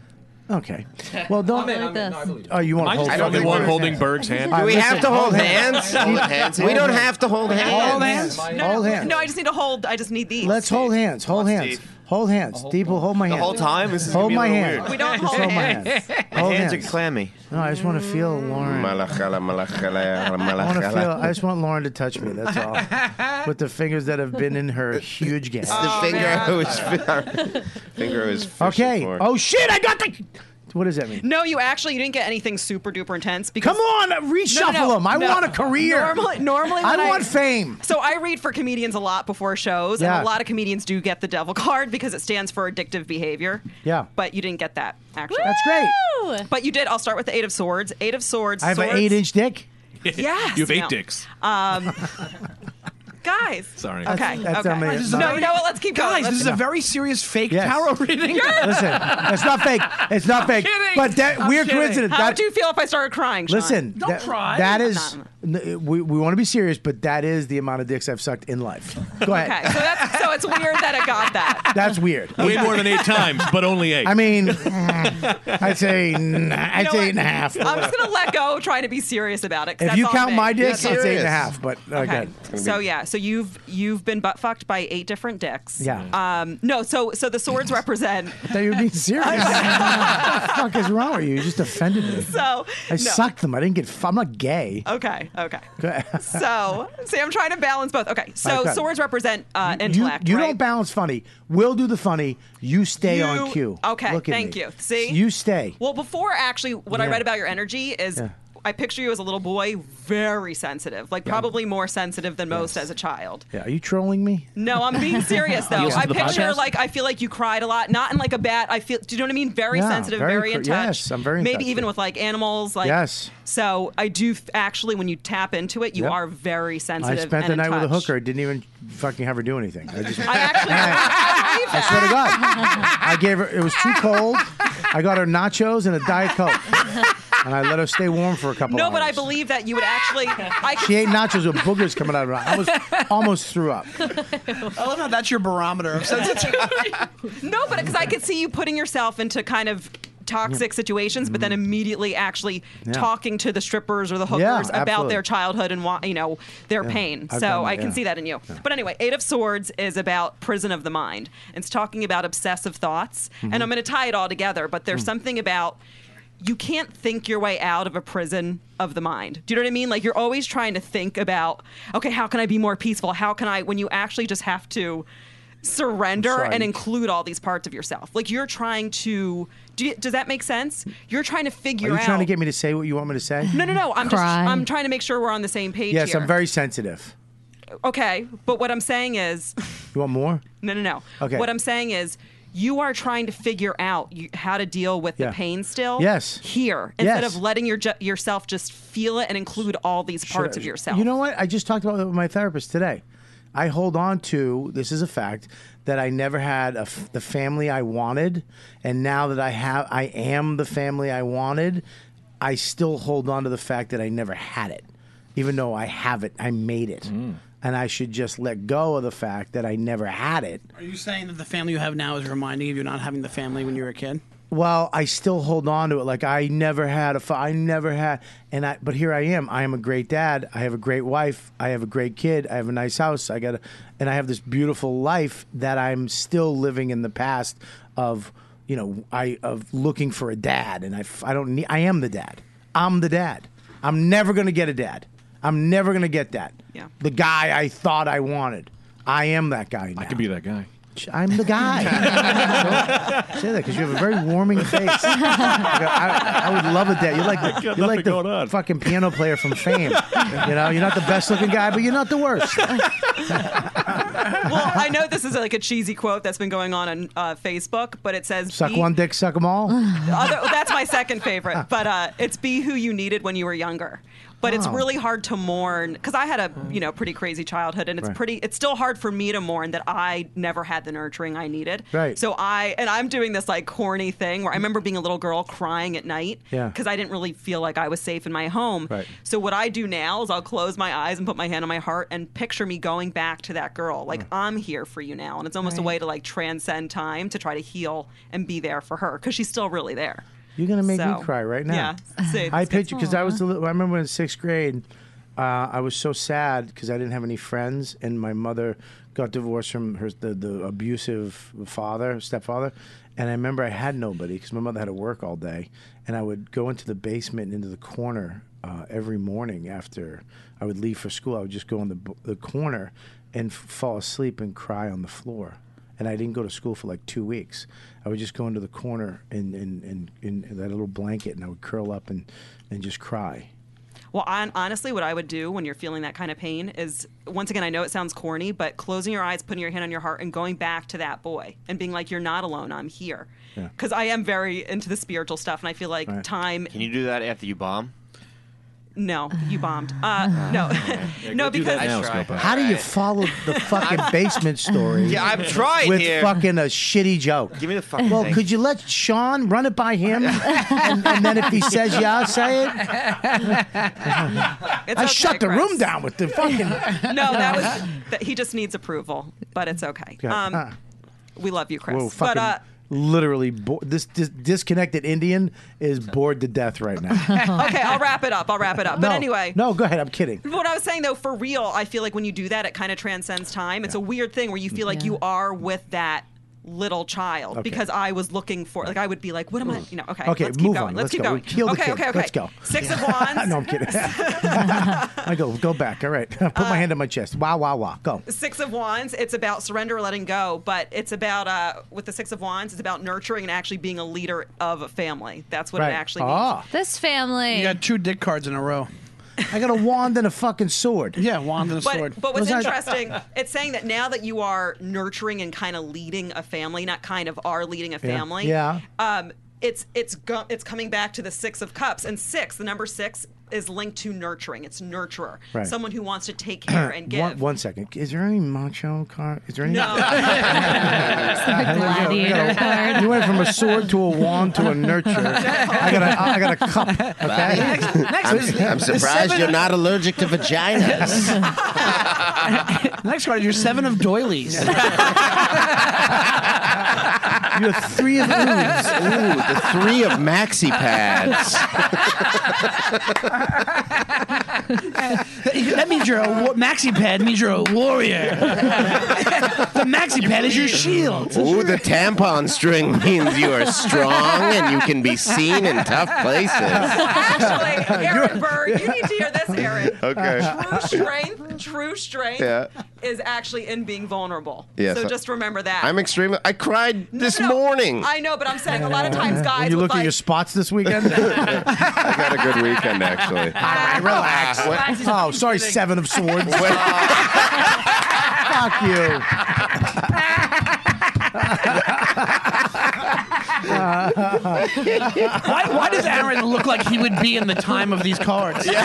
B: Okay. Well, don't.
J: I'm in, I'm in. No, I believe
B: Oh, you want
L: Am I
B: to hold?
L: just fucking
B: Berg's
L: one
B: hand?
L: holding Berg's hand?
B: All right,
L: Do we
B: listen,
L: have to hold hands?
B: Hold
L: Hold
B: hands.
L: hands?
B: Hold
L: We don't
B: hands.
L: have to hold
B: Hold hands.
L: hands.
B: Hold hands.
K: No, I just need to hold. I just need these.
B: Let's hold hands. Hold hands. Hold hands. Deep will hold my hand.
I: whole time? This is
B: hold
I: gonna be a
B: my
I: little
B: hand.
I: weird.
K: We don't
B: Just
K: hold
B: hold my
K: hands.
B: hand.
L: Oh,
I: My
B: Hold
I: hands are
B: hands.
I: clammy.
B: No, I just want to feel Lauren. I want to feel. I just want Lauren to touch me. That's all. With the fingers that have been in her huge game.
H: It's the finger I was finger I was fishing
B: Okay.
H: for.
B: Oh shit! I got the. What does that mean?
K: No, you actually you didn't get anything super duper intense. Because
B: Come on, reshuffle them. I want a career.
K: Normally, normally
B: I
K: when
B: want fame.
K: So I read for comedians a lot before shows,
B: Yeah.
K: and a lot of comedians do get the devil card because it stands for addictive behavior.
B: Yeah.
K: But you didn't get that actually.
B: That's great.
K: But you did. I'll start with the eight of swords. Eight of swords.
B: I have
K: swords.
B: an eight-inch dick.
K: Yes.
L: You have eight
K: no.
L: dicks.
K: Um, guys.
L: Sorry.
K: Okay.
B: That's- that's
K: okay.
B: how many-
K: no, you know what? Let's keep going.
N: Guys,
K: Let's-
N: this is a very serious fake
B: Yes.
N: tarot reading.
B: Listen, it's not fake. It's not fake.
N: kidding.
B: But that
N: I'm
B: weird
N: kidding.
B: coincidence.
K: How
B: that,
K: would you feel if I started crying? Sean?
B: Listen, that, That is, n- we, we want to be serious, but that is the amount of dicks I've sucked in life. Go ahead.
K: Okay, so that's so it's weird that it got that.
B: That's weird.
L: Way more than eight times, but only eight.
B: I mean, mm, I'd say, n- I'd
K: You know
B: say
K: what?
B: eight and a half. but
K: I'm just
B: whatever.
K: gonna let go, trying to be serious about it. 'cause
B: If
K: that's
B: you
K: all
B: count
K: me.
B: my dicks, it's eight and a half. But uh, okay.
K: So yeah, so you've you've been butt fucked by eight different dicks.
B: Yeah.
K: Um. No. So so the swords represent.
B: I thought you were being serious. what the fuck is wrong with you? You just offended me.
K: So
B: I sucked them. I didn't get. f- I'm not gay.
K: Okay. Okay.
B: Okay.
K: So see, I'm trying to balance both. Okay. So
B: Okay.
K: swords represent uh,
B: You,
K: intellect.
B: you
K: right?
B: don't balance funny. We'll do the funny. You stay on
K: You-
B: cue.
K: Okay,
B: Look at
K: thank
B: me.
K: you. See?
B: you stay.
K: Well, before actually, what I
B: Yeah.
K: read about your energy is.
B: Yeah.
K: I picture you as a little boy, very sensitive, like probably more sensitive than most as a child.
B: Yeah, are you trolling me?
K: No, I'm being serious
B: You
K: though.
B: listen
K: I
B: to the
K: picture
B: podcast?
K: like I feel like you cried a lot, not in like a bad. I feel. Do you know what I mean? Very
B: Yeah,
K: sensitive,
B: very
K: very, in
B: cr-
K: touch.
B: yes, I'm very in
K: Maybe
B: touch.
K: even with like animals. Like
B: Yes.
K: So I do f- actually, when you tap into it, you
B: Yep.
K: are very
B: I
K: sensitive.
B: spent
K: and
B: the night
K: in
B: with a
K: touch.
B: hooker. I didn't even fucking have her do anything. I just.
K: I actually. I believe
B: I
K: that.
B: swear to God, I gave her. It was too cold. I got her nachos and a diet coke, and I let her stay warm for a couple.
K: No,
B: hours.
K: but I believe that you would actually. I
B: She ate nachos with boogers coming out of her. I was almost threw up.
N: I love how that's your barometer of sensitivity.
K: no, but because I could see you putting yourself into kind of toxic situations, but then immediately actually
B: Mm-hmm. Yeah.
K: talking to the strippers or the hookers
B: Yeah,
K: about
B: absolutely.
K: their childhood and why you know their
B: Yeah,
K: pain.
B: I've done
K: so
B: that,
K: I can
B: yeah.
K: see that in you.
B: Yeah.
K: But anyway, Eight of Swords is about prison of the mind. It's talking about obsessive thoughts,
B: Mhm.
K: and I'm going to tie it all together. But there's
B: Mm.
K: something about you can't think your way out of a prison of the mind. Do you know what I mean? Like you're always trying to think about, okay, how can I be more peaceful? How can I when you actually just have to surrender
B: Sorry.
K: and include all these parts of yourself. Like you're trying to do you, does that make sense? You're trying to
B: Are
K: figure
B: you
K: out
B: trying to get me to say what you want me to say?
K: No, no, no. I'm just I'm trying to make sure we're on the same page
B: Yes,
K: here.
B: I'm very sensitive.
K: Okay, but what I'm saying is
B: You want more?
K: No, no, no.
B: Okay.
K: What I'm saying is you are trying to figure out you, how to deal with
B: Yeah.
K: the pain still.
B: Yes.
K: Here instead
B: Yes.
K: of letting your ju- yourself just feel it and include all these
B: Should
K: parts
B: I-
K: of yourself.
B: You know what? I just talked about that with my therapist today. I hold on to this is a fact that I never had a f- the family I wanted, and now that I have, I am the family I wanted. I still hold on to the fact that I never had it, even though I have it. I made it, and I should just let go of the fact that I never had it.
N: Are you saying that the family you have now is reminding you of not having the family when you were a kid?
B: Well, I still hold on to it. Like I never had a, fa- I never had, and I. But here I am. I am a great dad. I have a great wife. I have a great kid. I have a nice house. I got, a, and I have this beautiful life that I'm still living in the past of, you know, I of looking for a dad, and I, f- I don't need. I am the dad. I'm the dad. I'm never gonna get a dad. I'm never gonna get that.
K: Yeah.
B: The guy I thought I wanted. I am that guy. Now. I can be
L: that guy.
B: I'm the guy. Say that because you have a very warming face. Like, I, I would love it that you're like you're like the fucking piano player from Fame. You know, you're not the best looking guy, but you're not the worst.
K: well, I know this is like a cheesy quote that's been going on on uh, Facebook, but it says
B: Suck
K: be-
B: one dick, suck them all.
K: Other, that's my second favorite, but uh, it's be who you needed when you were younger. But it's
B: Wow.
K: really hard to mourn because I had a you know pretty crazy childhood, and it's
B: Right.
K: pretty it's still hard for me to mourn that I never had the nurturing I needed.
B: Right.
K: So I and I'm doing this like corny thing where I remember being a little girl crying at night
B: Yeah.
K: because I didn't really feel like I was safe in my home.
B: Right.
K: So what I do now is I'll close my eyes and put my hand on my heart and picture me going back to that girl.
P: Mm.
K: Like I'm here for you now, and it's almost a
B: Right.
K: way to like transcend time to try to heal and be there for her because she's still really there.
B: You're gonna make
K: So,
B: me cry right now.
K: yeah, see,
B: I
K: it's good.
B: picture because I was. The, little- I remember in sixth grade, uh, I was so sad because I didn't have any friends, and my mother got divorced from her the, the abusive father, stepfather, and I remember I had nobody because my mother had to work all day, and I would go into the basement and into the corner uh, every morning after I would leave for school. I would just go in the b- the corner and f- fall asleep and cry on the floor and I didn't go to school for like two weeks. I would just go into the corner and in, in, in, in that little blanket, and I would curl up and, and just cry.
K: Well, on, honestly, what I would do when you're feeling that kind of pain is, once again, I know it sounds corny, but closing your eyes, putting your hand on your heart, and going back to that boy and being like, "You're not alone. I'm here."
P: Yeah.
K: Because I am very into the spiritual stuff, and I feel like
P: Right.
K: time.
P: Can you do that after you bomb?
K: No, you bombed. Uh, no, no,
P: go do
K: because
P: that now, Nice try. Scopo.
B: How do you follow the fucking basement story?
P: Yeah, I'm trying
B: with
P: here.
B: fucking a shitty joke.
P: Give me the fucking
B: Well,
P: thing.
B: could you let Sean run it by him, and, and then if he says yeah, I'll say it. I shut the room down with the fucking.
K: no, that was that, he just needs approval, but it's okay.
B: Yeah.
K: Um, we love you, Chris.
B: Whoa,
K: but
B: fucking
K: uh,
B: literally, bo- this, this disconnected Indian is bored to death right now.
K: uh, okay, I'll wrap it up. I'll wrap it up. But
B: No,
K: anyway,
B: no, go ahead. I'm kidding.
K: What I was saying though, for real, I feel like when you do that, it kind of transcends time. It's a weird thing where you feel like you are with that little child
B: Okay.
K: because I was looking for like I would be like, what am I? You know, okay.
B: Okay,
K: let's
B: move
K: keep going.
B: on.
K: Let's,
B: Let's
K: keep
B: go.
K: going.
B: Kill the
K: okay,
B: kid.
K: okay, okay.
B: Let's go.
K: Six of Wands.
B: no, I'm kidding. I go go back. All right, put
K: Uh,
B: my hand on my chest. Wow, wow, wow. Go.
K: Six of Wands, it's about surrender or letting go, but it's about, uh, with the Six of Wands, it's about nurturing and actually being a leader of a family. That's what
B: Right.
K: it actually
B: Ah.
K: means. This family.
N: You got two dick cards in a row.
B: I got a wand and a fucking sword.
N: Yeah, wand and a
K: but,
N: sword.
K: But what's
N: Was that-
K: interesting, it's saying that now that you are nurturing and kind of leading a family, not kind of are leading a
B: Yeah.
K: family.
B: Yeah.
K: Um, it's it's go- it's coming back to the six of cups and six. The number six is linked to nurturing. It's nurturer,
B: Right.
K: someone who wants to take care and give.
B: One, one second. Is there any macho card? Is there any?
K: No.
B: I got a- I got a- You went from a sword to a wand to a nurture. I got a, I got a cup. Okay.
N: Next- next is the-
M: I'm, I'm
N: the
M: surprised
N: seven-
M: you're not allergic to vaginas.
N: The next card is your seven of doilies.
B: You have three of those.
H: Ooh, the three of maxi pads.
N: that means you're a wa- maxi pad. Means you're a warrior. the maxi pad is your shield.
H: Ooh, the tampon string means you are strong and you can be seen in tough places.
K: Actually, Aaron Burr, you need to hear this, Aaron.
H: Okay.
K: True strength, true strength
H: Yeah.
K: is actually in being vulnerable.
H: Yes,
K: so
H: I-
K: just remember that.
H: I'm extremely. I cried this
K: No,
H: morning.
K: I know, but I'm saying a lot of times guys
B: When you
K: would
B: look
K: like,
B: at your spots this weekend.
H: I had a good weekend actually.
B: All right, relax. oh, sorry, seven of swords. Fuck you.
N: why, why does Aaron look like he would be in the time of these cards?
B: fuck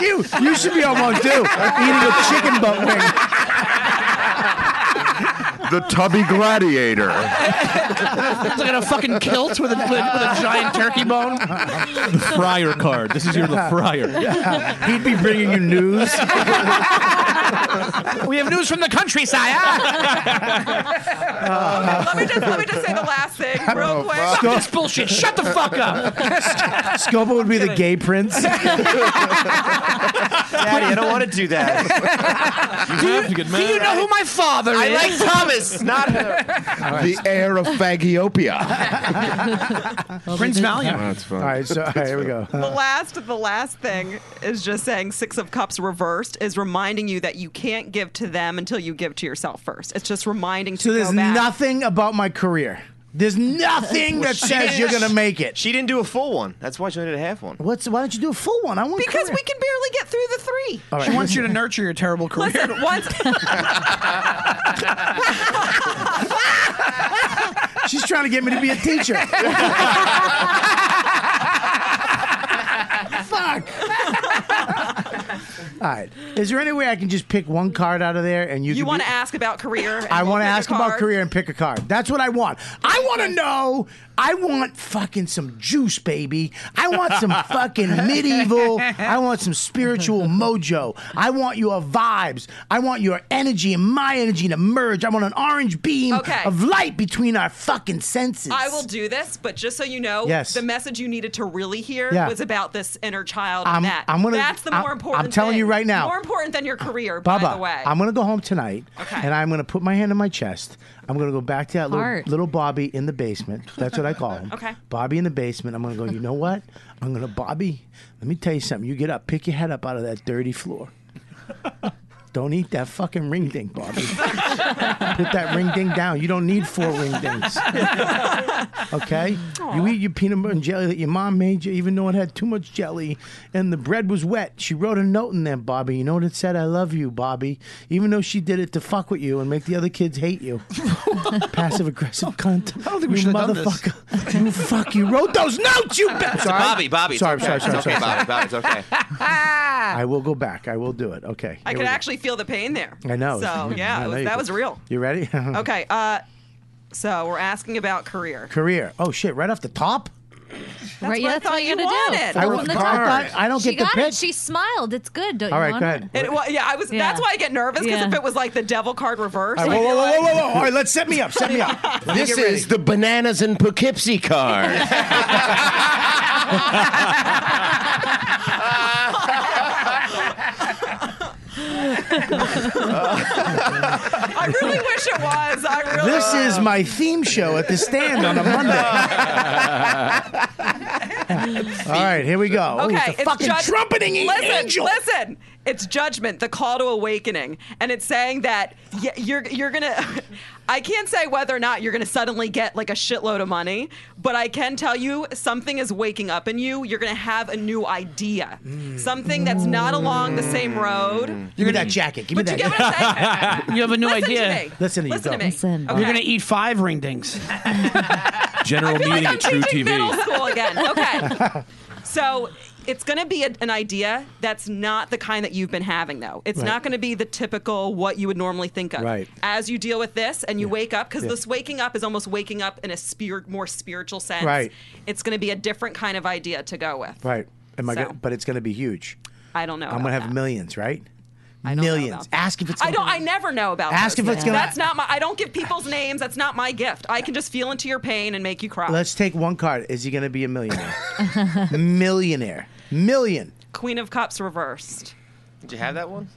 B: you. You should be on one too. Eating a chicken butt wing.
H: The tubby gladiator.
N: It's like in a fucking kilt with a, with a giant turkey bone.
L: The fryer card. This is your the fryer.
B: He'd be bringing you news.
N: We have news from the country, sire.
K: let me just let me just say the last thing real quick.
N: Fuck this bullshit. Shut the fuck up.
B: Scopo would be the gay prince.
P: Daddy, I don't want to do that.
L: You have to get
N: Do you know who my father is?
P: I like Thomas, not her.
H: The heir of Fagiopia.
N: Prince Valiant.
H: That's fun.
B: All right, so all right, here we go.
K: the last the last thing is just saying six of cups reversed is reminding you that you can't give to them until you give to yourself first. It's just reminding to
B: So there's
K: go back.
B: nothing about my career. There's nothing
P: Well,
B: that
P: she
B: says
P: didn't-
B: you're gonna make it.
P: She didn't do a full one. That's why she only did a half one.
B: What's why don't you do a full one? I want
K: because we can barely get through the three.
B: All right,
N: She wants you to nurture your terrible career.
K: Listen, once
B: She's trying to get me to be a teacher. Fuck. All right. Is there any way I can just pick one card out of there and you?
K: you
B: can
K: want
B: be-
K: to ask about career, and
B: I
K: we'll
B: want to
K: pick a
B: ask about
K: card.
B: career and pick a card. That's what I want. I want to know. I want fucking some juice, baby. I want some fucking medieval. I want some spiritual mojo. I want your vibes. I want your energy and my energy to merge. I want an orange beam
K: Okay.
B: of light between our fucking senses.
K: I will do this, but just so you know,
B: Yes.
K: the message you needed to really hear
B: Yeah.
K: was about this inner child.
B: I'm-
K: and that.
B: I'm gonna-
K: That's the
B: I'm-
K: more important.
B: I'm telling you
K: thing.
B: right now.
K: more important than your career.
B: Baba,
K: by the way,
B: I'm gonna go home tonight,
K: Okay.
B: and I'm gonna put my hand on my chest. I'm gonna go back to that little,
G: Heart.
B: little Bobby in the basement. That's what I call him.
G: Okay.
B: Bobby in the basement. I'm gonna go. You know what? I'm gonna Bobby. Let me tell you something. You get up, pick your head up out of that dirty floor. Don't eat that fucking ring ding, Bobby. Put that ring ding down. You don't need four ring dings. Okay? You eat your peanut butter and jelly that your mom made you, even though it had too much jelly and the bread was wet. She wrote a note in there, Bobby. You know what it said? I love you, Bobby. Even though she did it to fuck with you and make the other kids hate you. Passive aggressive cunt. I don't
N: we
B: think you
N: should have done this.
B: motherfucker. You fuck. You wrote those notes, you bitch.
P: It's Bobby, Bobby. it's
B: Sorry,
P: okay.
B: sorry, sorry,
P: It's okay,
B: sorry, sorry.
P: Bobby, Bobby. It's okay.
B: I will go back. I will do it. Okay.
K: I
B: here
K: could
B: we go.
K: actually feel the pain there.
B: I know.
K: So
B: I
K: yeah, it
B: know
K: was-
B: you
K: that
B: could. Hmm.
K: was real.
B: You ready?
K: Okay. Uh, so we're asking about career.
B: Career. Oh shit! Right off the top.
K: That's
G: right,
K: what
G: yeah,
K: I
G: that's
K: thought
G: all you
K: you
G: gotta
K: wanted.
G: do.
B: I
G: From
B: want
G: the
B: the card.
G: top.
B: I don't
G: she
B: get the
G: got it.
B: pick.
G: She smiled. It's good. Don't
B: All
G: you
B: right,
G: want
B: go
G: it?
B: ahead.
K: It, well, yeah, I was. That's
G: Yeah.
K: why I get nervous because if
G: Yeah.
K: it was like the devil card reverse,
B: All
K: I'd
B: right, whoa,
K: be
B: whoa,
K: like,
B: whoa, whoa, whoa! All right, let's set me up. Set me up. Let me
H: This
B: get ready.
H: is the bananas and Poughkeepsie card.
K: I really wish it was. I really.
B: This is my theme show at the stand on a Monday. All right, here we go. Oh,
K: Okay,
B: it's a fucking
K: judge-
B: trumpeting e-
K: listen,
B: angel.
K: Listen, it's judgment, the call to awakening, and it's saying that y- you're you're gonna. I can't say whether or not you're gonna suddenly get like a shitload of money, but I can tell you something is waking up in you. You're gonna have a new idea,
B: Mm.
K: something that's not along the same road.
B: Give me that jacket. Give me
K: But you
B: that.
K: get what I'm saying?
N: You have a new
K: Listen
N: idea.
K: to me.
B: Listen to you.
K: Listen
B: Go.
K: to me.
N: You're
K: Okay.
N: gonna eat five ring dings.
L: General meeting
K: I'm
L: at True
K: teaching middle
L: TV.
K: school again. Okay. so it's going to be a, an idea that's not the kind that you've been having, though. It's
B: Right.
K: not going to be the typical what you would normally think of.
B: Right.
K: As you deal with this and you wake up, because
B: Yeah.
K: this waking up is almost waking up in a spirit, more spiritual sense.
B: Right.
K: It's going to be a different kind of idea to go with.
B: Right. Am I
K: So.
B: gonna- but it's going to be huge.
K: I don't know.
B: I'm going to
K: about
B: have
K: that.
B: millions, right?
K: I don't Know
B: Millions.
K: about that.
B: Ask if it's.
K: I don't. I never know about.
B: Ask
K: those
B: if it's
K: things.
B: gonna-
K: That's not my. I don't give people's names. That's not my gift. I can just feel into your pain and make you cry.
B: Let's take one card. Is he going to be a millionaire? millionaire. Million.
K: Queen of Cups reversed.
P: Did you have that one?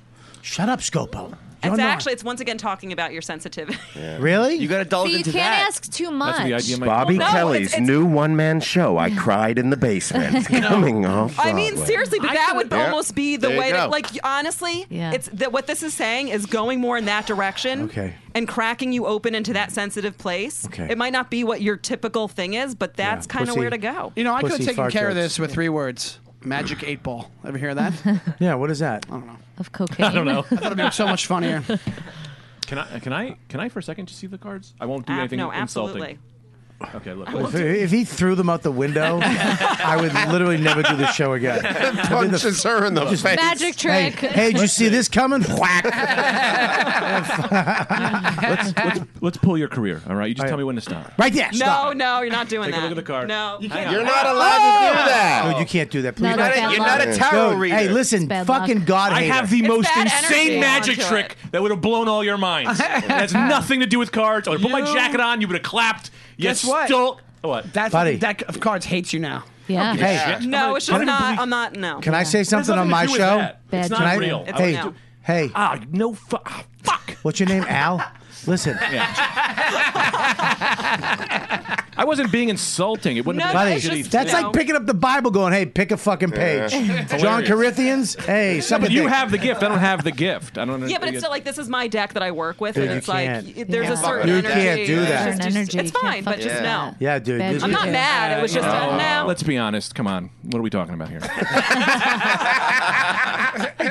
B: Shut up, Scopo. You're
K: It's
B: not-
K: actually. It's once again talking about your sensitivity.
B: Really?
P: You got to
G: But
P: delve
G: you
P: into
G: can't
P: that.
G: ask too much.
M: Bobby
K: Well, no,
M: Kelly's
K: it's- it's-
M: new one-man show. I cried in the basement.
K: No.
M: Coming off.
K: I mean,
M: Broadway.
K: seriously, but that would
M: Yeah.
K: almost be the
M: There you
K: way to
M: go.
K: like honestly, it's that what this is saying is going more in that direction
B: Okay.
K: and cracking you open into that sensitive place.
N: Okay.
K: It might not be what your typical thing is, but that's kind of
N: Pussy-
K: where to go.
N: You know, I could have taken
B: fart
N: care of
B: jokes.
N: this with three words. Magic eight ball. Ever hear that?
B: yeah, what is that? I
N: don't know.
G: Of cocaine.
L: I don't know.
N: I thought it'd be so much funnier.
L: Can I? Can I? Can I for a second just see the cards? I won't do
K: Ab-
L: anything
K: no,
L: insulting.
K: absolutely.
L: Okay, look.
B: If, if he threw them out the window, I would literally never do this show again.
L: Punches her in the face. Magic
B: Hey,
L: trick.
B: hey, did you see this coming? Whack.
L: let's, let's, let's pull your career. All right, you just tell me when to stop.
B: Right there.
K: No, no, you're not doing
L: Take a
K: that.
L: look at the card.
K: No,
L: You
K: Hang
L: can't-
K: on.
L: You're not
K: Oh!
B: No, you can't do that. Please.
K: No, You're not that's a- bad you're not a luck. tarot
B: Dude,
L: reader.
B: Hey, listen,
L: It's bad
B: fucking
L: luck.
B: God
L: I
B: hater.
L: have the most
K: energy
L: insane magic
K: onto
L: trick that would have blown all your minds. it has nothing to do with cards. I would have put my
N: You-
L: jacket on. You would have clapped. You
N: Guess what?
L: Still, what?
N: That
B: Buddy.
N: deck of cards hates you now.
G: Yeah.
B: give a Hey. shit.
K: No, it's
B: I
K: just
B: don't
K: not.
B: believe-
K: I'm not. No.
B: Can I say something on my
L: nothing to do with
B: show?
L: that. It's not
B: Can I-
L: real. It's
B: Hey,
L: no.
B: hey.
L: Ah, no fuck.
B: What's your name, Al? Listen.
L: I wasn't being insulting. It wouldn't have been
B: Buddy,
L: a shitty thing.
B: that's like picking up the Bible, going, "Hey, pick a fucking
L: Yeah.
B: page."
L: Hilarious.
B: John Corinthians. Hey,
L: Yeah, but
B: something.
L: you have the gift. I don't have the gift. I don't.
K: Yeah, but it's still like this is my deck that I work with,
L: Dude,
K: and
L: you
K: it's like
L: can't.
K: y- there's
L: Yeah.
K: a certain
B: You
K: energy.
B: can't do
K: It's
B: that.
K: just-
B: Certain
K: just- It's fine, but just no.
B: Yeah, dude.
K: Bad
B: this-
K: I'm not mad. It was just a no.
L: Let's be honest. Come on. What are we talking about here?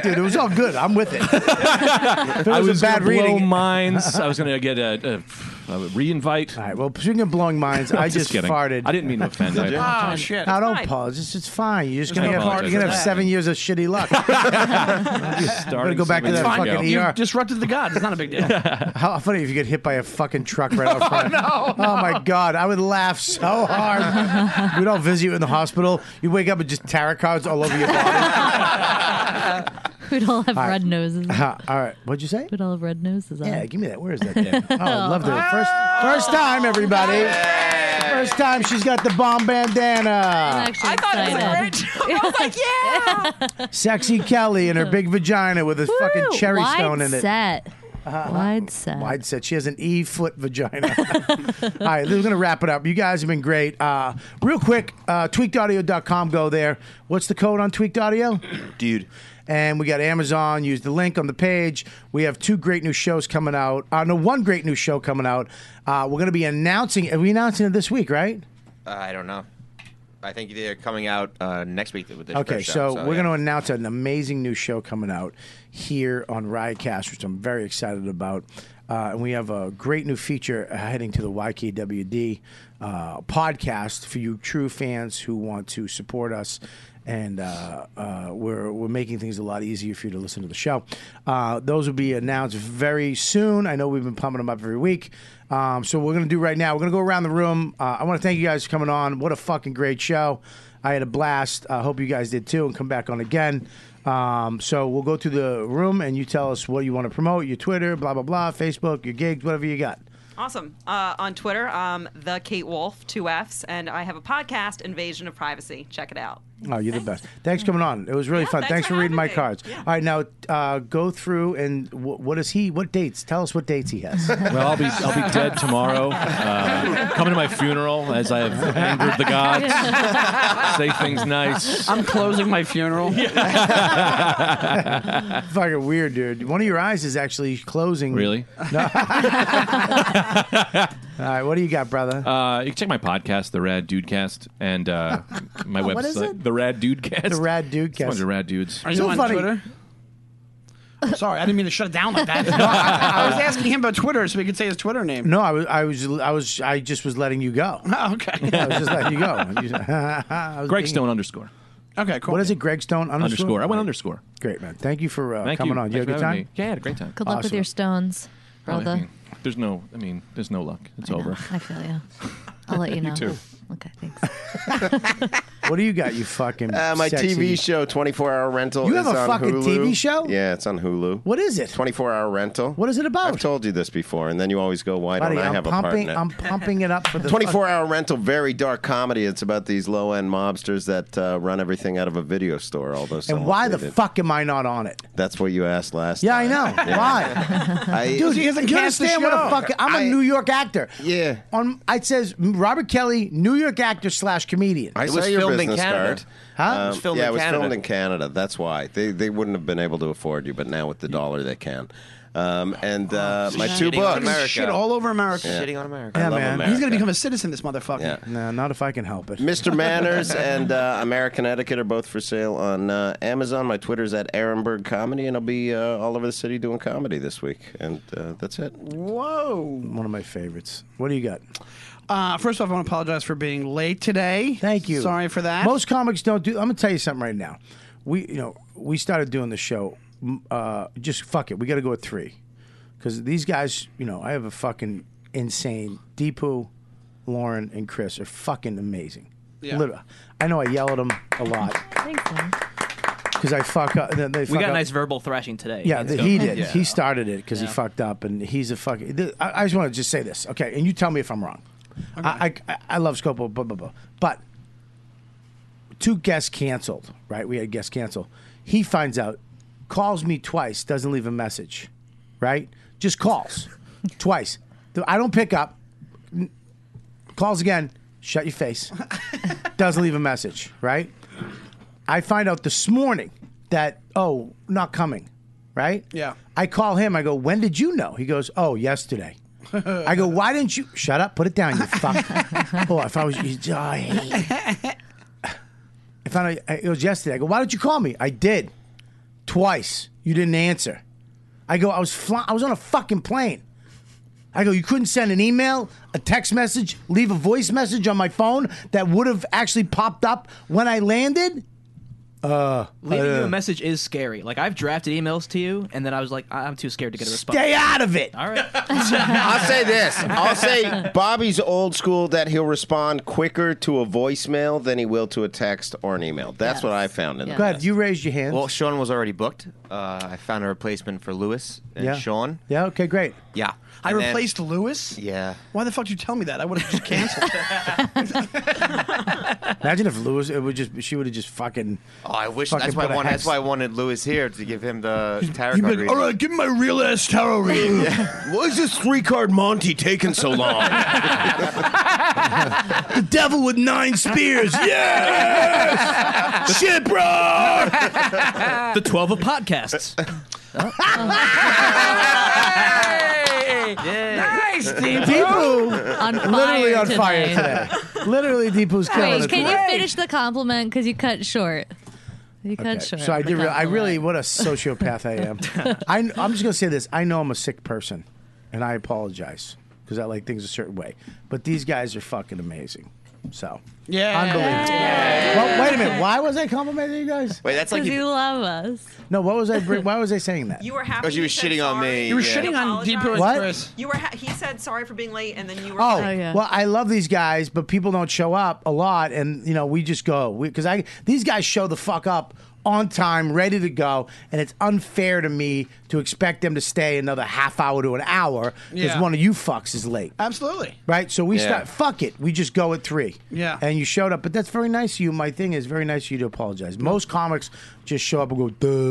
B: dude, it was all good. I'm with it. If it
L: I
B: was,
L: was
B: a bad
L: gonna blow
B: reading.
L: minds. I was going to get a, a, a reinvite. All
B: right. Well, speaking of blowing minds, I just
L: kidding.
B: farted. Oh,
L: I didn't mean to offend. I apologize.
N: shit!
B: No, don't pause. It's, it's fine. You're just
L: Oh, There's
B: gonna
L: no
B: have
L: apologize
B: you're gonna
L: for
B: have
L: that.
B: seven years of shitty luck.
L: Just
B: I'm gonna
L: starting
B: go back to
L: seven
B: that
L: years
B: fucking
L: ago.
B: ER.
N: Disrupted the gods. It's not a big deal.
B: How funny if you get hit by a fucking truck right out front.
N: no,
B: Oh my god, I would laugh so hard. We'd all visit you in the hospital. You wake up with just tarot cards all over your body.
G: We'd all have
B: All right.
G: red noses.
B: Uh, all right, what'd you say?
G: We'd all have red noses. On.
B: Yeah, give me that. Where is that? thing? Oh, I love that. First, first time, everybody. First time she's got the bomb bandana.
K: I thought it was a great joke. I was like, yeah.
B: Sexy Kelly and her big vagina with a fucking
G: Woo!
B: cherry
G: Wide
B: stone in it.
G: Set.
B: Uh-huh.
G: Wide set.
B: Wide set. She has an E foot vagina. All right, we're going to wrap it up. You guys have been great. Uh, real quick, uh, tweakedaudio.com, go there. What's the code on Tweaked Audio?
P: Dude.
B: And we got Amazon. Use the link on the page. We have two great new shows coming out. Uh, no, one great new show coming out. Uh, we're going to be announcing. Are we announcing it this week, right?
P: Uh, I don't know. I think they're coming out uh, next week with this.
B: Okay,
P: first
B: so,
P: show,
B: we're
P: yeah.
B: going to announce an amazing new show coming out here on Riotcast, which I'm very excited about. Uh, and we have a great new feature heading to the YKWD uh, podcast for you true fans who want to support us. And uh, uh, we're, we're making things a lot easier for you to listen to the show. Uh, those will be announced very soon. I know we've been pumping them up every week. Um, so what we're going to do right now, we're going to go around the room. Uh, I want to thank you guys for coming on. What a fucking great show. I had a blast. I hope you guys did too, and come back on again. Um, so we'll go through the room, and you tell us what you want to promote: your Twitter, blah blah blah, Facebook, your gigs, whatever you got.
K: Awesome. Uh, on Twitter, um, the Kate Wolf, two Fs, and I have a podcast, Invasion of Privacy. Check it out.
B: Oh, you're the best. Thanks for coming on. It was really fun. Thanks, for, reading my cards. All right, now uh, go through and wh- what is he? What dates? Tell us what dates he has.
L: Well, I'll be I'll be dead tomorrow. Uh, coming to my funeral as I have angered the gods. Say things nice.
N: I'm closing my funeral.
L: Uh,
B: Fucking weird, dude. One of your eyes is actually closing.
L: Really?
B: No. All right, what do you got, brother?
L: Uh, you can check my podcast, The Rad Dudecast, and uh, my website,
B: What is it?
L: The Rad Dudecast.
B: The Rad Dudecast.
L: It's a bunch of rad dudes.
N: Are you on Twitter? Sorry, I didn't mean to shut it down like that.
B: No,
N: I, I was asking him about Twitter so we could say his Twitter name.
B: No, I was, I was, I was, I just was letting you go.
N: Oh, okay.
B: Yeah, I was just letting you go. I was
L: Greg
B: being-
L: Stone underscore.
N: Okay,
B: What is it, Greg Stone underscore?
L: Underscore. I went underscore.
B: Great man. Thank you for uh,
L: Thank
B: coming
L: you.
B: on. You
L: Thanks
B: had a good
L: for having
B: time.
L: me. Yeah, I had a great time.
G: Good luck with your stones,
L: Well, I
G: brother.
L: mean, There's no, I mean, there's no luck. It's over.
G: I feel you. I'll let you
L: You
G: know.
L: too.
G: Okay, thanks.
B: What do you got? You fucking.
H: Uh, my
B: sexy-
H: TV show, 24 Hour Rental.
B: You
H: is
B: have a
H: on
B: fucking
H: Hulu.
B: TV show?
H: Yeah, it's on Hulu.
B: What is it?
H: 24 Hour Rental.
B: What is it about?
H: I've told you this before, and then you always go, why
B: Buddy,
H: don't I
B: I'm
H: have a part
B: pumping.
H: in it?
B: I'm pumping it up for the
H: 24 hour rental, very dark comedy. It's about these low end mobsters that uh, run everything out of a video store. All those.
B: And why the fuck am I not on it?
H: That's what you asked last.
B: Yeah, I know.
H: Yeah.
B: Why?
H: I-
B: Dude,
H: He hasn't
B: you
H: cast the
B: understand what a
H: show.
B: fucking. I'm a
H: I-
B: New York actor.
H: Yeah.
B: On It says Robert Kelly, New York actor slash comedian.
H: I saw your business card.
B: Huh?
H: Um, yeah, it was filmed in Canada. That's why they they wouldn't have been able to afford you, but now with the dollar they can. Um, and uh, my two
N: Shitting on
H: books,
N: America. Shit all over America.
H: Yeah. I
B: Yeah,
H: love
B: man.
H: America.
N: He's gonna become a citizen. This motherfucker.
H: Yeah.
B: No, not if I can help it.
H: Mr. Manners and uh, American Etiquette are both for sale on uh, Amazon. My Twitter's at Ehrenberg Comedy, and I'll be uh, all over the city doing comedy this week. And uh, that's it.
N: Whoa.
B: One of my favorites. What do you got?
N: Uh, first off, I want to apologize for being late today.
B: Thank you.
N: Sorry for that.
B: Most comics don't do. I'm gonna tell you something right now. We, you know, we started doing the show. m- Uh, just fuck it. We got to go at three, because these guys, you know, I have a fucking insane Deepu, Lauren, and Chris are fucking amazing.
O: Yeah.
B: Literally. I know I yell at them a lot
G: Thanks, man.
B: because I fuck up. They
O: We
B: fuck
O: got a
B: up.
O: nice verbal thrashing today.
B: Yeah,
O: Let's
B: the,
O: go.
B: he did.
O: Yeah.
B: He started it because
O: Yeah.
B: he fucked up, and he's a fucking. th- I, I just want to just say this, okay? And you tell me if I'm wrong. I, I I love Scopo, blah blah blah. But two guests canceled, right? We had guests cancel. He finds out, calls me twice, doesn't leave a message, right? Just calls twice. Th- I don't pick up. N- Calls again. Shut your face. doesn't leave a message, right? I find out this morning that oh, not coming, right?
N: Yeah.
B: I call him. I go, when did you know? He goes, oh, yesterday. I go, why didn't you shut up? Put it down, you fuck. oh, if I was, you, oh, I hate- if I know, it was yesterday. I go, why didn't you call me? I did twice. You didn't answer. I go, I was fly- I was on a fucking plane. I go, you couldn't send an email, a text message, leave a voice message on my phone that would have actually popped up when I landed. Uh,
O: Leaving
B: uh,
O: you a message is scary. Like I've drafted emails to you, and then I was like, I- I'm too scared to get a response.
B: Stay out of it.
O: All right.
H: I'll say this. I'll say Bobby's old school that he'll respond quicker to a voicemail than he will to a text or an email. That's what I found in the
B: Go ahead. You raised your hand.
P: Well, Sean was already booked. Uh, I found a replacement for Lewis and
B: Yeah.
P: Sean.
B: yeah. Okay. Great.
P: Yeah.
N: I
P: And then-
N: replaced Lewis.
P: Yeah.
N: Why the fuck did you tell me that? I would have just canceled.
B: Imagine if Lewis, it would just she would have just fucking.
P: Oh, I wish
B: Fucking
P: that's why
B: put
P: I
B: a
P: wanted.
B: hex.
P: That's why I wanted Lewis here to give him the tarot
B: you'd be
P: card.
B: like,
P: reading.
B: "All right,
N: give me my real ass tarot reading."
P: Why is this three card Monty taking so long?
B: The devil with nine spears. Yes. Shit, bro.
O: the twelve of podcasts.
N: Nice,
B: Deepu.
G: On fire
B: Literally on
G: today.
B: fire today. Literally, Deepu's killing
G: Wait,
B: it.
G: can you finish the compliment? Because you cut short. You cut
B: Okay,
G: short.
B: So I
G: the
B: did. Re- I
G: compliment.
B: really, what a sociopath I am. I, am just gonna say this. I know I'm a sick person, and I apologize because I like things a certain way. But these guys are fucking amazing. So
N: Yeah.
B: unbelievable. Well, wait a minute. Why was I complimenting you guys?
P: Wait, that's like
G: Because
P: you,
G: you love us.
B: No, what was I? bring- Why was I saying that?
K: You were happy.
P: because you were shitting on me.
N: You were
P: yeah.
N: shitting on
K: Apologize.
N: Deepu and
B: What?
N: Chris.
K: You were. Ha- he said sorry for being late, and then you were.
B: Oh,
K: like,
B: well, I love these guys, but people don't show up a lot, and you know we just go because I these guys show the fuck up on time, ready to go, and it's unfair to me to expect them to stay another half hour to an hour because
N: Yeah.
B: one of you fucks is late,
N: Absolutely.
B: right? So we
N: Yeah.
B: start fuck it, we just go at three,
N: Yeah.
B: and you showed up, but that's very nice of you. My thing is very nice of you to apologize. Most comics just show up and go,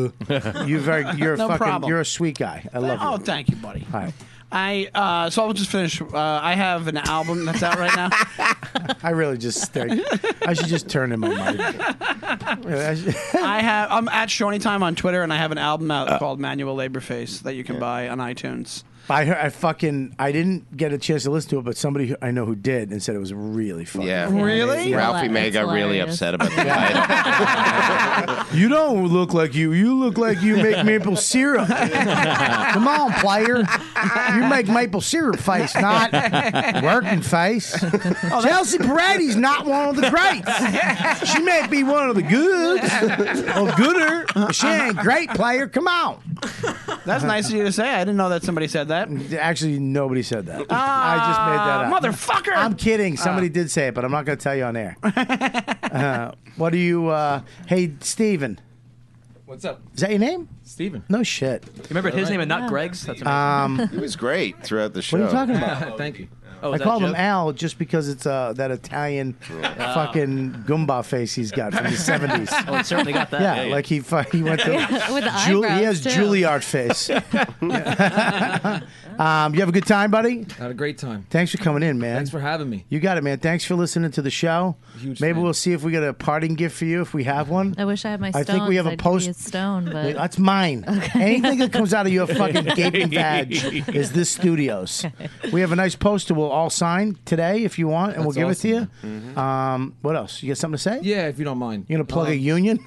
B: duh. you're very, you're a
N: No
B: fucking,
N: problem.
B: you're a sweet guy. I love
N: Oh,
B: you.
N: thank you, buddy.
B: All right.
N: I uh, so I'll just finish. Uh, I have an album that's out right now.
B: I really just stink. I should just turn in my mic. Really, I should-
N: I have. I'm at Shawnee Time on Twitter, and I have an album out called Manual Labor Face that you can buy on iTunes.
B: I heard, I fucking I didn't get a chance to listen to it, but somebody who, I know who did and said it was really fucking.
H: Yeah.
N: Really?
H: Ralphie May got really upset about the title.
B: You don't look like you. You look like you make maple syrup. Come on, player. You make maple syrup face, not working face.
N: Oh,
B: Chelsea Paredes not one of the greats. She may be one of the goods or gooder. but She ain't great player. Come on.
N: That's nice of you to say. I didn't know that somebody said that.
B: Actually, nobody said that.
N: Ah,
B: I just made that up. Motherfucker! I'm
O: Uh.
B: kidding. Somebody
N: Ah.
B: did say it, but I'm not going to tell you on air. uh, what do you. Uh, hey, Steven.
J: What's up?
B: Is that your name?
J: Steven.
B: No shit.
O: Remember his name and not Greg's? That's amazing.
B: Um,
H: He was great throughout the show.
B: What are you talking about?
J: Thank you.
O: Oh,
B: I
O: is that
B: called
O: a
B: him
O: joke?
B: Al just because it's uh, that Italian
O: Yeah.
B: fucking Goomba face he's got from the 70s.
O: Oh, it certainly got that.
B: Yeah,
O: Yeah, yeah.
B: like he fu- he went to.
O: Yeah, with the
B: he
O: eyebrows,
B: has
O: too.
B: Juilliard face. um, you have a good time, buddy?
J: Had a great time.
B: Thanks for coming in, man.
J: Thanks for having me.
B: You got it, man. Thanks for listening to the show.
J: Huge
B: Maybe
J: fan.
B: we'll see if we got a parting gift for you if we have one.
G: I wish I had my
B: I
G: stones.
B: think we have a
G: I'd give you
B: post-
G: stone, but
B: That's mine. Anything that comes out of your fucking gaping vag is this studio's. We have a nice poster we'll all sign today if you want, and we'll give
J: That's Mm-hmm.
B: it to you. Um, what else? You got something to say?
J: Yeah, if you don't mind. Uh-huh.
B: You're gonna plug a union?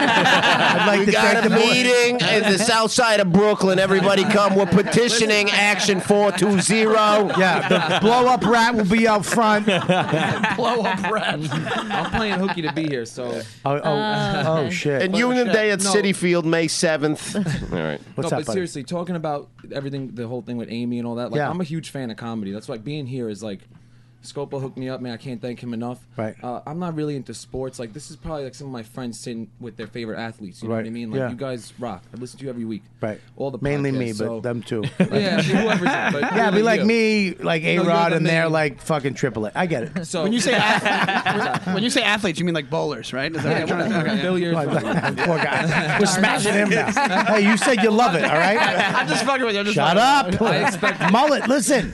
B: I'd like
P: we
B: to
P: got
B: thank
P: a
B: the board.
P: meeting in the south side of Brooklyn. Everybody come. We're petitioning Action 420.
B: Yeah, the blow up rat will be out front.
J: Blow up rap. I'm playing hooky to be here, so.
B: Oh,
H: Uh,
B: oh, oh, shit.
P: And Union Day at
J: No.
P: City Field, May 7th. All right.
J: no, but seriously, talking about everything, the whole thing with Amy and all that. Like,
P: Yeah.
J: I'm a huge fan of comedy. That's why being here is like, Scopo hooked me up, man. I can't thank him enough.
B: Right.
J: Uh, I'm not really into sports. Like, this is probably like some of my friends sitting with their favorite athletes. You know
B: Right.
J: what I mean? Like,
B: Yeah.
J: you guys rock. I listen to you every week.
B: Right.
J: All the
B: Mainly
J: podcasts,
B: me, but
J: so-
B: them too.
J: yeah, whoever's. But
B: yeah, be
J: really
B: like
J: you.
B: me, like
J: No,
B: A
J: you're
B: Rod,
J: the
B: and they're
J: main-
B: like fucking triple I get it.
J: So
N: when you say ath- when, when you say athletes, you mean like bowlers, right? Is that what you're trying to- okay.
B: Poor guy. We're smashing him now. Hey, you said you love it, all right?
N: I'm just fucking with you. I'm just
B: Shut
N: fucking
B: up.
N: with you.
B: Mullet, listen.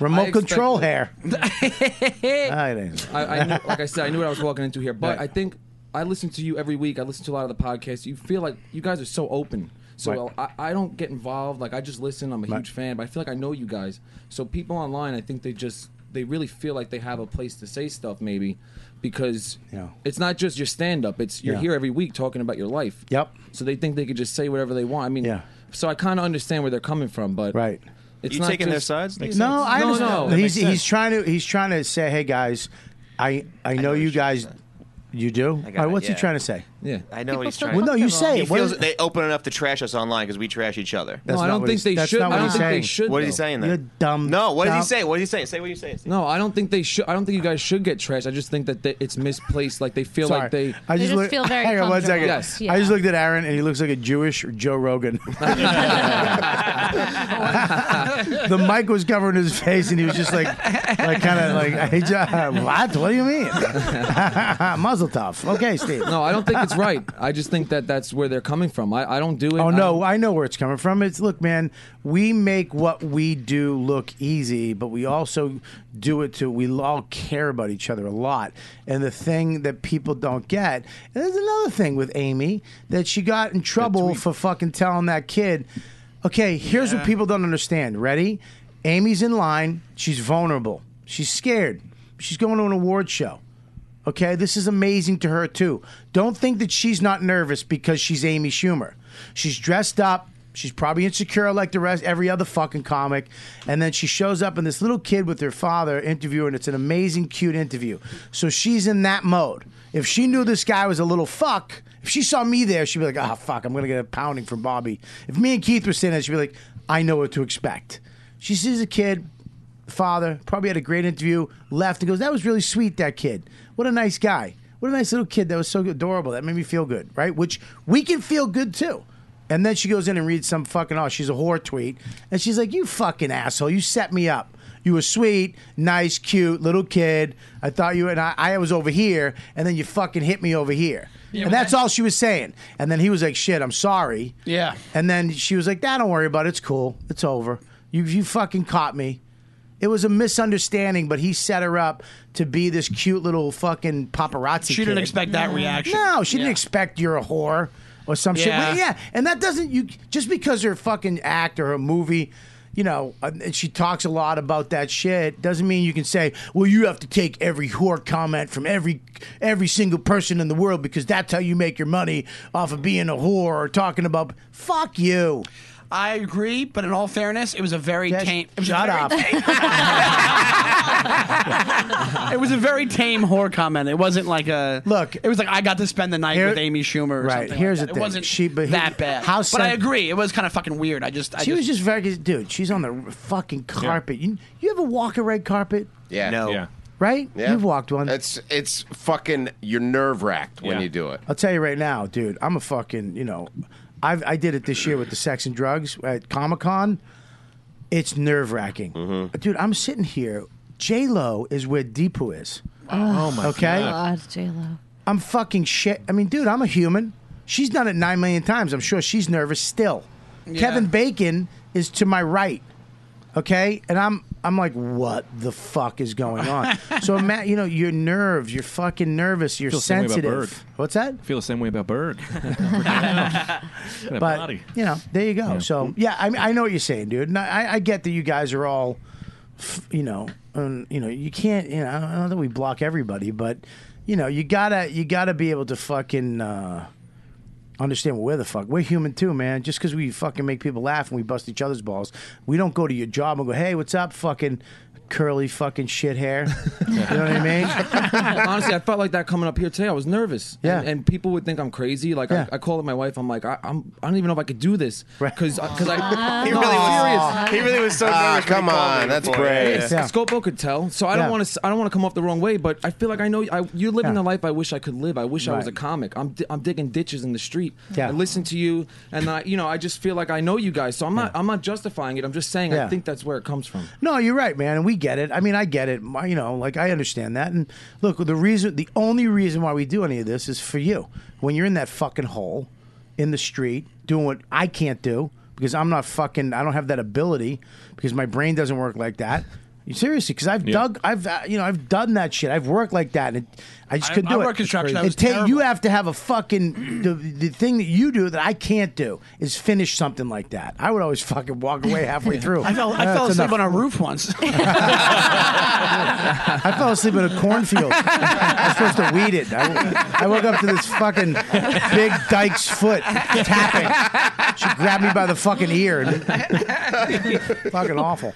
B: Remote control hair. I,
J: I, I knew, like I said, I knew what I was walking into here. But I think I listen to you every week. I listen to a lot of the podcasts. You feel like you guys are so open. So I, I don't get involved. Like I just listen. I'm a huge fan, but I feel like I know you guys. So people online, I think they just they really feel like they have a place to say stuff maybe because it's not just your stand up. It's you're
B: Yeah.
J: here every week talking about your life.
B: Yep.
J: So they think they could just say whatever they want. I mean, yeah. So I kind of understand where they're coming from, but
B: right.
J: It's
P: You
J: not
P: taking their
J: just-
P: sides? Makes
B: No, I
J: no,
B: understand.
J: no.
B: He's he's trying to he's trying to say, hey guys, I I know you guys. You do?
P: got
B: All right,
P: it,
B: what's he
P: yeah.
B: trying to say?
J: Yeah,
P: I know he's
B: still
P: trying.
B: Well, no, you say
P: He
B: it. What
P: feels
B: is-
P: they open enough to trash us online because we trash each other.
B: That's No, I not don't what think he's- they that's should- not I what don't he's think they saying. should,
P: What is he
J: though.
P: saying? Then?
J: You're dumb.
P: No, what did he
J: Dumb.
P: say? What did he say? Say what you say.
J: No, I don't think they should. I don't think you guys should get trashed. I just think that they, it's misplaced. Like they feel
B: Sorry.
J: like they.
B: I just, look- hang on one second.
J: Yes.
B: I just looked at Aaron and he looks like a Jewish Joe Rogan. the mic was covering his face and he was just like, like kind of like, hey, John, what? What do you mean? Muzzle tough. Okay, Steve.
J: No, I don't think it's right. I just think that that's where they're coming from. I, I don't do it.
B: Oh
J: I
B: no, I know where it's coming from. It's look, man, we make what we do look easy, but we also do it to we all care about each other a lot. And the thing that people don't get, and there's another thing with Amy that she got in trouble for fucking telling that kid. Okay, here's what people don't understand. Ready? Amy's in line. She's vulnerable. She's scared. She's going to an award show. Okay, this is amazing to her too. Don't think that she's not nervous because she's Amy Schumer. She's dressed up. She's probably insecure like the rest every other fucking comic. And then she shows up and this little kid with her father interview and it's an amazing cute interview. So she's in that mode. If she knew this guy was a little fuck, if she saw me there, she'd be like, "Ah, fuck, I'm going to get a pounding from Bobby." If me and Keith were sitting there, she'd be like, "I know what to expect." She sees a kid father probably had a great interview left and goes that was really sweet that kid what a nice guy what a nice little kid that was so adorable that made me feel good right which we can feel good too and then she goes in and reads some fucking oh she's a whore tweet and she's like you fucking asshole you set me up you were sweet nice cute little kid i thought you and i, I was over here and then you fucking hit me over here and that's all she was saying and then he was like shit i'm sorry
N: Yeah.
B: and then she was like, "Nah, don't worry about it. It's cool. It's over. You you fucking caught me." It was a misunderstanding, but he set her up to be this cute little fucking paparazzi.
N: She didn't
B: kid.
N: expect that reaction.
B: No, Oh, she
N: Yeah.
B: didn't expect you're a whore or some shit.
N: Yeah.
B: Well, yeah, and that doesn't you just because her fucking act or her movie. You know, and she talks a lot about that shit. Doesn't mean you can say, "Well, you have to take every whore comment from every every single person in the world because that's how you make your money off of being a whore or talking about." Fuck you.
N: I agree, but in all fairness, it was a very tame. It was a
B: shut
N: very
B: up.
N: tame- it was a very tame horror comment. It wasn't like a look. It was like I got to spend the night
B: Here-
N: with Amy Schumer. Or
B: right,
N: Something
B: here's
N: like
B: the
N: that.
B: thing.
N: It wasn't
B: She- but he-
N: that bad.
B: how
N: but I
B: sen-
N: agree. It was kind of fucking weird. I just. I
B: she was just very dude. She's on the fucking carpet. You, you ever walk a red carpet?
H: Yeah. No. Yeah.
B: Right?
H: Yeah.
B: You've walked one.
H: It's it's fucking you're nerve wracked when
B: Yeah.
H: you do it.
B: I'll tell you right now, dude. I'm a fucking you know, I've, I did it this year with the sex and drugs at Comic Con. It's nerve wracking, dude. I'm sitting here. J Lo is where Deepu is.
G: Oh,
B: my Okay. God.
G: God, J Lo.
B: I'm fucking shit. I mean, dude, I'm a human. She's done it nine million times. I'm sure she's nervous still. Kevin Bacon is to my right. Okay, and I'm I'm like, what the fuck is going on? so Matt, you know, your nerves, you're fucking nervous, you're
L: Feel the same way about Berg.
B: sensitive. What's that?
L: feel the same way about Berg.
B: but you know, there you go. So yeah, I mean, I know what you're saying, dude. And I, I get that you guys are all, f- you know, um, you know, you can't. You know, I don't know that we block everybody, but you know, you gotta you gotta be able to fucking. Uh, Understand where the fuck we're human too, man. Just because we fucking make people laugh and we bust each other's balls, we don't go to your job and go, "Hey, what's up, fucking curly fucking shit hair?" you know what I mean?
J: Honestly, I felt like that coming up here today. I was nervous.
B: Yeah.
J: And, and people would think I'm crazy. Like, I, I called my wife. I'm like, I, I'm, I don't even know if I could do this. Because I.
H: He
J: No,
H: really was-
J: I'm serious.
H: he really was so Ah, nervous when he come called on, me that's before. great.
J: Yeah.
H: Yeah.
J: Scopo could tell. So I don't
H: Yeah.
J: want to I don't want to come off the wrong way, but I feel like I know I, you're living the life I wish I could live. I wish I was a
B: Right.
J: comic. I'm, di- I'm digging ditches in the street.
B: Yeah.
J: I listen to you and I you know, I just feel like I know you guys. So I'm not I'm not justifying it. I'm just saying
B: Yeah.
J: I think that's where it comes from.
B: No, you're right, man, and we get it. I mean, I get it. My- You know, like I understand that. And look, the reason, the only reason why we do any of this is for you. When you're in that fucking hole, in the street, doing what I can't do because I'm not fucking. I don't have that ability because my brain doesn't work like that. Seriously, because I've dug, I've uh, you know, I've done that shit. I've worked like that, and it, I just
N: I-
B: couldn't
N: I
B: do it.
N: worked construction. I was
B: It ta-
N: terrible.
B: you have to have a fucking the, the thing that you do that I can't do is finish something like that. I would always fucking walk away halfway through.
N: I fell, I
B: That's
N: fell asleep
B: enough.
N: on a roof once.
B: I fell asleep in a cornfield. I was supposed to weed it. I, I woke up to this fucking big dyke's foot tapping. She grabbed me by the fucking ear. and- fucking awful.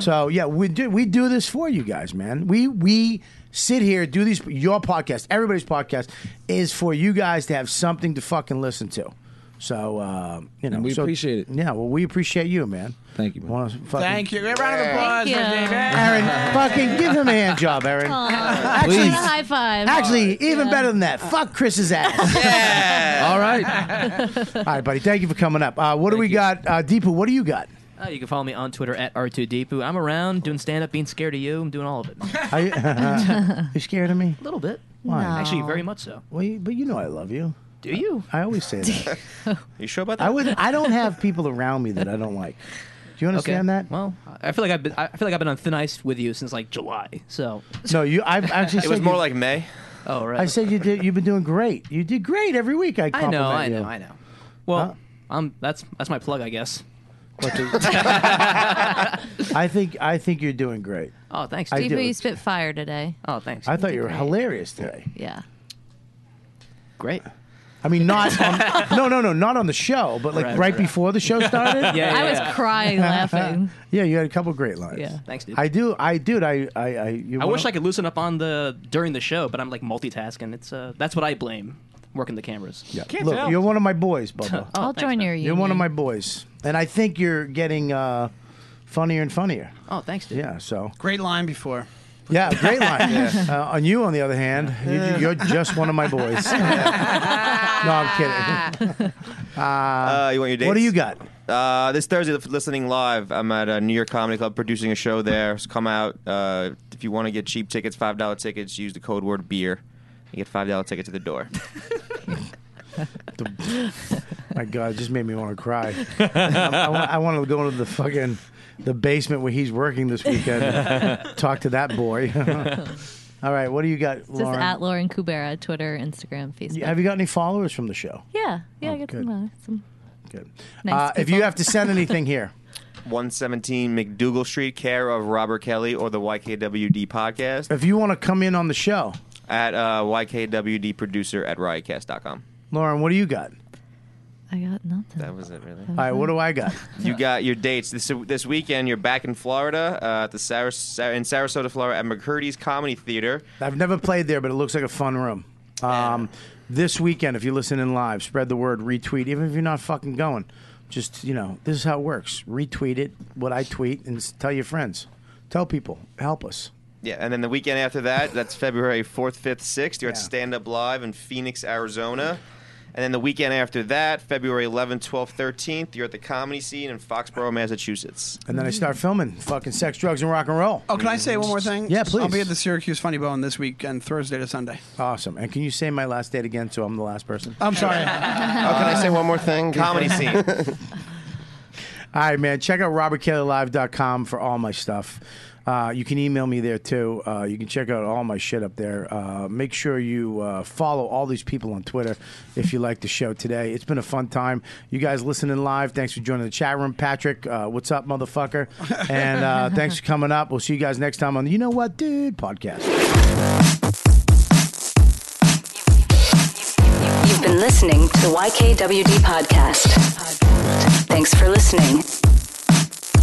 B: So yeah, we do we do this for you guys, man. We we sit here do these your podcast, everybody's podcast is for you guys to have something to fucking listen to. So uh, you know,
J: And we
B: so-
J: appreciate it.
B: Yeah, well, we appreciate you, man.
J: Thank you.
B: Man.
N: Thank you. Give a round of applause
G: Thank
N: for
G: you.
N: David.
B: Aaron, fucking give him a hand job, Aaron.
G: Actually,
B: Please.
G: high five.
B: Actually, even
G: Yeah.
B: better than that. Fuck Chris's ass. All right. All right, buddy. Thank you for coming up. Uh, what do we got? Uh, Deepu, what do you got?
Q: Uh, you can follow me on Twitter at R2Deepu. I'm around doing stand up, being scared of you. I'm doing all of it.
B: Are you, you scared of me?
Q: A little bit.
B: Why?
Q: Actually, very much so.
B: Well, you, but you know I love you.
Q: Do you?
B: I always say that.
Q: you sure about
B: I would. I don't have people around me that I don't like. Do you understand that?
Q: Well, I feel like I've been I feel like I've been on thin ice with you since like July. So
B: No, you. I've actually. said you-
Q: May. Oh right.
B: I said you did. You've been doing great. You did great every week. I
Q: I
B: compliment
Q: know, I
B: you.
Q: know, I know. Well, um, that's that's my plug, I guess.
B: I think. I think you're doing great.
Q: Oh, thanks.
B: I
G: Deepu,
B: do.
G: you spit fire today.
Q: Oh, thanks.
B: I thought you were hilarious today.
G: Yeah.
Q: Great.
B: I mean, not on, no, no, no, not on the show, but like right,
Q: Right, right.
B: before the show started.
Q: Yeah, yeah, I was yeah. crying laughing.
B: yeah, you had a couple great lines.
Q: Yeah, thanks, dude.
B: I do, I dude, I, I, I. You
Q: I wish I could loosen up on the during the show, but I'm like multitasking. It's uh, that's what I blame working the cameras.
B: Yeah. Look, you're one of my boys, Bubba.
Q: Oh, I'll thanks, join man. your
B: You're one of
Q: union.
B: my boys, and I think you're getting uh, funnier and funnier.
Q: Oh, thanks, dude.
B: Yeah, so.
N: Great line before.
B: Yeah, great line.
N: Yeah.
B: uh, on you, on the other hand,
N: Yeah.
B: you, are just one of my boys. no, I'm kidding.
I: Uh, you want your dates?
B: What do you got?
I: Uh, this Thursday, if listening live, I'm at uh, New York Comedy Club producing a show there. So come out. Uh, if you want to get cheap tickets, five dollar tickets, use the code word beer. You get five dollar tickets at the door.
B: My God, it just made me want to cry. I, I, want to go into the fucking the basement where he's working this weekend. and talk to that boy. All right, what do you got,
G: It's just
B: Lauren?
G: at Lauren Kubera, Twitter, Instagram, Facebook.
B: Have you got any followers from the show?
G: yeah, yeah,
B: Oh,
G: I got
B: good.
G: some, uh, some
B: Good.
G: Nice
B: uh, if you have to send anything here,
I: 117 McDougal Street, care of Robert Kelly or the YKWd podcast
B: if you want to come in on the show,
I: at uh, YKWd producer at riotcast.com.
B: Lauren, what do you got?
G: I got nothing.
I: That was it, really.
G: All right,
B: what do I got?
I: You got your dates this this weekend. You're back in Florida uh, at the Saras- Sar- in Sarasota, Florida, at McCurdy's Comedy Theater.
B: I've never played there, but it looks like a fun room. Um, This weekend, if you listen in live, spread the word, retweet, even if you're not fucking going. Just, you know, this is how it works. Retweet it, what I tweet, and s- tell your friends. Tell people. Help us.
I: Yeah, and then the weekend after that, that's February 4th, 5th, 6th, you're at Stand Up Live in Phoenix, Arizona. And then the weekend after that, February 11th, 12th, 13th, you're at the Comedy Scene in Foxborough, Massachusetts.
B: And then I start filming fucking sex, drugs, and rock and roll.
N: Oh, can I say one more thing?
B: Yeah, please.
N: I'll be at the Syracuse Funny Bone this weekend, Thursday to Sunday.
B: Awesome. And can you say my last date again so I'm the last person?
N: I'm sorry. oh,
P: can I say one more thing?
I: Comedy Scene.
B: All right, man. Check out robertkellylive.com for all my stuff. Uh, you can email me there too. Uh, you can check out all my shit up there. Uh, make sure you uh, follow all these people on Twitter if you like the show today. It's been a fun time. You guys listening live, thanks for joining the chat room. Patrick, uh, what's up, motherfucker? And uh, thanks for coming up. We'll see you guys next time on the You Know What Dude podcast.
R: You've been listening to the YKWD podcast. Thanks for listening.